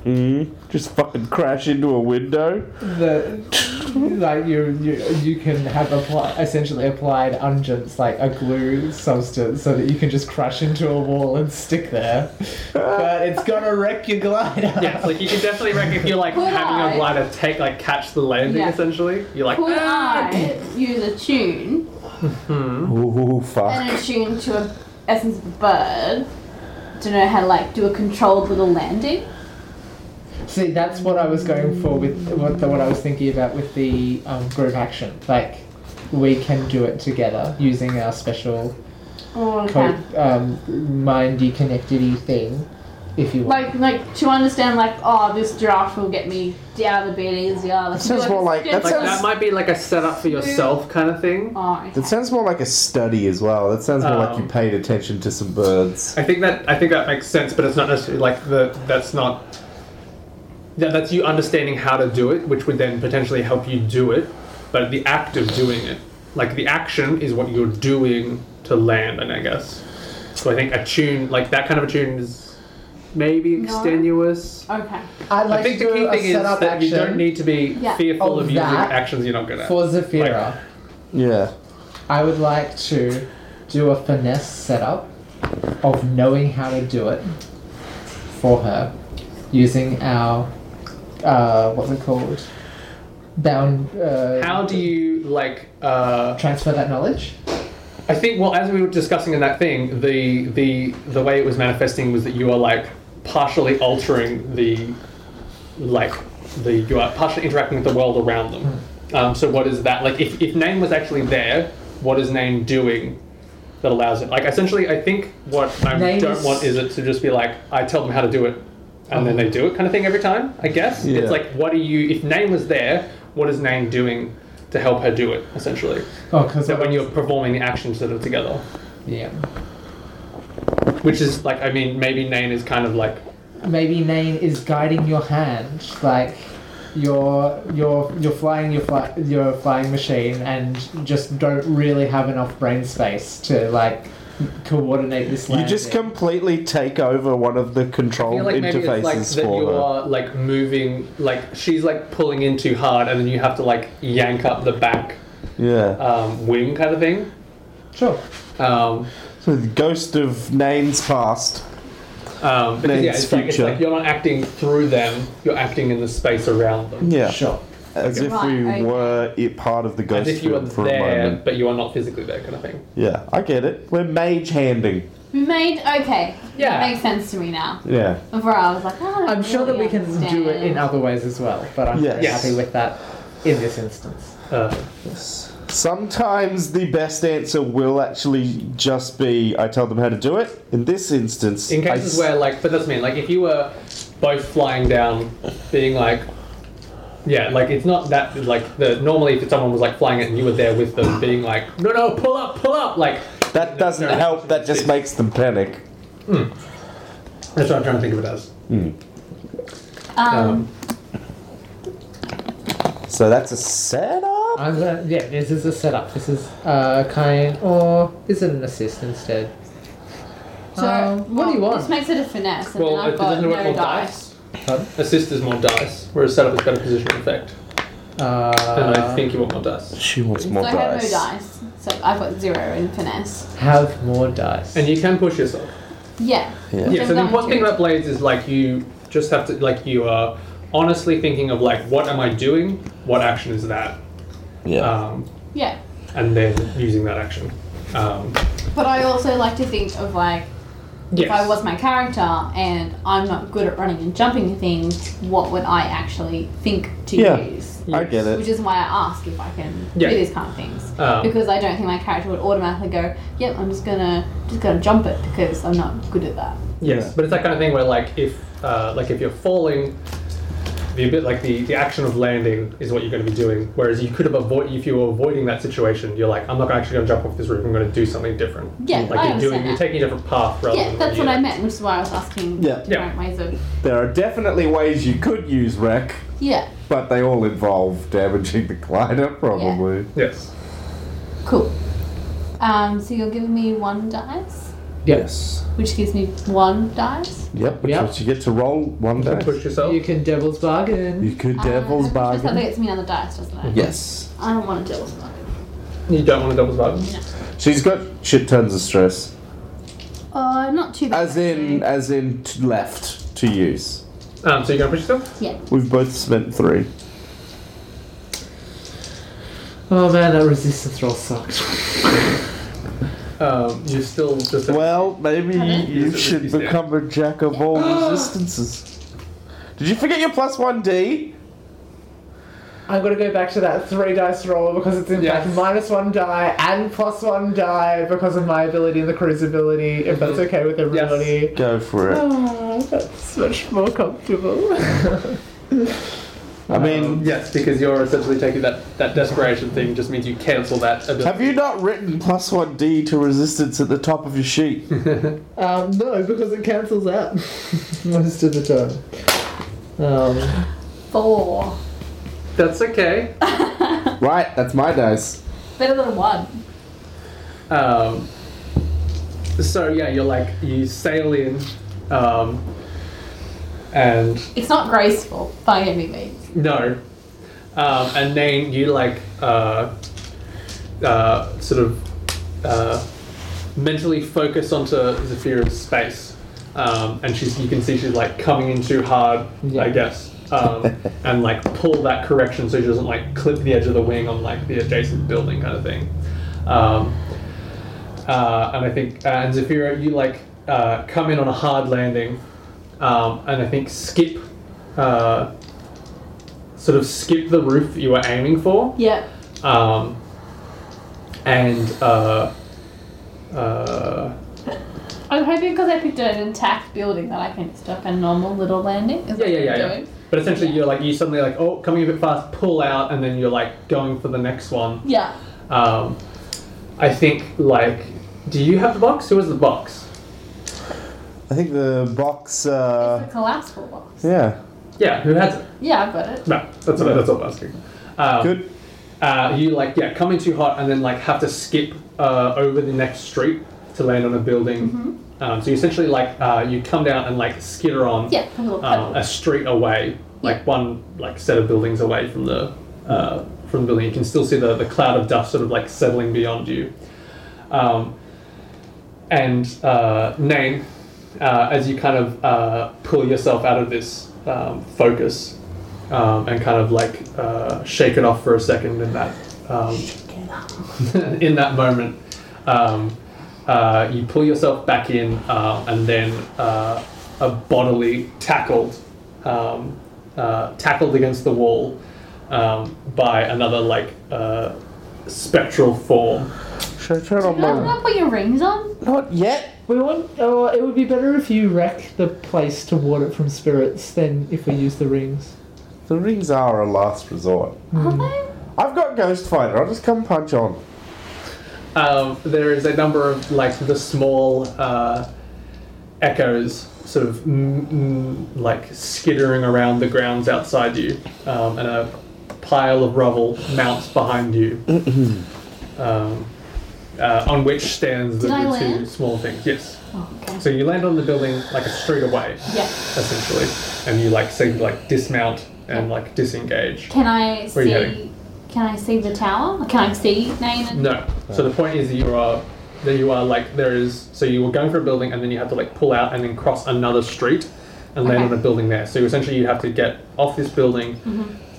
A: Mm. Just fucking crash into a window.
B: The like you you you can have apply, essentially applied unguents like a glue substance so that you can just crash into a wall and stick there, but it's gonna wreck your glider.
D: Yeah, like you can definitely reckon if you're like
C: Could
D: having
C: I?
D: a glider take like catch the landing
C: Yeah.
D: essentially. You're like
C: Could
D: "Ah!"
C: I use a tune
A: Ooh fuck.
C: and a tune to a essence of a bird to know how to like do a controlled little landing?
B: See, that's what I was going for with what, the, what I was thinking about with the um, group action. Like, we can do it together using our special
C: Or
B: co- um, mindy connectedy thing, if you want.
C: Like, like to understand, like, oh, this draft will get me down a bit easier. That
A: sounds more like- that
D: Like that might be like a setup for yourself kind of thing.
C: Oh,
A: That sounds more like a study as well. That sounds more like you
D: Um.
A: paid attention to some birds.
D: I think that I think that makes sense, but it's not necessarily like the that's not yeah, that's you understanding how to do it, which would then potentially help you do it. But the act of doing it, like the action, is what you're doing to land. And I guess so. I think a tune like that kind of a tune is maybe
C: No.
D: extenuous.
C: okay.
B: I'd like
D: I think
B: to
D: the
B: do
D: key
B: a
D: thing is
B: setup
D: that you don't
B: action
D: need to be
C: Yeah.
D: fearful
B: Of
D: of, using
B: that.
D: actions you're not good at.
B: for Zafira.
A: Yeah.
B: I would like to do a finesse setup of knowing how to do it for her using our uh, what's it called bound uh,
D: How do you like? Uh,
B: transfer that knowledge.
D: I think well, as we were discussing in that thing, the the the way it was manifesting was that you are like partially altering the, like, the you are partially interacting with the world around them. Um, so what is that like? If if name was actually there, what is name doing? That allows it. Like essentially, I think what I
B: Name's-
D: don't want is it to just be like I tell them how to do it, and then they do it kind of thing every time. I guess
A: Yeah.
D: it's like what are you? If name was there, what is name doing to help her do it? Essentially,
B: Oh, because
D: that when you're performing the actions that are together,
B: yeah,
D: which is like, I mean, maybe Nain is kind of like,
B: maybe Nain is guiding your hand, like you're you're you're flying your fly, your flying machine, and just don't really have enough brain space to like coordinate this.
A: You just
B: landing.
A: completely take over one of the
D: I
A: control
D: feel like maybe it's like
A: interfaces
D: that you
A: for her.
D: are like moving, like she's like pulling in too hard, and then you have to like yank up the back
A: Yeah.
D: um, wing kind of thing.
B: sure.
D: Um,
A: so the ghost of Nain's past.
D: um, because, yeah,
A: Nain's
D: it's like, it's
A: future.
D: like you're not acting through them; you're acting in the space around them.
A: Yeah.
B: Sure.
A: As if we
C: Right, okay.
A: were it part of the
D: As
A: ghost
D: if you were
A: field for a
D: there,
A: moment.
D: but you are not physically there, kind of thing.
A: Yeah, I get it. We're mage handing.
C: We made okay.
D: Yeah.
C: that makes sense to me now.
A: Yeah.
C: Before I was like, oh, I don't
B: I'm sure that
C: really
B: we can do it in
C: understand.
B: other ways as well, but I'm very
A: Yes.
B: happy with that in this instance.
D: Uh,
A: Sometimes the best answer will actually just be I tell them how to do it. In this instance,
D: In
A: I
D: cases where, like, but that's mean, like, if you were both flying down, being like, yeah, like it's not that like the normally if someone was like flying it and you were there with them, being like, no, no, pull up, pull up, like
A: That doesn't help. That just makes them panic.
D: that's what I'm trying to think of it as.
C: Um,
D: Um,
A: So that's a setup.
B: I'm gonna, yeah, this is a setup. This is uh, kind, or is it an assist instead?
C: so
B: Um, what do you
C: well,
B: want?
C: This makes it a finesse, and
D: well,
C: then I've
D: it doesn't
C: got
D: work
C: no
D: more
C: dice.
D: dice.
B: Pardon?
D: Assist is more dice, whereas setup is better position effect.
B: Uh,
D: And I think you want more dice.
A: She wants
C: So
A: more
C: I have no
A: dice.
C: dice. So I've got zero in finesse.
B: have more dice.
D: And you can push yourself.
C: Yeah.
A: Yeah.
D: Yeah, so the
C: Sometimes
D: important thing
C: you-
D: about blades is like you just have to like you are honestly thinking of like what am I doing? What action is that?
A: Yeah.
D: Um,
C: Yeah.
D: and then using that action. Um,
C: But I also like to think of like
D: yes.
C: if I was my character and I'm not good at running and jumping to things, what would I actually think to
A: Yeah.
C: use?
D: Ah.
A: I get
C: Which
A: it.
C: is why I ask if I can
D: Yeah.
C: do these kind of things
D: Um,
C: because I don't think my character would automatically go, "Yep, I'm just gonna just gonna jump it because I'm not good at that."
D: Yes,
A: Yeah.
D: but it's that kind of thing where like if uh, like if you're falling, the bit like the, the action of landing is what you're going to be doing. Whereas you could have avoid if you were avoiding that situation, you're like I'm not actually going to jump off this roof. I'm going to do something different.
C: Yeah,
D: like
C: I
D: you're doing
C: understand
D: you're
C: that.
D: taking a different path rather
C: Yeah,
D: than
C: that's
D: you-
C: what I meant, which is why I was asking
A: Yeah.
C: different ways of
A: There are definitely ways you could use wreck,
C: yeah,
A: but they all involve damaging the glider, probably.
D: Yes.
C: cool. Um, so you're giving me one dice,
A: Yes.
C: which gives me one dice.
A: Yep. Which
B: Yep.
A: means you get to roll one
D: You can
A: dice.
D: push yourself.
B: you can devil's bargain.
A: You could
C: Uh,
A: devil's
C: which That
A: bargain.
C: gets me another dice, doesn't it?
A: Yes.
C: I don't want to devil's bargain.
D: You don't want to double bargain.
A: She's got shit tons of stress.
C: Uh, not too bad.
A: As in,
C: actually.
A: as in t- left to use.
D: Um, so you're going to push yourself.
C: yeah.
A: We've both spent three.
B: Oh man, that resistance roll sucked.
D: Um, you're still just.
A: Well, maybe
C: Haven't?
A: you
D: Use it
A: should
D: if you
A: become a jack of all resistances. Did you forget your plus one D?
B: I'm gonna go back to that three dice roll because it's in
D: Yeah.
B: fact minus one die and plus one die because of my ability and the crew's ability, if
D: Mm-hmm.
B: that's okay with everybody.
A: Go for it.
B: Ah, that's much more comfortable.
A: I mean,
D: Um, yes, because you're essentially taking that, that desperation thing just means you cancel that ability.
A: have you not written plus one D to resistance at the top of your sheet?
D: Hmm.
B: um, no, because it cancels out most of the time. Um,
C: Four.
D: That's okay.
A: right, that's my dice.
C: Better than one.
D: Um, so yeah, you're like you sail in, um, and
C: It's not graceful by any means.
D: no, um, and then you like uh, uh, sort of uh, mentally focus onto the fear of space, um, and she's you can see she's like coming in too hard,
B: Yeah.
D: I guess. Um, and like pull that correction so she doesn't like clip the edge of the wing on like the adjacent building kind of thing. Um, uh, and I think uh, and Zafira, you like uh, come in on a hard landing, um, and I think skip, uh, sort of skip the roof that you were aiming for,
C: Yep.
D: um, and uh, uh,
C: I'm hoping because I picked an intact building that I can just do, like a normal little landing. Is that
D: yeah, yeah,
C: what
D: yeah,
C: I'm
D: yeah.
C: doing?
D: But essentially,
C: Yeah.
D: you're like you suddenly like oh coming a bit fast, pull out, and then you're like going for the next one.
C: Yeah.
D: Um, I think like, do you have the box? Who has the box?
A: I think the box.
C: it's
A: Uh,
C: a collapsible box.
A: yeah,
D: Yeah, who has it?
C: Yeah, I've got it.
D: No, that's what, that's what I'm asking. Um,
A: good.
D: uh, you like yeah come in too hot and then like have to skip uh, over the next street to land on a building um, so you essentially like uh, you come down and like skitter on
C: Yeah, a little
D: um,
C: puddle.
D: a street away like
C: Yeah.
D: one like set of buildings away from the uh, from the building you can still see the, the cloud of dust sort of like settling beyond you um, and uh, Nain, uh, as you kind of uh, pull yourself out of this um, focus um, and kind of like uh, shake it off for a second in that um, in that moment, um, uh, you pull yourself back in uh, and then uh, are bodily tackled um, uh, tackled against the wall um, by another like uh, spectral form
A: Should I turn on
C: You not
A: my.
C: want to put your rings on?
A: Not yet!
B: We want. Oh, it would be better if you wreck the place to ward it from spirits than if we use the rings.
A: The rings are a last resort.
C: Are
A: I've got Ghost Fighter, I'll just come punch on.
D: Um, there is a number of like the small uh, echoes sort of mm, mm, like skittering around the grounds outside you, um, and a pile of rubble mounts behind you, um, uh, on which stands the,
C: Did I
D: the two
C: land?
D: small things. Yes.
C: they? Oh, okay.
D: So you land on the building like a street away,
C: yeah.
D: essentially, and you like seem to like dismount and like disengage.
C: Can I
D: Where are you
C: see?
D: heading?
C: Can I see the tower? Can I see Nain?
D: No. So the point is that you are that you are like there is so you were going for a building and then you have to like pull out and then cross another street and
C: Okay.
D: land
C: Mm-hmm.
D: on a building there. So essentially you have to get off this building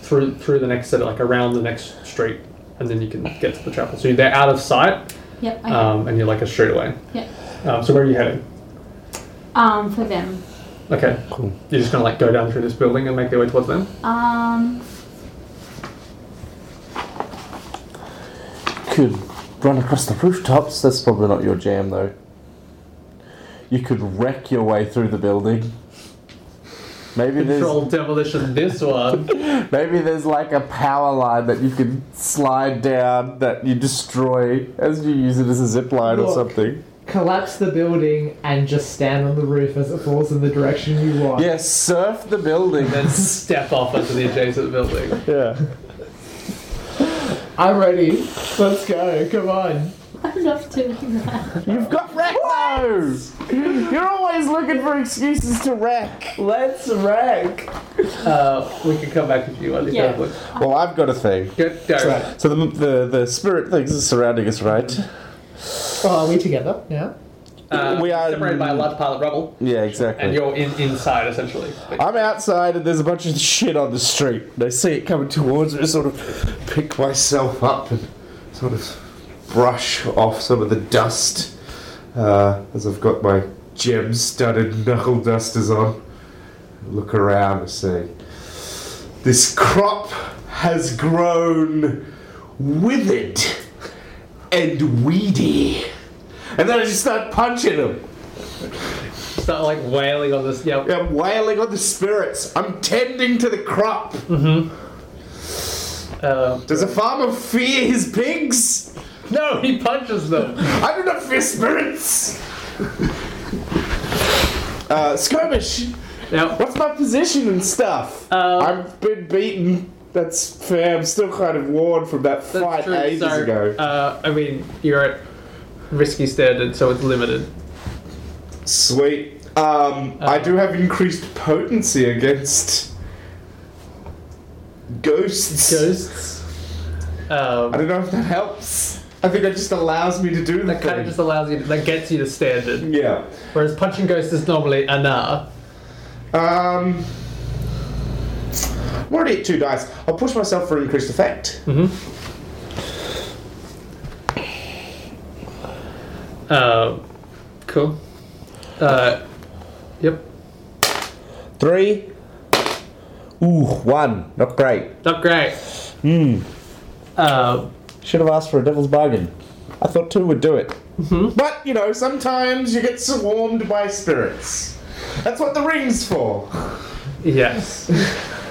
D: through through the next set like around the next street and then you can get to the chapel. So they're out of sight
C: Yep. Okay.
D: um, and you're like a street away.
C: yep.
D: Um, so where are you heading?
C: Um, for them.
D: Okay. Cool. You're just gonna like go down through this building and make your way towards them.
C: Um,
A: Could run across the rooftops, that's probably not your jam though. You could wreck your way through the building. Maybe
D: Control demolition this one.
A: there's maybe there's like a power line that you can slide down that you destroy as you use it as a zip line or
B: Look.
A: something.
B: Collapse the building and just stand on the roof as it falls in the direction you want.
A: Yeah, surf the building.
D: then step off into the adjacent building.
A: yeah.
B: I'm ready. Let's go. Come on.
C: I'm not doing that.
A: You've got wreck though! You're always looking for excuses to wreck.
B: Let's wreck.
D: Uh, we can come back if you want. if you
C: Yeah.
D: have one.
A: Well, I've got a thing.
D: Good, go.
A: So the, the, the spirit things are surrounding us, right?
B: Oh, are we together? Yeah.
D: Uh,
A: We are-
D: separated by a large pile of rubble,
A: Yeah,
D: and
A: exactly.
D: you're in, inside essentially.
A: I'm outside and there's a bunch of shit on the street. And I see it coming towards me, I sort of pick myself up and sort of brush off some of the dust uh, as I've got my gem studded knuckle dusters on. Look around and say, This crop has grown withered and weedy. And then I just start punching them.
D: Start like wailing on this. Yeah,
A: I'm wailing on the spirits. I'm tending to the crop.
D: uh,
A: Does a farmer fear his pigs?
D: no, he punches them.
A: I do not fear spirits. uh, skirmish.
D: now,
A: What's my position and stuff?
D: Uh,
A: I've been beaten. That's fair. I'm still kind of worn from that fight
D: that's true.
A: ages
D: so,
A: ago.
D: Uh, I mean, you're at risky standard, so it's limited.
A: Sweet. Um,
D: uh,
A: I do have increased potency against ghosts.
D: Ghosts.
A: I
D: Um,
A: don't know if that helps. I think that just allows me to do the
D: that kind
A: thing.
D: of just allows you. To, that gets you to standard.
A: Yeah.
D: Whereas punching ghosts is normally a nah.
A: Um, I'm already at two dice. I'll push myself for increased effect.
D: Uh, cool. Uh, yep.
A: Three. Ooh, one. Not great.
D: Not great.
A: Hmm.
D: Um,
A: Should have asked for a devil's bargain. I thought two would do it. But, you know, sometimes you get swarmed by spirits. That's what the ring's for.
D: Yes.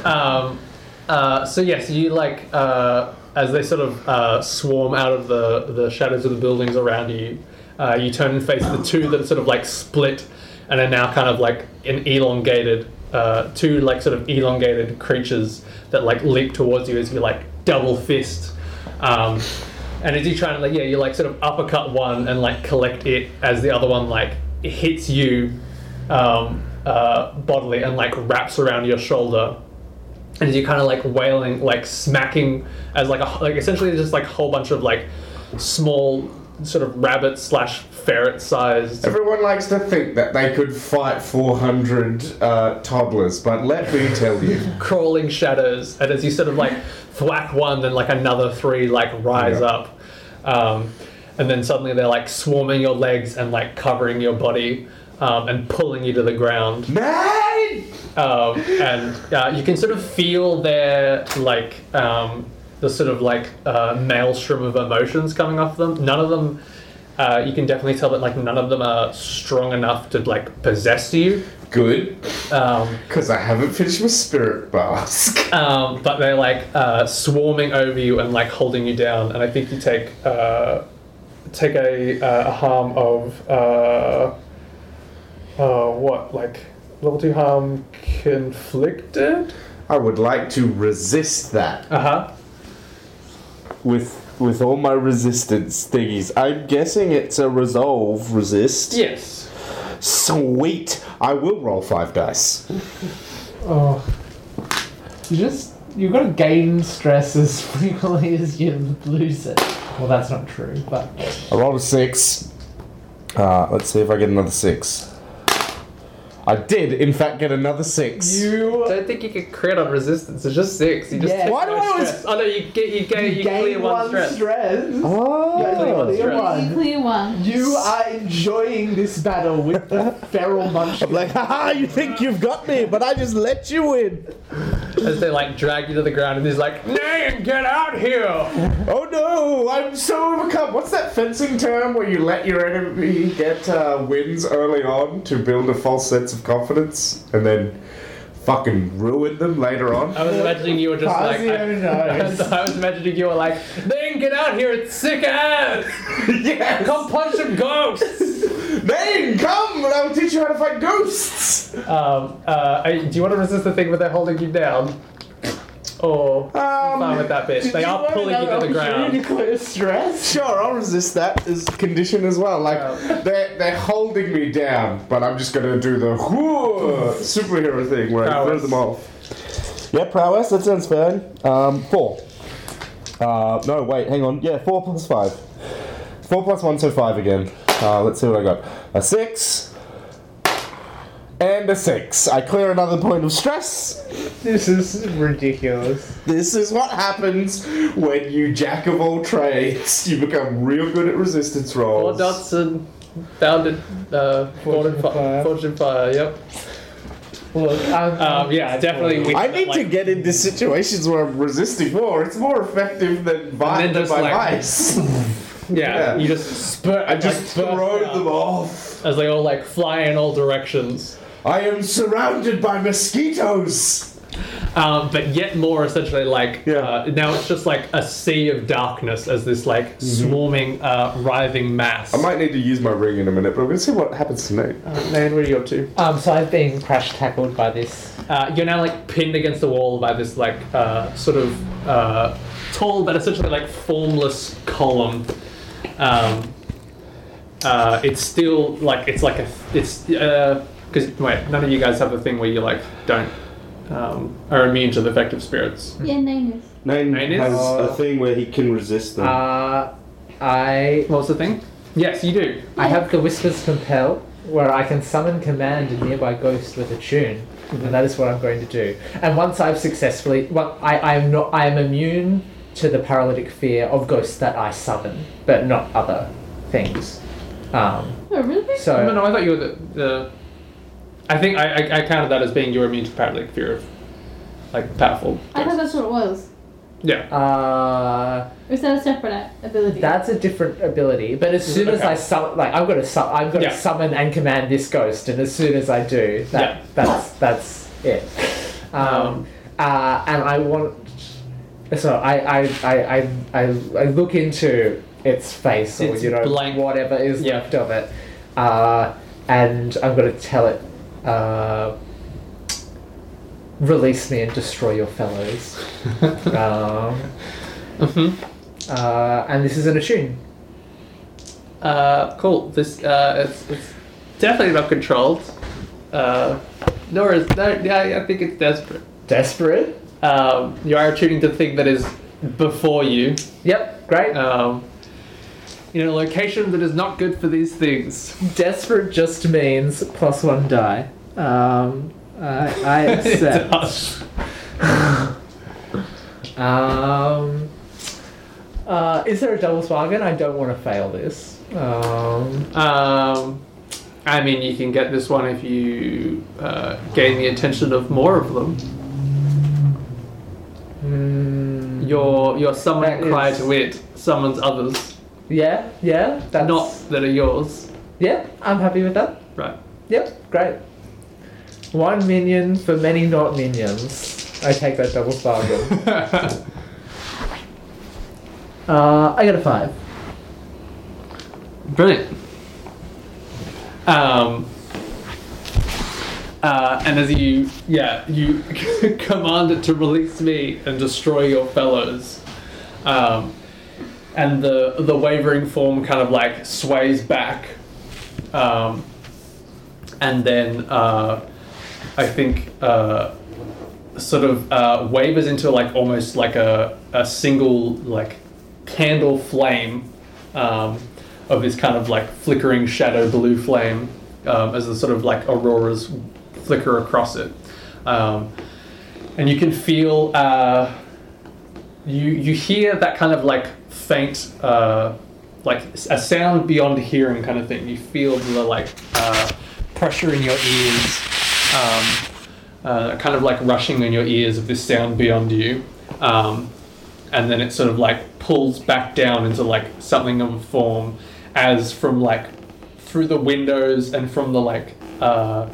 D: um, uh, so yes, you like uh, as they sort of uh, swarm out of the the shadows of the buildings around you. Uh, you turn and face the two that sort of like split and are now kind of like an elongated uh, two like sort of elongated creatures that like leap towards you as you like double fist. Um, and as you try and like yeah, you like sort of uppercut one and like collect it as the other one like hits you um, uh, bodily and like wraps around your shoulder. And you're kind of like wailing, like smacking, as like a like essentially just like a whole bunch of like small sort of rabbit slash ferret sized.
A: Everyone likes to think that they could fight 400 uh, toddlers, but let me tell you.
D: crawling shadows, and as you sort of like thwack one, then like another three like rise
A: Yeah.
D: up, um, and then suddenly they're like swarming your legs and like covering your body um, and pulling you to the ground.
A: Man!
D: um, and uh, you can sort of feel their like um, the sort of like uh, maelstrom of emotions coming off them. None of them, uh, you can definitely tell that like none of them are strong enough to like possess you.
A: Good,
D: Um,
A: because I haven't finished my spirit bask.
D: um, but they're like uh, swarming over you and like holding you down. And I think you take uh, take a, uh, a harm of uh, uh, what like level two harm conflicted.
A: I would like to resist that
D: Uh huh.
A: with with all my resistance thingies. I'm guessing it's a resolve resist.
D: Yes.
A: Sweet. I will roll five dice.
B: Oh, you just you've got to gain stress as frequently as you lose it. Well, that's not true, but
A: I rolled a six. Uh, let's see if I get another six. I did, in fact, get another six.
B: you
D: don't think you could crit on resistance. It's just six. You just
B: Yeah.
D: take
A: Why do
D: no
A: I always-
D: stress. Oh no, you get you get you,
B: gain
D: clear one,
B: one
D: stress.
B: stress.
A: Oh.
B: You clear
C: You
B: one.
C: clear one.
B: You are enjoying this battle with the feral munchkin.
A: Like, haha, you think you've got me, but I just let you in.
D: As they like drag you to the ground, and he's like, "Nay, get out here!"
A: Oh no, I'm so overcome. What's that fencing term where you let your enemy get uh, wins early on to build a false sense of confidence and then fucking ruin them later on?
D: I was imagining you were just like, I,
B: Fazio
D: I
B: knows.
D: was, I was imagining you were like, "Nay, get out here! It's sick ass.
A: yes!
D: Come punch some ghosts."
A: Then come and I'll teach you how to fight ghosts!
D: um, uh, I, do you want to resist the thing where they're holding you down? Or
A: Um,
D: fine with that bit.
A: did
D: They
A: you
D: are
A: want
D: pulling you to the
A: another
D: ground.
B: You clear stress.
A: Sure, I'll resist that as condition as well. Like
D: Yeah.
A: they're they're holding me down, but I'm just gonna do the whoo superhero thing where I throw
D: Prowess.
A: them off. Yeah, prowess. That sounds fair. Um, four. Uh, no, wait, hang on. Yeah, four plus five. Four plus one, so five again. Uh, let's see what I got. A six. And a six. I clear another point of stress.
B: This is ridiculous.
A: This is what happens when you jack of all trades. You become real good at resistance
D: Or
A: rolls.
D: Dodson founded uh, Fortune,
B: Fortune
D: Fire.
B: Fire.
D: Fortune Fire. Yep.
B: Look, I'm,
D: Um, yeah, definitely. We
A: I need to get into situations where I'm resisting more. It's more effective than vi-
D: then
A: than
D: just
A: by
D: like-
A: vice.
D: Yeah,
A: Yeah.
D: you just spurt.
A: I just
D: like,
A: throw
D: burst out
A: them off.
D: as they all like fly in all directions.
A: I am surrounded by mosquitoes.
D: Um, but yet more essentially like
A: Yeah.
D: uh, now it's just like a sea of darkness as this like swarming, uh, writhing mass.
A: Mm-hmm. I might need to use my ring in a minute, but I'm gonna see what happens tonight.
D: Nan, what are you up to?
B: um, so I've been crash tackled by this.
D: Uh, you're now like pinned against the wall by this like uh, sort of uh, tall but essentially like formless column. Um, uh, it's still like it's like a it's because wait none of you guys have the thing where you like don't um, are immune to the effect of spirits.
C: Yeah, nine is.
F: Nine
D: Nine is-
F: has a thing where he can resist them.
B: Uh, I
D: What's the thing? Yes, you do.
B: I have the whispers compel, where I can summon command a nearby ghost with a tune, and that is what I'm going to do. And once I've successfully, well, I I am not I am immune to the paralytic fear of ghosts that I summon, but not other things. Um,
C: Oh, really?
B: so
D: No, no, I thought you were the. the I think I, I, I counted that as being your immune to paralytic fear of like powerful.
C: I thought that's what it was.
D: Yeah.
B: Oh. Uh,
C: Or is that a separate a- ability?
B: that's a different ability. But as soon as
D: Okay.
B: I summon, like I've got to, su- I've got
D: Yeah.
B: to summon and command this ghost, and as soon as I do, that
D: Yeah.
B: that's that's it. Um, uh, and I want, so I I, I, I, I I look into its face or
D: Its
B: you know
D: blank-
B: whatever is
D: Yeah.
B: left of it, uh, and I'm going to tell it. Uh, Release me and destroy your fellows. um,
D: hmm
B: uh, and this is an attune.
D: Uh, cool. This uh, it's, it's definitely not controlled. Uh, nor is no, yeah, I think it's desperate.
B: Desperate.
D: Um, you are attuning to the thing that is before you.
B: Yep, great.
D: Um, in a location that is not good for these things.
B: Desperate just means plus one die. Um, I, I
D: It
B: accept.
D: does.
B: um, uh, is there a double bargain? I don't want to fail this. Um,
D: Um, I mean, you can get this one if you uh, gain the attention of more of them.
B: mm,
D: Your your summon
B: That
D: cry
B: is-
D: to it summons others,
B: Yeah, yeah. That's
D: not that are yours.
B: Yeah, I'm happy with that.
D: Right.
B: Yep, great. One minion for many not minions. I take that double bargain. uh, I got a five.
D: Brilliant. Um, uh, and as you, yeah, you command it to release me and destroy your fellows. Um, and the, the wavering form kind of like sways back. Um, and then uh, I think uh, sort of uh, wavers into like almost like a, a single like candle flame um, of this kind of like flickering shadow blue flame um, as the sort of like auroras flicker across it. Um, and you can feel, uh, you, you hear that kind of like faint, uh, like a sound beyond hearing kind of thing. You feel the like uh, pressure in your ears. Um, uh, kind of like rushing in your ears of this sound beyond you. Um, and then it sort of like pulls back down into like something of a form as from like through the windows and from the like uh,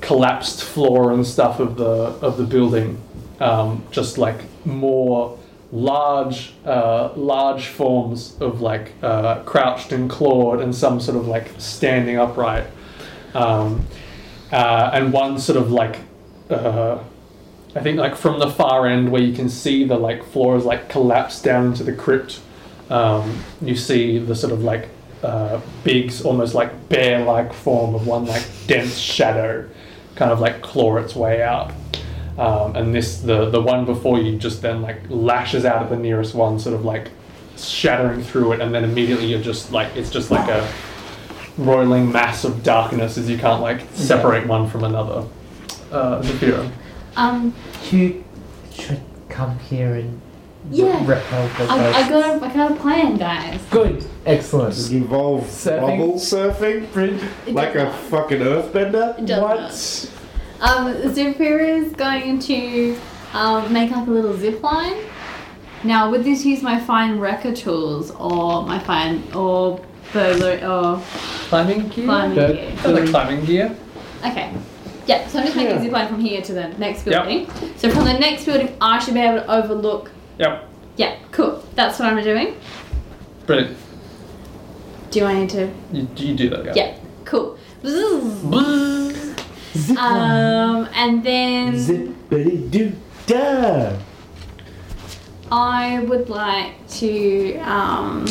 D: collapsed floor and stuff of the of the building um, just like more large uh, large forms of like uh, crouched and clawed and some sort of like standing upright um, uh, and one sort of like uh, I think like from the far end where you can see the like floor is like collapsed down into the crypt. Um, you see the sort of like uh, big, almost like bear-like form of one like dense shadow, kind of like claw its way out. Um, and this the the one before you just then like lashes out at the nearest one, sort of like shattering through it, and then immediately you're just like it's just like a roiling mass of darkness as you can't like separate one from another. Uh, Zafira.
C: Um,
B: You should come here and
C: Yeah.
B: repel the
C: I, I got a, I got a plan, guys.
B: Good, excellent.
A: Involve
B: Surfing?
A: bubble surfing?
C: It
A: Like a
C: does
A: fucking earthbender?
C: It does
A: What?
C: not. Um, Zephyr is going to um, make like a little zip line. Now, would this use my fine wrecker tools or my fine or burglar or
D: Climbing gear?
C: Climbing
D: The-
C: gear.
D: the, like, climbing gear.
C: Okay. Yeah, so I'm just making a zip line from here to the next
D: Yep.
C: building. So from the next building, I should be able to overlook.
D: Yep.
C: Yeah, cool. That's what I'm doing.
D: Brilliant.
C: Do I need to?
D: You, you do that, yeah.
C: Yeah, cool. Bzzz.
D: Bzzz.
C: Um, and then
A: Zippity doo da!
C: I would like to. Um,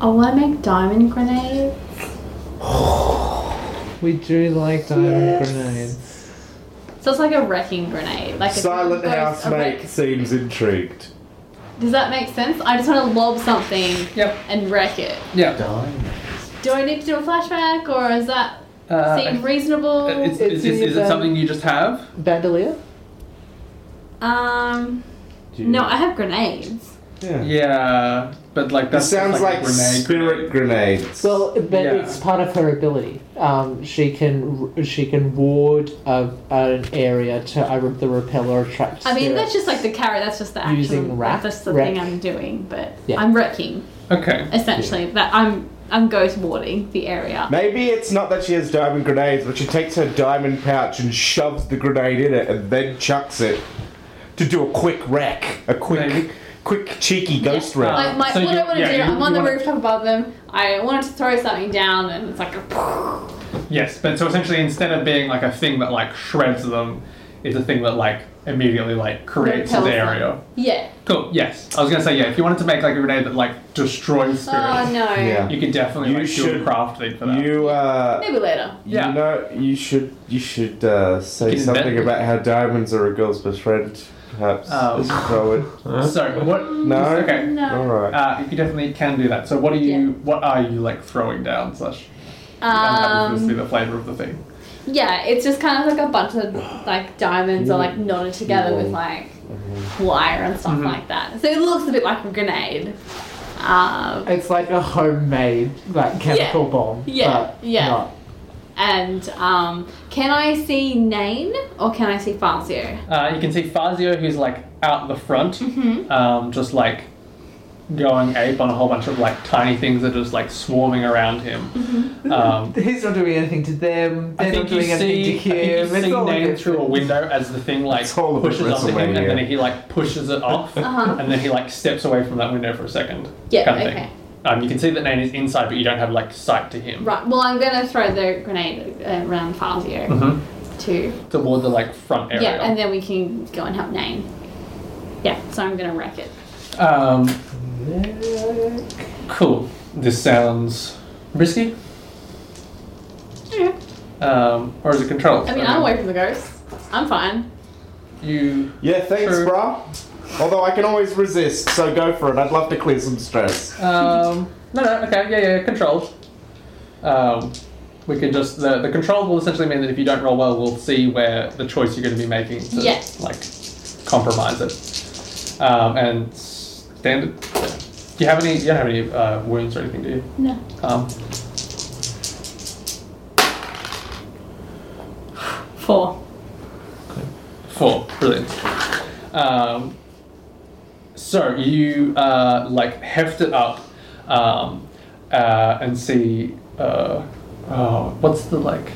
C: I want to make diamond grenades.
B: We do like diamond grenades.
C: So it's like a wrecking grenade, like a
A: Silent
C: like a
A: house
C: wreck-
A: mate seems intrigued.
C: Does that make sense? I just want to lob something
D: Yep.
C: and wreck it.
D: Yeah.
C: Do I need to do a flashback, or is that
D: Uh,
C: seem
D: I-
C: reasonable?
A: uh,
D: is, is, is, is it something you just have?
B: Bandolier?
C: um,
A: Do you-
C: no, I have grenades.
A: Yeah.
D: Yeah, but like
A: It
D: that
A: sounds like,
D: a grenade.
A: spirit grenades.
B: Well, but
D: Yeah.
B: it's part of her ability. Um, she can she can ward a, an area to uh, the repel or attract.
C: I mean,
B: spirit.
C: that's just like the carrot. That's just the action.
B: Using rack-
C: that's the
B: rack.
C: thing I'm doing, but
B: Yeah.
C: I'm wrecking
D: Okay.
C: essentially. That I'm I'm ghost warding the area.
A: Maybe it's not that she has diamond grenades, but she takes her diamond pouch and shoves the grenade in it and then chucks it to do a quick wreck. A quick,
D: Maybe.
A: quick, cheeky ghost wreck.
C: Like my,
D: So
C: what
D: you-
C: I want to
D: yeah,
C: do,
D: you-
C: I'm on
D: you
C: the
D: wanna-
C: rooftop above them. I wanted to throw something down, and it's like a.
D: Yes, but so essentially, instead of being like a thing that like shreds them, it's a thing that like immediately like creates
C: Repels
D: the
C: them.
D: area.
C: Yeah.
D: Cool. Yes, I was gonna say yeah. If you wanted to make like a grenade that like destroys
C: Oh
D: spirits,
C: no.
A: Yeah.
D: you could definitely
A: You
D: like do a
A: should-
D: craft thing for that.
A: You, uh,
C: Maybe later.
D: Yeah.
A: you know, you should, you should uh, say
D: You can
A: something
D: invent-
A: about how diamonds are a girl's best friend. Perhaps
D: Oh.
A: as a poet.
D: so what?
A: No.
D: Okay.
C: No.
A: All right.
D: Uh, you definitely can do that. So what are you?
C: Yeah.
D: What are you like throwing down? Slash. that happens to
C: Um,
D: be the flavor of the thing.
C: Yeah, it's just kind of like a bunch of like diamonds are like knotted together with like wire and
D: Mm-hmm.
C: stuff like that. So it looks a bit like a grenade. Um,
B: It's like a homemade like chemical bomb.
C: Yeah,
B: but
C: yeah.
B: Not
C: And um, can I see Nain or can I see Fazio?
D: Uh, you can see Fazio, who's like out the front, um, just like going ape on a whole bunch of like tiny things that are just like swarming around him.
C: Mm-hmm.
D: Um,
H: He's not doing anything to them. They're
D: I think
H: not
D: you
H: doing anything to
D: see, I think you
H: him. It's
D: see
H: all a
D: Nan
H: bit-
D: through a window as the thing like
A: It's all a bit
D: pushes onto him, and
A: WrestleMania.
D: then he like pushes it off,
C: Uh-huh.
D: and then he like steps away from that window for a second.
C: Yeah,
D: kind of
C: okay.
D: Thing. Um, you can see that Nan is inside, but you don't have like sight to him.
C: Right. Well, I'm gonna throw the grenade around Fazio
D: Mhm.
C: too.
D: Toward the like front area.
C: Yeah, and then we can go and help Nain. Yeah. So I'm gonna wreck it.
D: Um, cool. This sounds risky.
C: Yeah.
D: Um, or is it controlled? Um,
C: I mean, I'm away from the ghosts. I'm fine.
D: You
A: Yeah, thanks,
D: True.
A: bruh. Although I can always resist, so go for it. I'd love to clear some stress.
D: Um, no, no, okay, yeah, yeah, controlled. Um, we can just the, the controlled will essentially mean that if you don't roll well, we'll see where the choice you're going to be making to
C: Yeah.
D: like compromise it. Um, and standard. Do you have any? You don't have any uh, wounds or anything, do you?
C: No.
D: Um,
C: Four.
D: Four, brilliant. Um, so you uh, like heft it up um, uh, and see uh, oh, what's the like.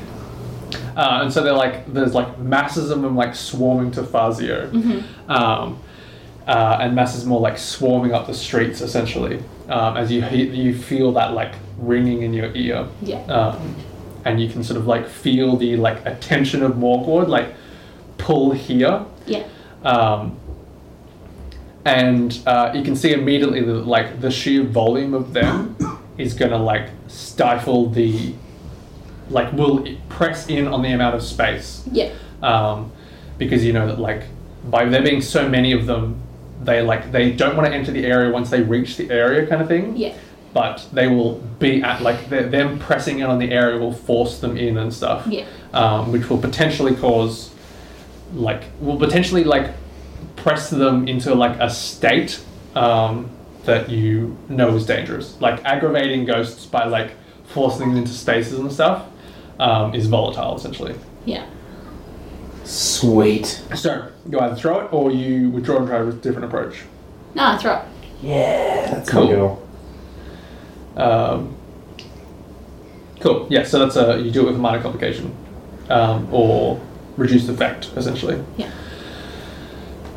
D: Uh, and so they're like there's like masses of them like swarming to Fazio, um, uh, and masses more like swarming up the streets essentially. Um, as you he- you feel that like ringing in your ear,
C: Yeah.
D: um, and you can sort of like feel the like attention of Morgward like pull here,
C: Yeah.
D: um, and uh, you can see immediately that like the sheer volume of them is gonna like stifle the, like will press in on the amount of space,
C: Yeah.
D: um, because you know that like by there being so many of them, they like they don't want to enter the area once they reach the area kind of thing
C: Yeah.
D: but they will be at like the- them pressing in on the area will force them in and stuff.
C: Yeah.
D: Um, which will potentially cause, like, will potentially like press them into like a state um, that you know is dangerous. Like aggravating ghosts by like forcing them into stasis and stuff um, is volatile essentially.
C: Yeah.
H: Sweet.
D: So you either throw it or you withdraw and try a different approach.
C: No, it's right.
A: That's
D: cool. Um, cool. Yeah. So that's a you do it with a minor complication, um, or reduced effect essentially.
C: Yeah.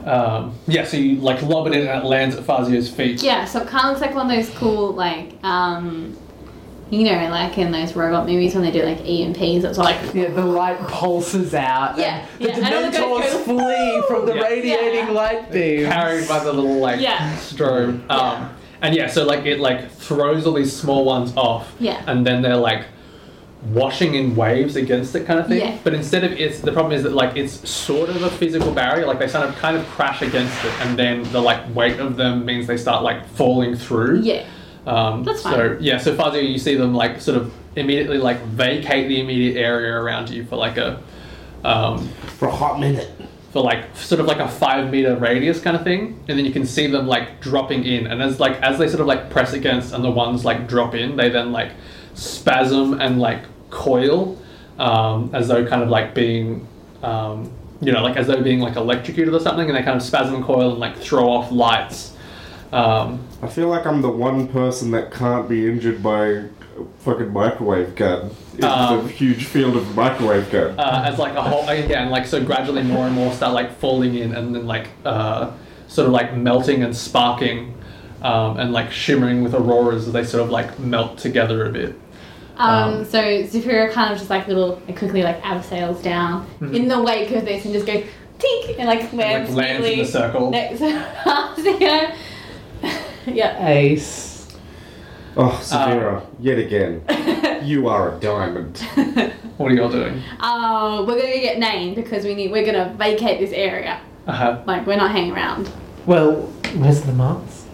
D: Um, yeah. So you like lob it in and it lands at Fazio's feet.
C: Yeah. So it kind of looks like one of those cool like um, you know, like in those robot movies when they do like E EMPs. It's like
H: Yeah, the light pulses out.
C: Yeah,
H: and
C: yeah,
H: The
C: and all the
H: dementors
C: guys go,
H: flee from the
D: Yeah.
H: radiating
C: Yeah.
H: light beam.
D: Carried by the little like
C: Yeah.
D: strobe. Um,
C: Yeah.
D: And yeah, so like it like throws all these small ones off.
C: Yeah.
D: And then they're like washing in waves against it kind of thing.
C: Yeah.
D: But instead of it's the problem is that like it's sort of a physical barrier. Like they sort of kind of crash against it, and then the like weight of them means they start like falling through.
C: yeah,
D: Um,
C: That's
D: So
C: fine.
D: yeah, so Fazio, you see them like sort of immediately like vacate the immediate area around you for like a. Um,
A: For a hot minute.
D: for like sort of like a five meter radius kind of thing, and then you can see them like dropping in, and as like as they sort of like press against, and the ones like drop in, they then like spasm and like coil, um, as though kind of like being, um, you know, like as though being like electrocuted or something, and they kind of spasm and coil and like throw off lights. Um,
A: I feel like I'm the one person that can't be injured by a fucking microwave gun. It's
D: Um,
A: the huge field of microwave gun.
D: uh, as like a whole again like so gradually more and more start like falling in and then like uh, sort of like melting and sparking um, and like shimmering with auroras as they sort of like melt together a bit
C: Um,
D: Um,
C: so Zephyra kind of just like little, like quickly like abseils down in the wake of this and just goes tink Hmm. and like
D: and,
C: lands
D: like lands in
C: neatly
D: the circle
C: next to Fazio. yeah.
H: Ace.
A: oh,
D: Um.
A: Severa, yet again. you are a diamond.
D: what are you all doing
C: Uh, we're gonna go get Nain because we need. We're gonna vacate this area.
D: uh-huh.
C: Like we're not hanging around.
H: Well, where's the mask?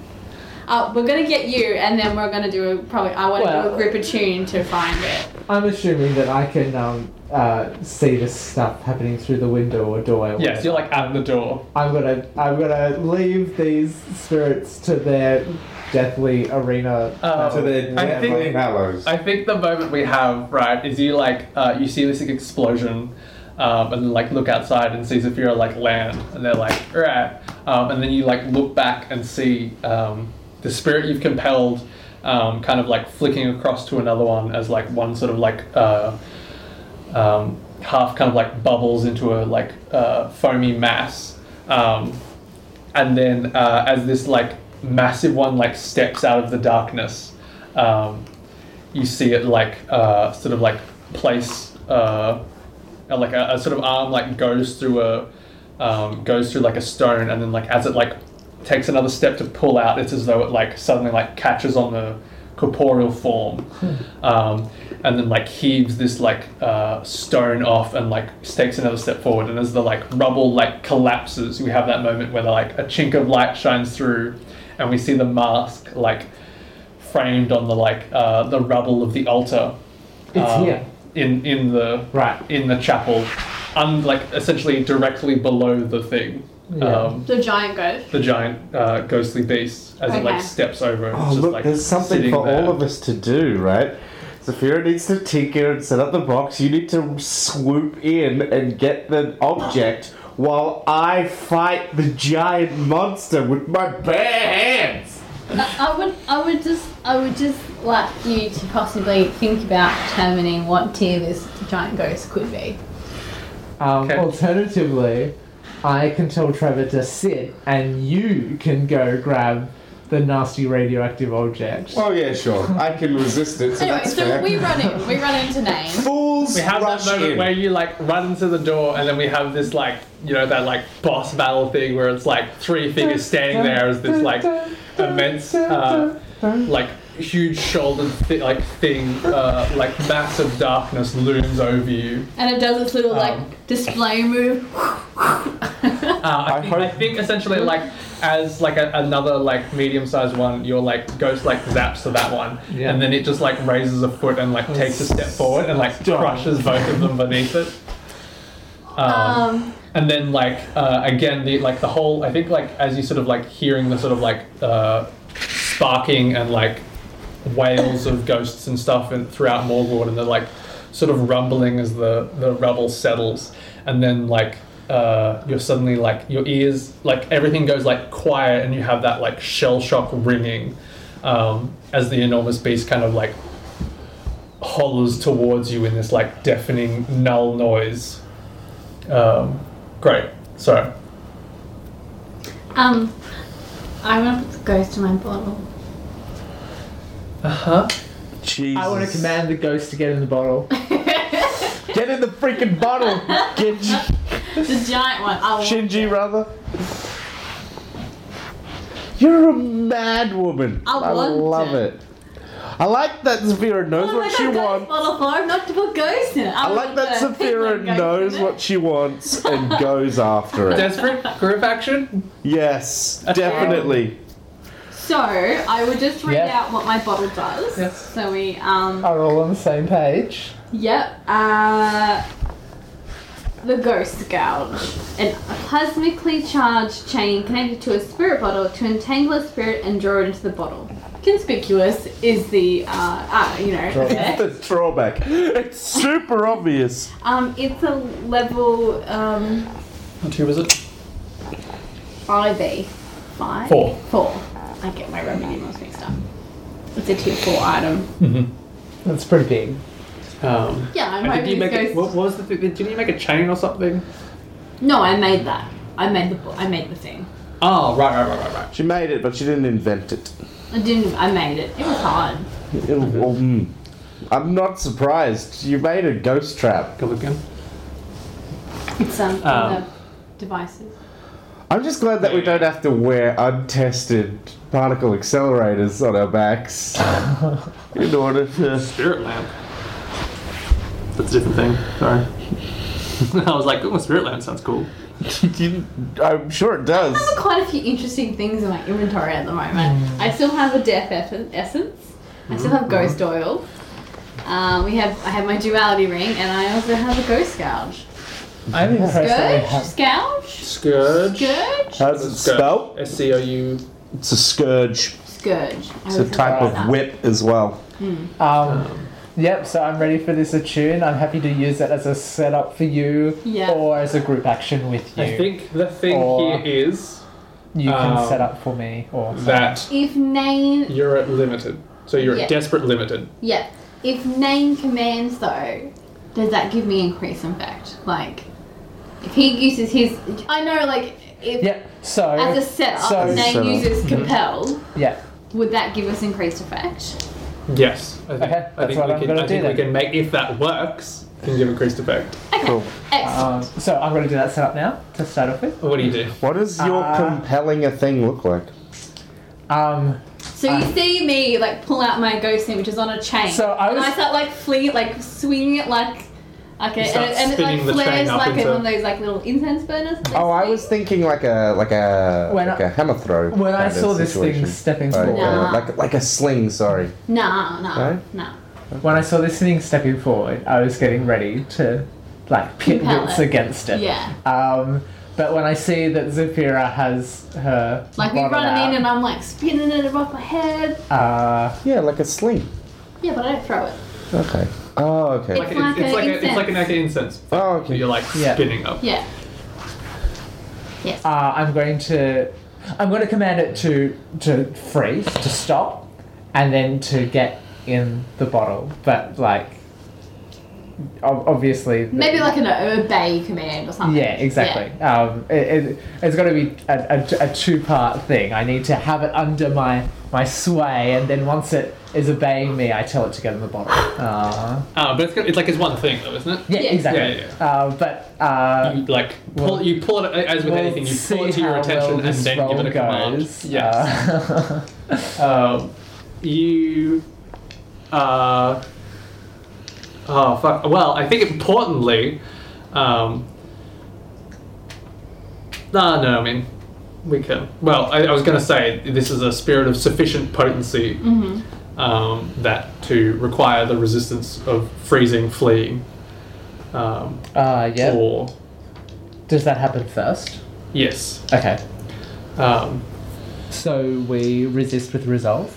C: Uh, we're gonna get you, and then we're gonna do a probably. I want to do
H: Well-
C: a group of tune to find it.
H: I'm assuming that I can um, uh, see this stuff happening through the window or door. or
D: Yes, you're like out the door.
H: I'm gonna I'm gonna leave these spirits to their deathly arena.
D: Uh,
A: to the
D: I
A: yeah,
D: think-
A: mallows.
D: I think the moment we have right is you like uh, you see this like, explosion, um, and like look outside and see Zafira like land, and they're like right, um, and then you like look back and see um, the spirit you've compelled, um, kind of like flicking across to another one as like one sort of like. Uh, um, half kind of like bubbles into a like uh, foamy mass, um, and then uh, as this like massive one like steps out of the darkness, um, you see it like uh, sort of like place uh, uh, like a, a sort of arm like goes through a um, goes through like a stone, and then like as it like takes another step to pull out, it's as though it like suddenly like catches on the corporeal form,
H: Hmm.
D: um, and then like heaves this like uh, stone off and like takes another step forward, and as the like rubble like collapses, we have that moment where the, like a chink of light shines through, and we see the mask like framed on the like uh, the rubble of the altar. um,
H: It's here.
D: In in the
H: Right.
D: in the chapel, un- like essentially directly below the thing, um,
C: The giant goat.
D: the giant uh, ghostly beast, as it like
C: Okay.
D: steps over. and
A: Oh,
D: it's just,
A: look,
D: like,
A: there's something
D: sitting
A: for
D: there.
A: all of us to do, right? Zafira needs to tinker and set up the box. You need to swoop in and get the object while I fight the giant monster with my bare hands.
C: I, I would, I would just, I would just like you to possibly think about determining what tier this giant ghost could be.
H: Um,
D: Okay.
H: Alternatively, I can tell Trevor to sit, and you can go grab the nasty radioactive object.
A: Oh, yeah, sure. I can resist it, so
C: anyway,
A: that's
C: so
A: fair.
C: we run in, we run into name.
A: Fools
D: We have
A: rush
D: that moment
A: in.
D: where you like run into the door, and then we have this like you know that like boss battle thing where it's like three figures standing there as this like immense uh, like huge shouldered thi- like thing uh, like massive darkness looms over you.
C: And it does its little
D: Um.
C: like display move.
D: Uh, I,
A: I
D: think,
A: hope-
D: I think essentially like as like a, another like medium-sized one, your like ghost like zaps to that one,
H: Yeah.
D: and then it just like raises a foot and like takes a step forward and like crushes both of them beneath it. Um,
C: Um,
D: and then like uh, again the like the whole I think like as you sort of like hearing the sort of like uh, sparking and like wails of ghosts and stuff and throughout Morgord and the like sort of rumbling as the the rubble settles and then like uh, you're suddenly like your ears like everything goes like quiet and you have that like shell shock ringing um, as the enormous beast kind of like hollers towards you in this like deafening null noise um, great. So,
C: um, I want to put the ghost in my bottle.
A: Jesus.
H: I want to command the ghost to get in the bottle.
A: Get in the freaking bottle, Ginji.
C: The giant one. Oh, I want.
A: Shinji, rather. You're a mad woman.
C: I want
A: love
C: to.
A: it. I like that Zafira knows
C: What
A: what
C: have
A: she
C: I got
A: wants.
C: this bottle for? I'm not to put ghosts in it.
A: I like that Zafira knows what she wants and goes after it.
D: desperate group action.
A: Yes, definitely.
C: So I would just read
H: Yeah.
C: out what my bottle does.
D: Yes.
C: So we um.
H: Are all on the same page?
C: Yep. Uh, the Ghost Gouge. An, a plasmically charged chain connected to a spirit bottle to entangle a spirit and draw it into the bottle. Conspicuous is the, uh, ah, you know, effect.
A: The drawback. It's super obvious.
C: Um, it's a level um,
D: What two was it?
C: 5e. 5?
D: Four.
C: 4. I get my Roman numerals mixed up. It's a tier 4 item.
H: That's pretty big.
D: Um,
C: Yeah, I'm
D: and did you
C: hoping
D: make
C: this
D: a, what
C: goes.
D: what was the thing? Did you make a chain or something?
C: No, I made that. I made the bo- I made the thing.
D: Oh, right, right, right, right, right.
A: She made it, but she didn't invent it.
C: I didn't. I made it. It was hard.
A: It'll- well, mm. I'm not surprised. You made a ghost trap.
D: Go look again.
C: It's um,
D: Um,
C: the devices.
A: I'm just glad that we don't have to wear untested particle accelerators on our backs in order to.
D: Spirit lamp. That's a different thing. Sorry. I was like, oh, spirit lamp sounds cool.
A: You- I'm sure it does.
C: I have quite a few interesting things in my inventory at the moment. I still have a death eff- essence. I still have ghost oil. Um, we have I have my duality ring, and I also have a ghost scourge.
D: I haven't
C: Scourge, scourge,
D: scourge.
C: scourge,
A: How's it spelled?
D: S C O U.
A: It's a scourge.
C: scourge. I
A: It's a
C: was
A: type
C: about that.
A: of whip as well.
B: Um, yep, so I'm ready for this attune. I'm happy to use it as a setup for you
C: Yeah.
B: or as a group action with you.
D: I think the thing
B: Or-
D: here is
B: you can
D: um,
B: set up for me or
D: that
C: If Nain,
D: you're at limited, so you're
C: Yeah.
D: at desperate limited.
C: yeah. If Nain commands though, does that give me increase? In fact, like if he uses his, I know like if
B: Yep, so
C: as a setup,
B: so- As
A: a
C: Nain
A: setup.
C: uses compel.
B: yeah.
C: Would that give us increased effect?
D: Yes. I think,
B: Okay,
D: I
B: that's
D: think
B: what
D: we
B: I'm
D: can.
B: gonna
D: I
B: do
D: think we
B: then.
D: can make if that works. Can give increased effect.
C: Okay,
A: Cool.
B: Um,
C: excellent.
B: so I'm going to do that setup now to start off with.
D: What do you do?
A: What does your
B: Uh,
A: compelling a thing look like?
B: Um,
C: So you see me like pull out my ghost thing, which is on a chain,
B: So I
C: and
B: was-
C: I start like flinging, it, like swinging it like. Okay, and
D: You start
C: it, and it like
D: spinning the chain
C: flares
D: up
C: like
D: into-
C: one of those like little incense burners. that they
A: Oh, I
C: swing.
A: was thinking like a like a
B: When
A: like
B: I-
A: a hammer throw.
B: when I
A: kind of
B: saw this
A: situation.
B: thing stepping
A: Like,
B: forward,
A: uh,
C: Nah.
A: like like a sling. Sorry.
C: Nah, nah,
A: No?
C: nah.
B: when I saw this thing stepping forward, I was getting ready to like pit
C: Compel
B: wits
C: it.
B: against it.
C: Yeah,
B: Um, but when I see that Zafira has her
C: like we
B: bottle
C: run it
B: out,
C: in, and I'm like spinning it above my head.
B: uh,
A: Yeah, like a sling.
C: Yeah, but I don't throw it.
A: Okay. Oh, okay.
C: It's like an
D: a, it's like an
C: incense.
D: like an incense.
A: Oh,
D: So
A: okay.
D: you're like
B: Yeah.
D: spinning up.
C: Yeah. Yes.
B: uh, I'm going to I'm going to command it to to freeze to stop, and then to get in the bottle. But like, ob- obviously, the-
C: Maybe like an obey command or something.
B: Yeah, exactly. Um, it, it, it's got to be a, a, a two part thing. I need to have it under my, my sway, and then once it is obeying me, I tell it to get in the bottle. Uh,
D: Uh, but it's, got- it's like it's one thing though, isn't it?
B: yeah,
C: Yeah.
B: exactly.
D: Yeah,
B: Uh, but uh,
D: You, like pull,
B: Well-
D: you pull it uh, as with
B: we'll
D: anything, you
B: see
D: pull it to your
B: how
D: attention
B: well
D: and
B: this
D: then give
B: roll
D: it a command.
B: goes.
D: Yes.
B: Uh,
D: Um, you. Uh, oh fuck. Well, I think importantly, um. No, no. I mean, we can. Well, I, I was going to say this is a spirit of sufficient potency um, that to require the resistance of freezing, fleeing, um,
B: uh, yeah.
D: or
B: Does that happen first?
D: yes.
B: Okay.
D: Um,
B: So we resist with resolve.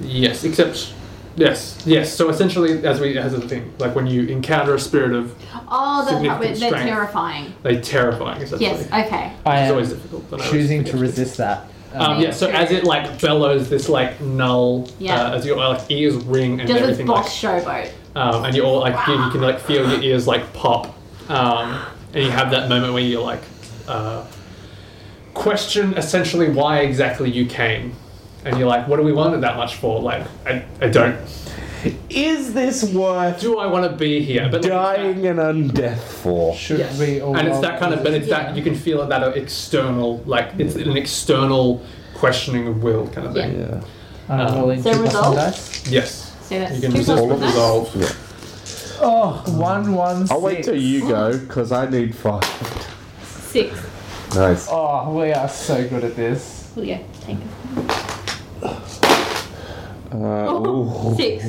D: Yes, except yes, yes. So essentially, as we as a thing, like when you encounter a spirit of,
C: Oh, that's not, they're
D: Significant strength.
C: terrifying.
D: they terrifying. Essentially,
C: Yes. Okay.
B: I
D: it's always
B: am
D: difficult. but I always
B: choosing
D: forget
B: to resist that.
D: Um, yeah. So as it like bellows this like null,
C: Yeah.
D: uh, as your like ears ring and
C: Does this
D: everything, like,
C: boss showboat?
D: um, and you all like you, you can like feel your ears like pop, um, and you have that moment where you like uh, question essentially why exactly you came, and you're like, what do we want it that much for? Like, I, I don't
A: Is this worth
D: do I want to be here? But like, it's
A: dying an undeath for?
B: Should
D: Yes.
B: we all
D: that- and it's
B: roll
D: that kind of, but it's that you can feel it that external, like it's an external questioning of will kind of thing.
A: Yeah.
D: um,
B: I'm rolling
C: So
B: two plus one
C: resolve?
B: dice.
D: Yes,
C: So that's
D: you can
C: two
D: resist
C: plus
A: all
D: with
A: of
C: one.
D: resolve.
A: Yeah.
B: Oh, one one six.
A: I'll wait till you go because I need five.
C: Six.
A: Nice.
B: Oh, we are so good at this.
C: Well, yeah, take it.
A: Uh,
B: Oh.
A: ooh.
C: Six.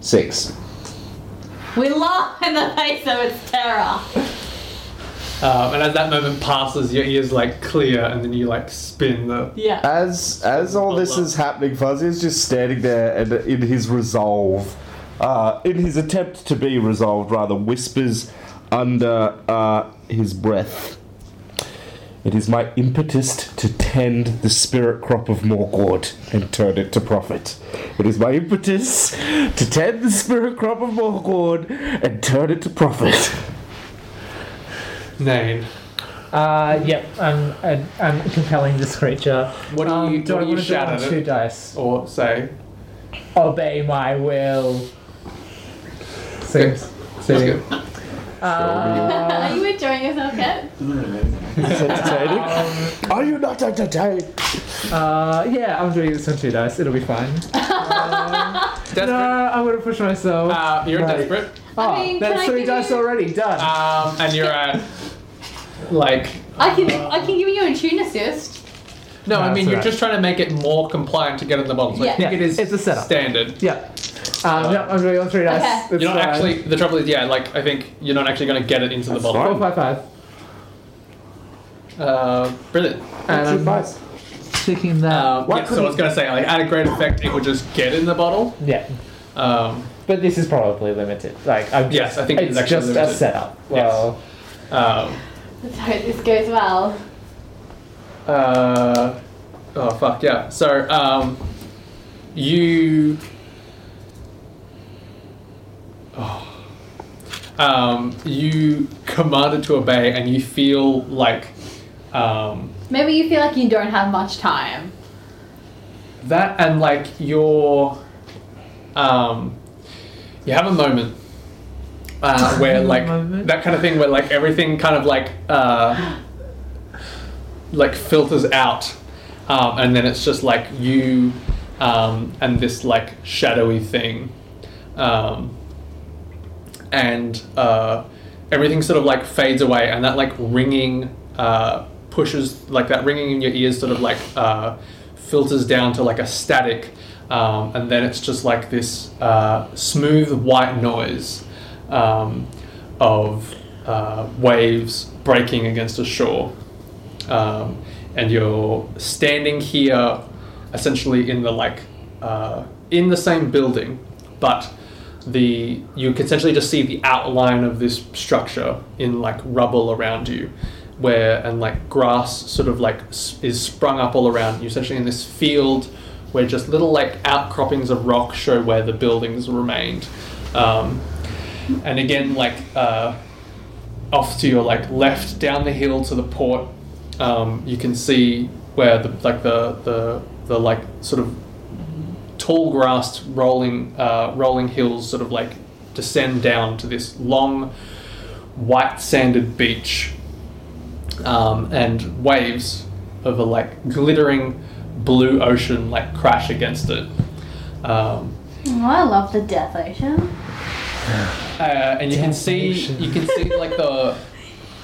A: Six.
C: We laugh in the face of its terror.
D: Um, and as that moment passes, your ears like clear, and then you like spin the.
C: Yeah.
A: As as all this is happening, Fuzzy is just standing there, and in his resolve, uh, in his attempt to be resolved, rather whispers under uh, his breath. It is my impetus to tend the spirit crop of Morgord and turn it to profit. It is my impetus to tend the spirit crop of Morgord and turn it to profit.
D: Name.
B: Uh, yep, I'm, I, I'm compelling this creature.
D: What do
B: Um,
D: you
B: do
D: what
B: I
D: do you
B: want to do
D: shout
B: on
D: at
B: two
D: it
B: dice?
D: or say?
B: Obey my will. Seems.
D: Sounds good.
B: Uh,
C: Are you enjoying yourself, Kat?
A: It's entertaining. Are you not entertained?
B: uh, yeah, I'm doing this on two dice. It'll be fine.
D: Desperate.
B: No, I'm gonna push myself.
D: Uh, you're
B: Right.
D: desperate,
B: oh,
C: I mean,
B: that's
C: can I
B: three
C: give
B: dice
D: Uh,
C: you-
B: already done.
D: um, and you're at like
C: I can I can give you a tune assist.
D: no, I
B: No,
D: mean
B: that's
D: you're
B: right.
D: just trying to make it more compliant to get in the model. So I
C: Yeah.
D: think
B: Yeah,
D: it is
B: it's a setup.
D: standard.
B: Yeah. Um, no, I'm doing all three dice.
C: Okay.
B: That's
D: You're not
B: fine.
D: uh, actually. The trouble is, yeah, like I think you're not actually going to get it into the model.
B: Four, five, five.
D: Uh, brilliant.
B: And I'm
A: advice.
B: taking that.
D: Um,
B: Why
D: yeah, so I
B: couldn't-
D: was going to say, like, at a great effect, it would just get in the bottle.
B: yeah.
D: Um,
B: But this is probably limited. Like, I'm just,
D: Yes, I think it
B: it's
D: is actually
B: just a
D: limited.
B: setup.
D: Yes.
B: Well,
D: um,
C: Let's hope this goes well.
D: uh, oh fuck yeah! So um, you. Oh. Um, you commanded to obey, and you feel like um,
C: Maybe you feel like you don't have much time.
D: that, and like your. Um, you have a moment uh, where like
B: Moment.
D: that kind of thing where like everything kind of like uh, like filters out um, and then it's just like you um, and this like shadowy thing um, and uh, everything sort of like fades away and that like ringing uh, pushes like that ringing in your ears sort of like uh, filters down to like a static um, and then it's just like this uh, smooth white noise um, of uh, waves breaking against a shore. Um, and you're standing here essentially in the like uh, in the same building, but the you can essentially just see the outline of this structure in like rubble around you where and like grass sort of like s- is sprung up all around you essentially in this field where just little like outcroppings of rock show where the buildings remained um, and again like uh, off to your like left down the hill to the port um, you can see where the like the the, the like sort of tall grassed rolling uh, rolling hills sort of like descend down to this long white sanded beach um, and waves of a like glittering blue ocean like crash against it um,
C: Oh, I love the Death Ocean.
D: uh, and you can see you can see like the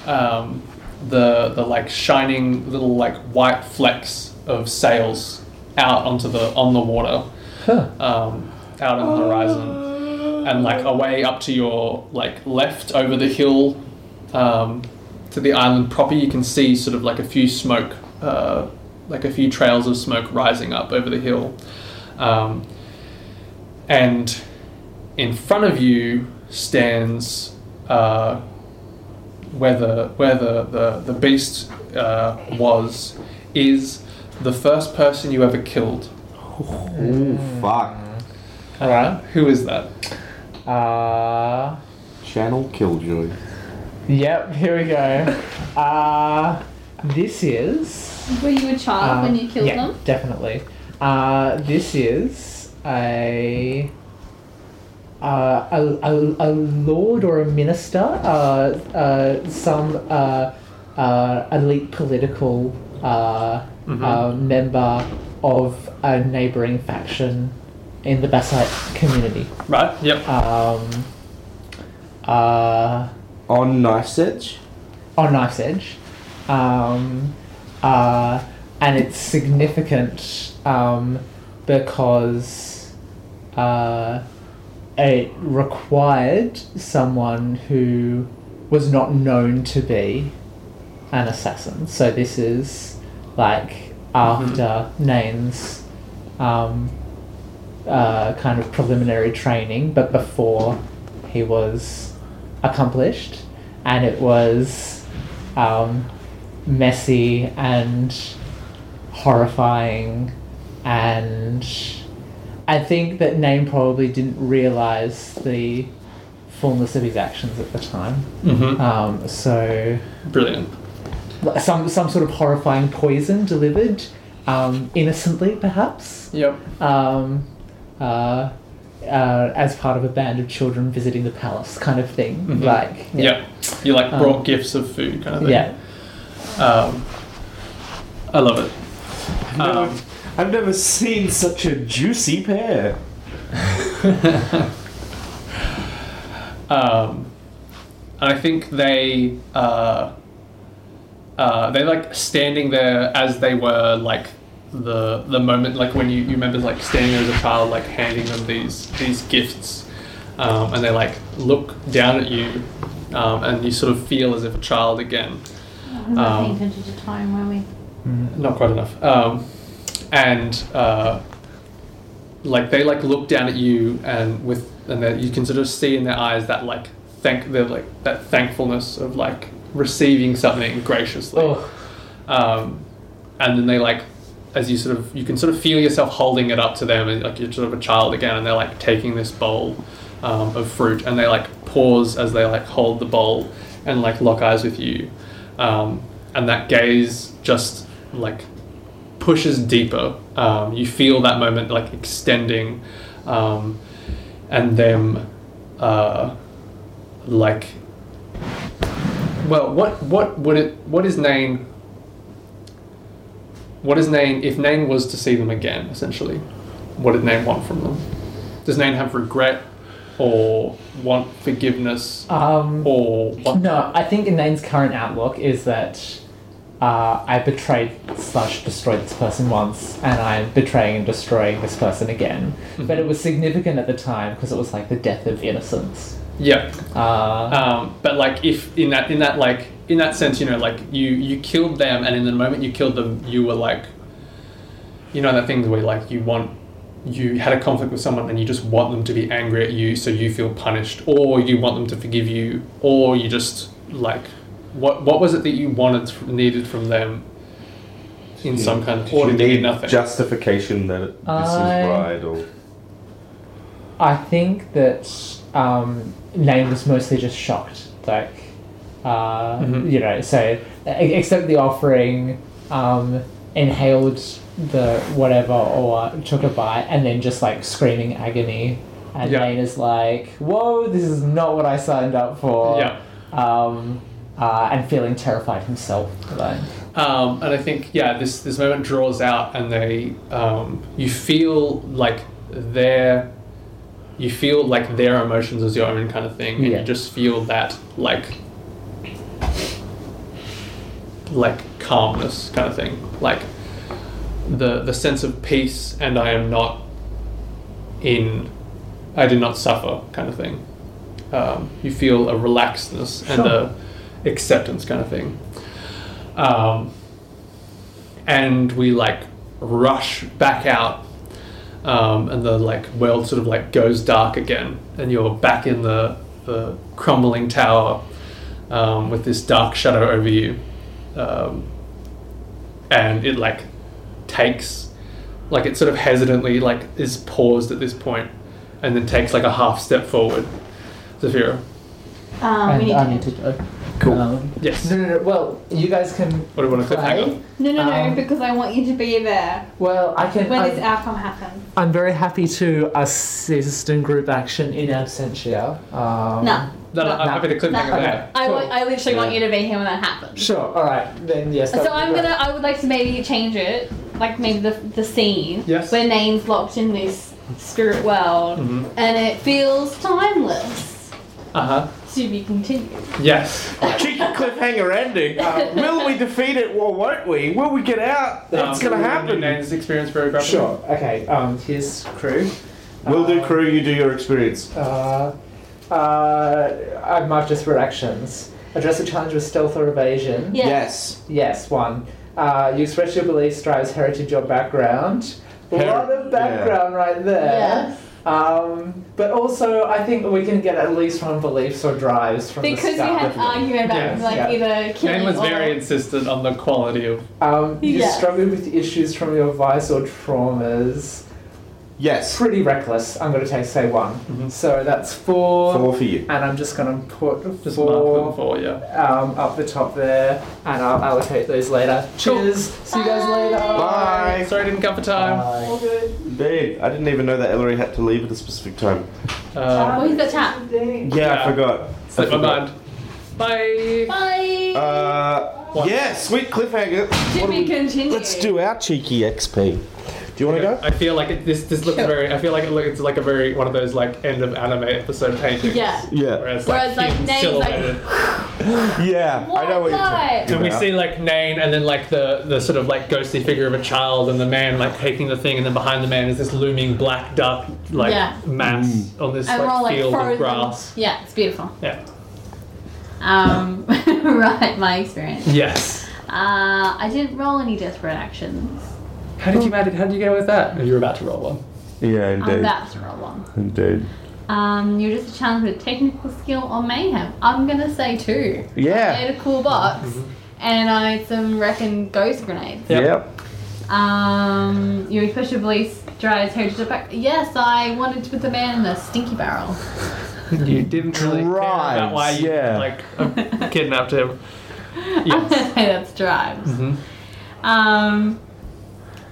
D: um, the the like shining little like white flecks of sails out onto the on the water um, out on the horizon and like away up to your like left over the hill um, to the island proper you can see sort of like a few smoke uh, like a few trails of smoke rising up over the hill um, and in front of you stands uh, where the where the the, the beast uh, was is the first person you ever killed.
A: Ooh, fuck.
D: Uh, who is that?
B: uh,
A: Channel Killjoy.
B: yep, here we go. Uh, this is.
C: Were you a child
B: Uh,
C: when you killed
B: yeah,
C: them?
B: Definitely. Uh, this is a, uh, a, a a lord or a minister, uh, uh, some uh, uh, elite political uh, uh, member of a neighbouring faction in the Basite community.
D: Right. Yep.
B: Um, uh,
A: On Knife's Edge?
B: on knife's edge, um, uh, and it's significant um, because uh, it required someone who was not known to be an assassin. So this is like after Nain's um, uh, kind of preliminary training, but before he was accomplished, and it was um, messy and horrifying, and I think that Nain probably didn't realize the fullness of his actions at the time.
D: hmm
B: Um, so
D: Brilliant.
B: like, some some sort of horrifying poison delivered um, innocently, perhaps,
D: Yep.
B: um, uh, uh, as part of a band of children visiting the palace, kind of thing. Like,
D: Yep. You like
B: Um,
D: brought gifts of food, kind of thing.
B: yeah.
D: Um, I love it. Um,
A: I've never seen such a juicy pear.
D: Um, and I think they, uh, uh, they're like standing there as they were like the the moment like when you, you remember like standing there as a child like handing them these these gifts um, and they like look down at you um, and you sort of feel as if a child again
C: I'm not
B: Um,
C: paying attention to time, were we?
D: not quite enough. Um, and uh, like they like look down at you and with and that you can sort of see in their eyes that like thank they're like that thankfulness of like receiving something graciously.
B: Oh,
D: Um, and then they like as you sort of you can sort of feel yourself holding it up to them and like you're sort of a child again and they're like taking this bowl um, of fruit and they like pause as they like hold the bowl and like lock eyes with you um, and that gaze just like pushes deeper um, you feel that moment like extending um, and them uh, like well what what would it what is Nain what is Nain if Nain was to see them again, essentially? What did Nain want from them? Does Nain have regret or want forgiveness
B: Um,
D: or what?
B: No, I think Inane's current outlook is that uh, I betrayed slash destroyed this person once, and I'm betraying and destroying this person again. But it was significant at the time because it was like the death of innocence.
D: Yeah.
B: Uh,
D: Um, but like if in that in that like in that sense, you know, like you you killed them and in the moment you killed them you were like you know that thing where like you want you had a conflict with someone and you just want them to be angry at you so you feel punished or you want them to forgive you or you just like what what was it that you wanted needed from them in some kind of
A: Did you
D: or did you
A: need
D: need nothing
A: justification that it, this
B: I-
A: is right or
B: I think that um, Name was mostly just shocked, like uh,
D: Mm-hmm.
B: you know. So e- except the offering, um, inhaled the whatever or took a bite, and then just like screaming agony. And
D: Yeah.
B: Nane is like, "Whoa, this is not what I signed up for."
D: Yeah.
B: Um, uh, and feeling terrified himself. Like,
D: Um, and I think yeah, this this moment draws out, and they um, you feel like their you feel like their emotions as your own kind of thing, and
B: Yeah.
D: you just feel that like like calmness kind of thing, like the the sense of peace, and I am not in, I did not suffer kind of thing. Um, you feel a relaxedness and a acceptance kind of thing um, and we like rush back out um, and the like world sort of like goes dark again and you're back in the, the crumbling tower um, with this dark shadow over you um, and it like takes like it sort of hesitantly like is paused at this point and then takes like a half step forward Zafira
C: Um,
B: and
C: we need
B: I
C: to
B: need to go. Cool. Um,
D: yes
B: no, no, no. Well, you guys can.
D: what do you want to cliffhanger
B: play.
C: No, no, no,
B: Um,
C: because I want you to be there
B: Well, I can.
C: when
B: I-
C: this outcome happens.
B: I'm very happy to assist in group action in absentia. Um,
C: No,
D: no, no, I'm
B: No.
D: happy to cliffhanger
C: No.
D: there
C: I,
B: cool.
C: want, I literally want you to be here when that happens.
B: Sure. All right. Then yes. that
C: So
B: would be
C: I'm
B: great.
C: gonna. I would like to maybe change it, like maybe the the scene
D: Yes.
C: where Name's locked in this spirit world, and it feels timeless
D: uh-huh
C: to be continued.
D: yes
A: cheeky cliffhanger ending? Uh, will we defeat it or won't we? Will we get out? What's
D: Um,
A: gonna
D: you
A: happen?
D: know this experience very rapidly.
B: Sure. Okay. Um. Here's crew.
A: Will do, crew. You do your experience.
B: Uh, uh, I've marked just for actions. Address a challenge with stealth or evasion.
C: Yeah.
A: Yes.
B: Yes. One. Uh, you express your beliefs, drives heritage or background. A lot of background right there.
C: Yes.
B: Um, but also, I think we can get at least one beliefs or drives from
C: Because
B: the
C: you
B: scout.
C: had argument about
D: Yes,
C: like
B: yeah.
C: either
D: Jane
C: killing
D: was
C: or
D: very insistent on the quality of.
B: Um, you
C: Yeah.
B: struggle with issues from your vice or traumas.
A: Yes.
B: Pretty reckless. I'm going to take say one. So that's four,
A: Four for you.
B: and I'm just going to put
D: Just mark them
B: four
D: for yeah.
B: um, up the top there, and I'll allocate those later.
D: Cool.
B: Cheers. See you guys later.
A: Bye.
D: Sorry, I didn't come for time.
B: Bye.
C: All good.
A: Indeed. I didn't even know that Ellery had to leave at a specific time.
D: Uh,
C: Oh, he's got tap.
A: Yeah,
D: Yeah.
A: I forgot. I
D: slipped my
A: forgot.
D: mind. Bye.
C: Bye.
A: Uh,
D: What?
A: yeah, sweet cliffhanger.
C: to
A: What do
C: be
A: we-
C: continued.
A: Let's do our cheeky XP. Do you want to go?
D: I feel like it, this this looks
B: Sure.
D: very. I feel like it looks like a very one of those like end of anime episode paintings.
C: Yeah.
A: Yeah.
D: Whereas like,
C: Whereas, like,
D: he's
C: names, like-
D: silhouetted.
A: Yeah. I know what you're
C: Why
A: talking
D: And we
A: about.
D: see like Nain and then like the, the sort of like ghostly figure of a child and the man like taking the thing and then behind the man is this looming black dark like
C: Yeah.
D: mass
A: Mm.
D: on this
C: And we're all
D: like
C: like
D: field
C: frozen.
D: of grass.
C: Yeah, it's beautiful.
D: Yeah.
C: Um, right, my experience.
D: Yes.
C: Uh, I didn't roll any desperate actions.
D: How did you manage how did you get away with that? You're about to roll one.
A: Yeah,
C: I'm
A: indeed.
C: about to roll one.
A: Indeed.
C: Um, you're just a challenge with technical skill or mayhem. I'm gonna say two. I
A: Yeah. Mm-hmm.
C: made a cool box, and I made some reckon ghost grenades.
A: Yep.
C: Um, you impetuously drives heritage of back. Yes, I wanted to put the man in a stinky barrel.
A: Mm-hmm.
D: You didn't really care about
A: Drives,
D: why you
A: yeah.
D: like uh, kidnapped him.
C: I'm
D: Yes.
C: gonna say that's drives.
A: Mm-hmm.
C: Um,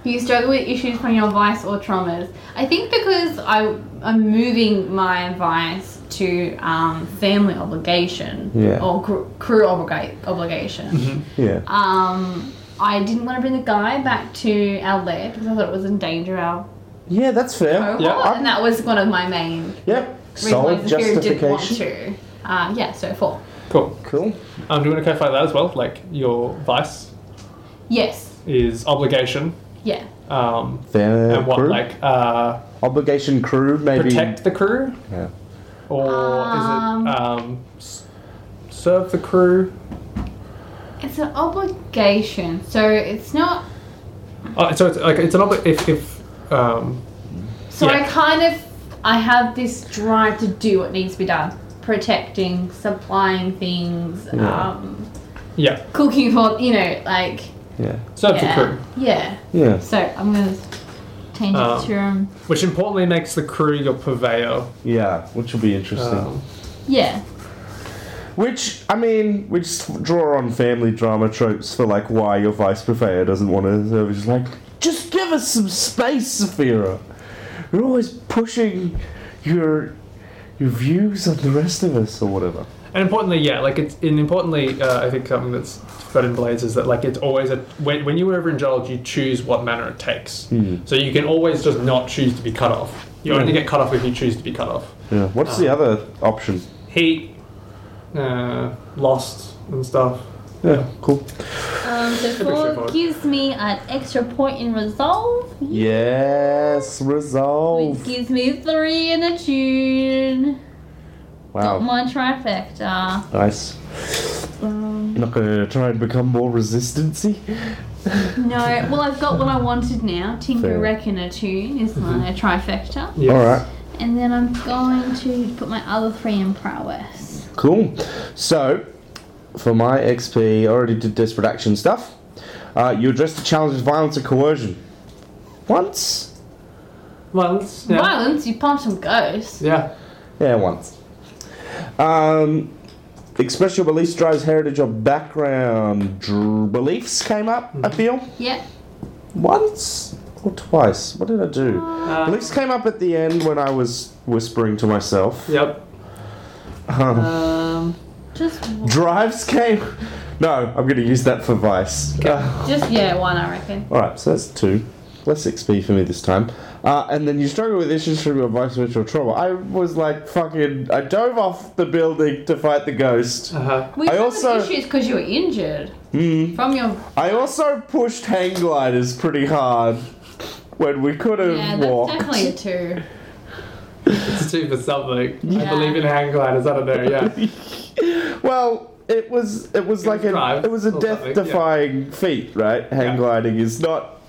C: you struggle with issues from your vice or traumas. I think because I I'm moving my vice to um, family obligation
A: Yeah.
C: or cr- crew obliga- obligation.
A: Yeah.
C: Um, I didn't want to bring the guy back to our lair because I thought it was endanger our
A: Yeah, that's fair.
C: cohort, and that was one of my main
A: Yep. Solid
C: reasons Oh. if you didn't want
A: justification.
C: to. Uh, yeah, so four.
D: Cool.
A: Cool.
D: Um, do you want to clarify that as well? Like your vice
C: Yes,
D: is obligation.
C: yeah,
D: Um,
A: Their
D: and what
A: crew?
D: like uh,
A: obligation crew maybe.
D: protect the crew?
A: Yeah.
D: Or
C: Um,
D: is it um, s- serve the crew?
C: it's an obligation, so it's not
D: Uh, so it's like it's an obli- if if um,
C: So
D: Yeah.
C: I kind of I have this drive to do what needs to be done, protecting, supplying things, um,
D: yeah
C: cooking for you know like
A: Yeah.
D: serve
C: yeah,
D: the crew,
C: yeah.
A: Yeah.
C: So I'm gonna change
D: Um,
A: Uh,
C: it to um,
D: which importantly makes the crew your purveyor.
A: Yeah, which will be interesting.
D: Um,
C: yeah
A: Which I mean, we just draw on family drama tropes for like why your vice purveyor doesn't want to serve. It's like, just give us some space, Saphira. You're always pushing your your views on the rest of us or whatever.
D: And importantly, yeah, like it's and importantly, uh, I think something that's got in Blades is that like it's always a when, when you were ever in Jold, you choose what manner it takes.
A: Hmm,
D: So you can always just not choose to be cut off. You only get cut off if you choose to be cut off.
A: Yeah. What's the other option?
D: Heat, uh, lost, and stuff.
A: Yeah. Cool.
C: um, so four
D: straightforward.
C: gives me an extra point in resolve,
A: Yes.
C: which
A: Resolve.
C: gives me three in attune.
A: Wow.
C: Got my trifecta.
A: Nice. You're not gonna try and become more resistancy.
C: No, well I've got what I wanted now. Tinker
A: Fair. Mm-hmm.
C: Reckon attune is my trifecta.
D: Yes.
A: All right.
C: And then I'm going to put my other three in prowess.
A: Cool. So, for my XP, I already did desperate action stuff. Uh, you address the challenge with violence or coercion. Once?
D: Once. Yeah.
C: Violence, you punch some ghosts.
D: Yeah.
A: Yeah, once. Um, express your beliefs, drives, heritage, or background. Dr- beliefs came up, I feel.
C: Yep.
A: Once or twice. What did I do? beliefs came up at the end when I was whispering to myself.
D: Yep.
C: Just w-
A: Drives came. No, I'm going to use that for vice. Uh,
C: just yeah, one I reckon.
A: All right, so that's two. Less XP for me this time. Uh, and then you struggle with issues from your vice virtual trauma. I was like fucking. I dove off the building to fight the ghost.
D: Uh-huh.
C: We
A: I
C: had
A: also-
C: issues because you were injured. Mm. From your
A: I also pushed hang gliders pretty hard when we could have
C: Yeah, that's
A: walked.
C: definitely a two.
D: It's two for something. I
C: Yeah.
D: believe in hang gliders. I don't know. Yeah.
A: Well, it was it was like
D: was
A: a
D: drive
A: it was a
D: or something,
A: death defying feat, right? Hang
D: Yeah.
A: gliding is not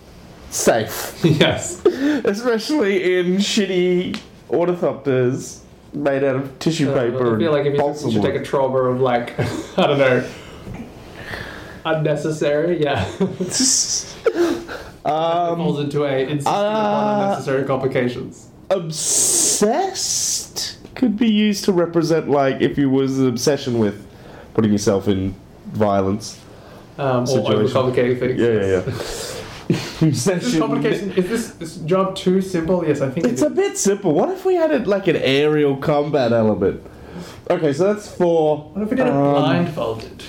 A: safe,
D: yes.
A: especially in shitty ornithopters made out of tissue paper
D: Uh, I feel like if
A: and
D: you,
A: balsa
D: you should
A: wood.
D: take a trauma of like I don't know. Unnecessary, yeah. it
A: um,
D: falls into a insisting
A: uh,
D: upon unnecessary complications.
A: obsessed could be used to represent like if you was an obsession with putting yourself in violence.
D: Um, or
A: situation.
D: overcomplicating things.
A: Yeah, yeah, yeah.
D: Is this
A: obsession.
D: complication? Is this is job too simple? Yes, I think
A: It's a bit simple. What if we added like an aerial combat element? Okay, so that's four.
D: What if we did it
A: Um,
D: blindfolded?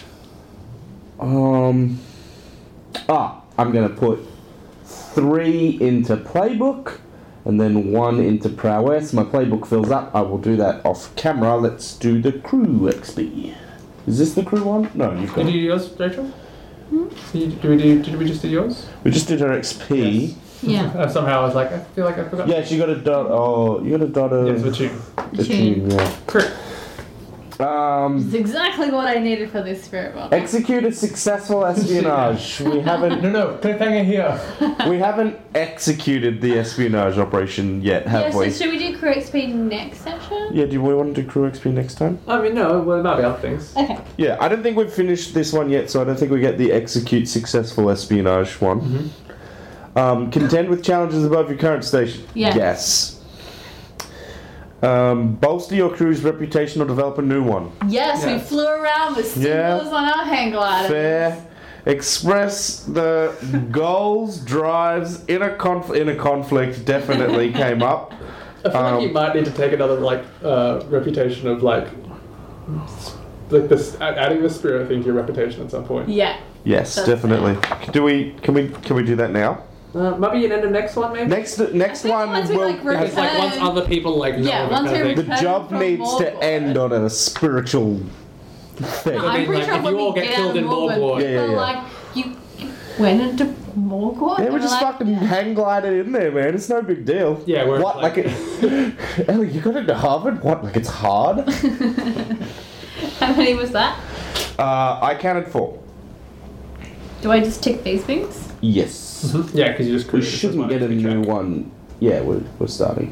A: Um. Ah, I'm gonna put three into playbook and then one into prowess. My playbook fills up. I will do that off camera. Let's do the crew XP. Is this the crew one? No, you've got.
D: Did you do yours, Rachel?
A: Hmm?
D: Did, you, did we do? Did we just do yours?
A: We just did her XP.
C: Yeah.
D: Uh, somehow I was like, I feel like I forgot.
A: Yeah, she got a dot. Oh, you got a dot of.
D: Yes, for two.
A: the tune, yeah.
D: Correct.
A: Um,
C: It's exactly what I needed for this spirit bottle.
A: executed successful espionage. We haven't.
H: No, no, cliffhanger here.
A: We haven't executed the espionage operation yet, have
C: yeah,
A: we?
C: so should we do crew XP next session?
A: Yeah, do we want to do crew XP next time?
D: I mean, no. Well, there might be other things.
C: Okay.
A: Yeah, I don't think we've finished this one yet, so I don't think we get the execute successful espionage one. Um, contend with challenges above your current station.
C: Yes.
A: Yes. Um, bolster your crew's reputation or develop a new one.
C: Yes, we
D: Yeah.
C: flew around with
A: Yeah.
C: symbols on our hang gliders.
A: Fair. Express the goals, drives, inner, conf- inner conflict definitely came up.
D: I feel
A: Um,
D: like you might need to take another like uh, reputation of like s- like this add- adding the spirit thing to your reputation at some point.
C: Yeah.
A: Yes,
C: That's
A: definitely. Do we? Can we? Can we do that now?
D: Uh, maybe an end of next one, maybe.
A: Next, next
C: think
A: one
C: once we,
A: will.
C: like, repeat
D: It's like once
C: Um,
D: other people like know
C: yeah,
D: of it
C: once
D: kind of
C: we-
D: thing.
A: the job
C: from
A: needs to
C: Morgul.
A: end on a spiritual thing.
C: I'm
D: mean,
C: pretty
D: like,
C: sure
D: if
C: when
D: you all
C: we
D: get
C: get
D: killed
C: out of
D: in Morgul,
C: Morgul,
A: Yeah, yeah,
C: people are
A: yeah.
C: like, you went into Morgul?
A: Yeah,
C: And
A: we
C: we're
A: just
C: like,
A: fucking hang glided in there, man. It's no big deal.
D: Yeah, we're
A: what like,
D: like-
A: it, Ellie, you got into Harvard? What like it's hard?
C: How many was that?
A: Uh, I counted four.
C: Do I just tick these things?
A: Yes,
D: Yeah, because you just
A: we
D: created this
A: shouldn't
D: one
A: get a
D: extra
A: new
D: check.
A: one. Yeah, we're we're starting.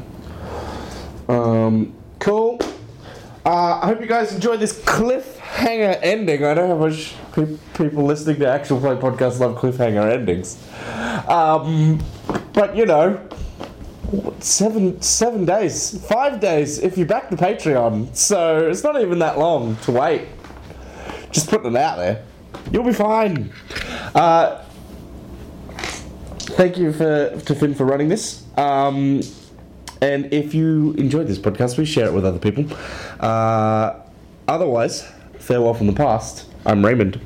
A: Um, cool. Uh, I hope you guys enjoyed this cliffhanger ending. I know how much pe- people listening to actual play podcasts love cliffhanger endings. Um, but you know, what, seven seven days, five days if you back the Patreon. So it's not even that long to wait. Just putting it out there. You'll be fine. Uh, thank you for to Finn for running this. Um, and if you enjoyed this podcast, please share it with other people. Uh, otherwise, farewell from the past. I'm Raymond.